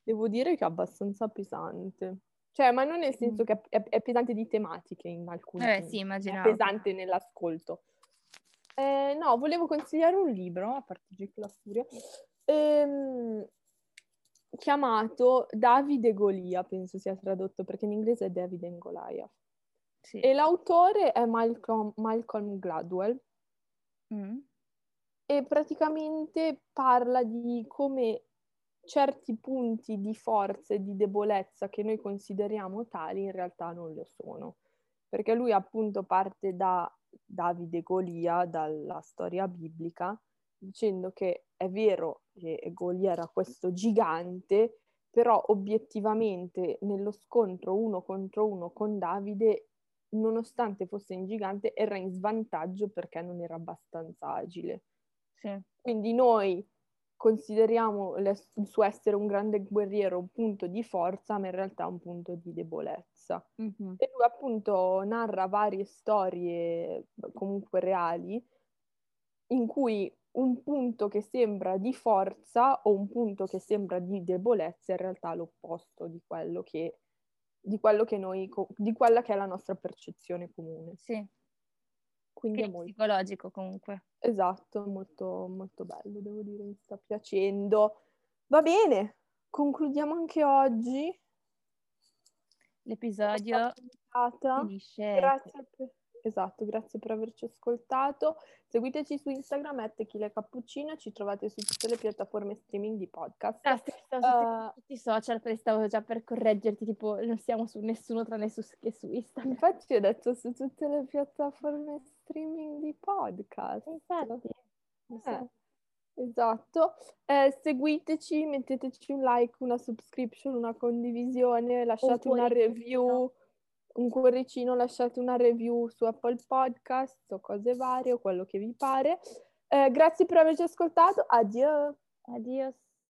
[SPEAKER 2] devo dire che è abbastanza pesante. Cioè, ma non nel senso che è, è pesante di tematiche in alcuni
[SPEAKER 1] Vabbè,
[SPEAKER 2] punti
[SPEAKER 1] Eh, sì, immaginavo.
[SPEAKER 2] pesante nell'ascolto. Eh, no, volevo consigliare un libro, a parte Jake la Furia, ehm, chiamato Davide Golia, penso sia tradotto, perché in inglese è David and Goliath.
[SPEAKER 1] Sì.
[SPEAKER 2] E l'autore è Malcolm, Malcolm Gladwell
[SPEAKER 1] Mm.
[SPEAKER 2] e praticamente parla di come certi punti di forza e di debolezza che noi consideriamo tali in realtà non lo sono. Perché lui appunto parte da Davide Golia, dalla storia biblica, dicendo che è vero che Golia era questo gigante, però obiettivamente nello scontro uno contro uno con Davide, nonostante fosse un gigante, era in svantaggio perché non era abbastanza agile.
[SPEAKER 1] Sì.
[SPEAKER 2] Quindi noi consideriamo le- il suo essere un grande guerriero un punto di forza, ma in realtà un punto di debolezza.
[SPEAKER 1] Mhm.
[SPEAKER 2] E lui appunto narra varie storie comunque reali in cui un punto che sembra di forza o un punto che sembra di debolezza è in realtà l'opposto di quello che, di quello che noi, co- di quella che è la nostra percezione comune.
[SPEAKER 1] Sì.
[SPEAKER 2] Quindi è
[SPEAKER 1] Quindi
[SPEAKER 2] molto
[SPEAKER 1] psicologico comunque.
[SPEAKER 2] Esatto, molto, molto bello, devo dire, mi sta piacendo. Va bene, concludiamo anche oggi.
[SPEAKER 1] L'episodio finisce.
[SPEAKER 2] Esatto. Grazie per... Esatto, grazie per averci ascoltato. Seguiteci su Instagram at Cappuccino, ci trovate su tutte le piattaforme streaming di podcast.
[SPEAKER 1] Ah, sì, sto su
[SPEAKER 2] Eh,
[SPEAKER 1] tutti i social, perché stavo già per correggerti, tipo non siamo su nessuno tranne su, che su Instagram.
[SPEAKER 2] Eh, infatti ho detto su tutte le piattaforme streaming di podcast.
[SPEAKER 1] Infatti.
[SPEAKER 2] Esatto. Eh, Esatto, Eh, seguiteci, metteteci un like, una subscription, una condivisione, lasciate una
[SPEAKER 1] cuoricino.
[SPEAKER 2] review, un cuoricino, lasciate una review su Apple Podcast o cose varie o quello che vi pare. Eh, grazie per averci ascoltato, addio!
[SPEAKER 1] Adios.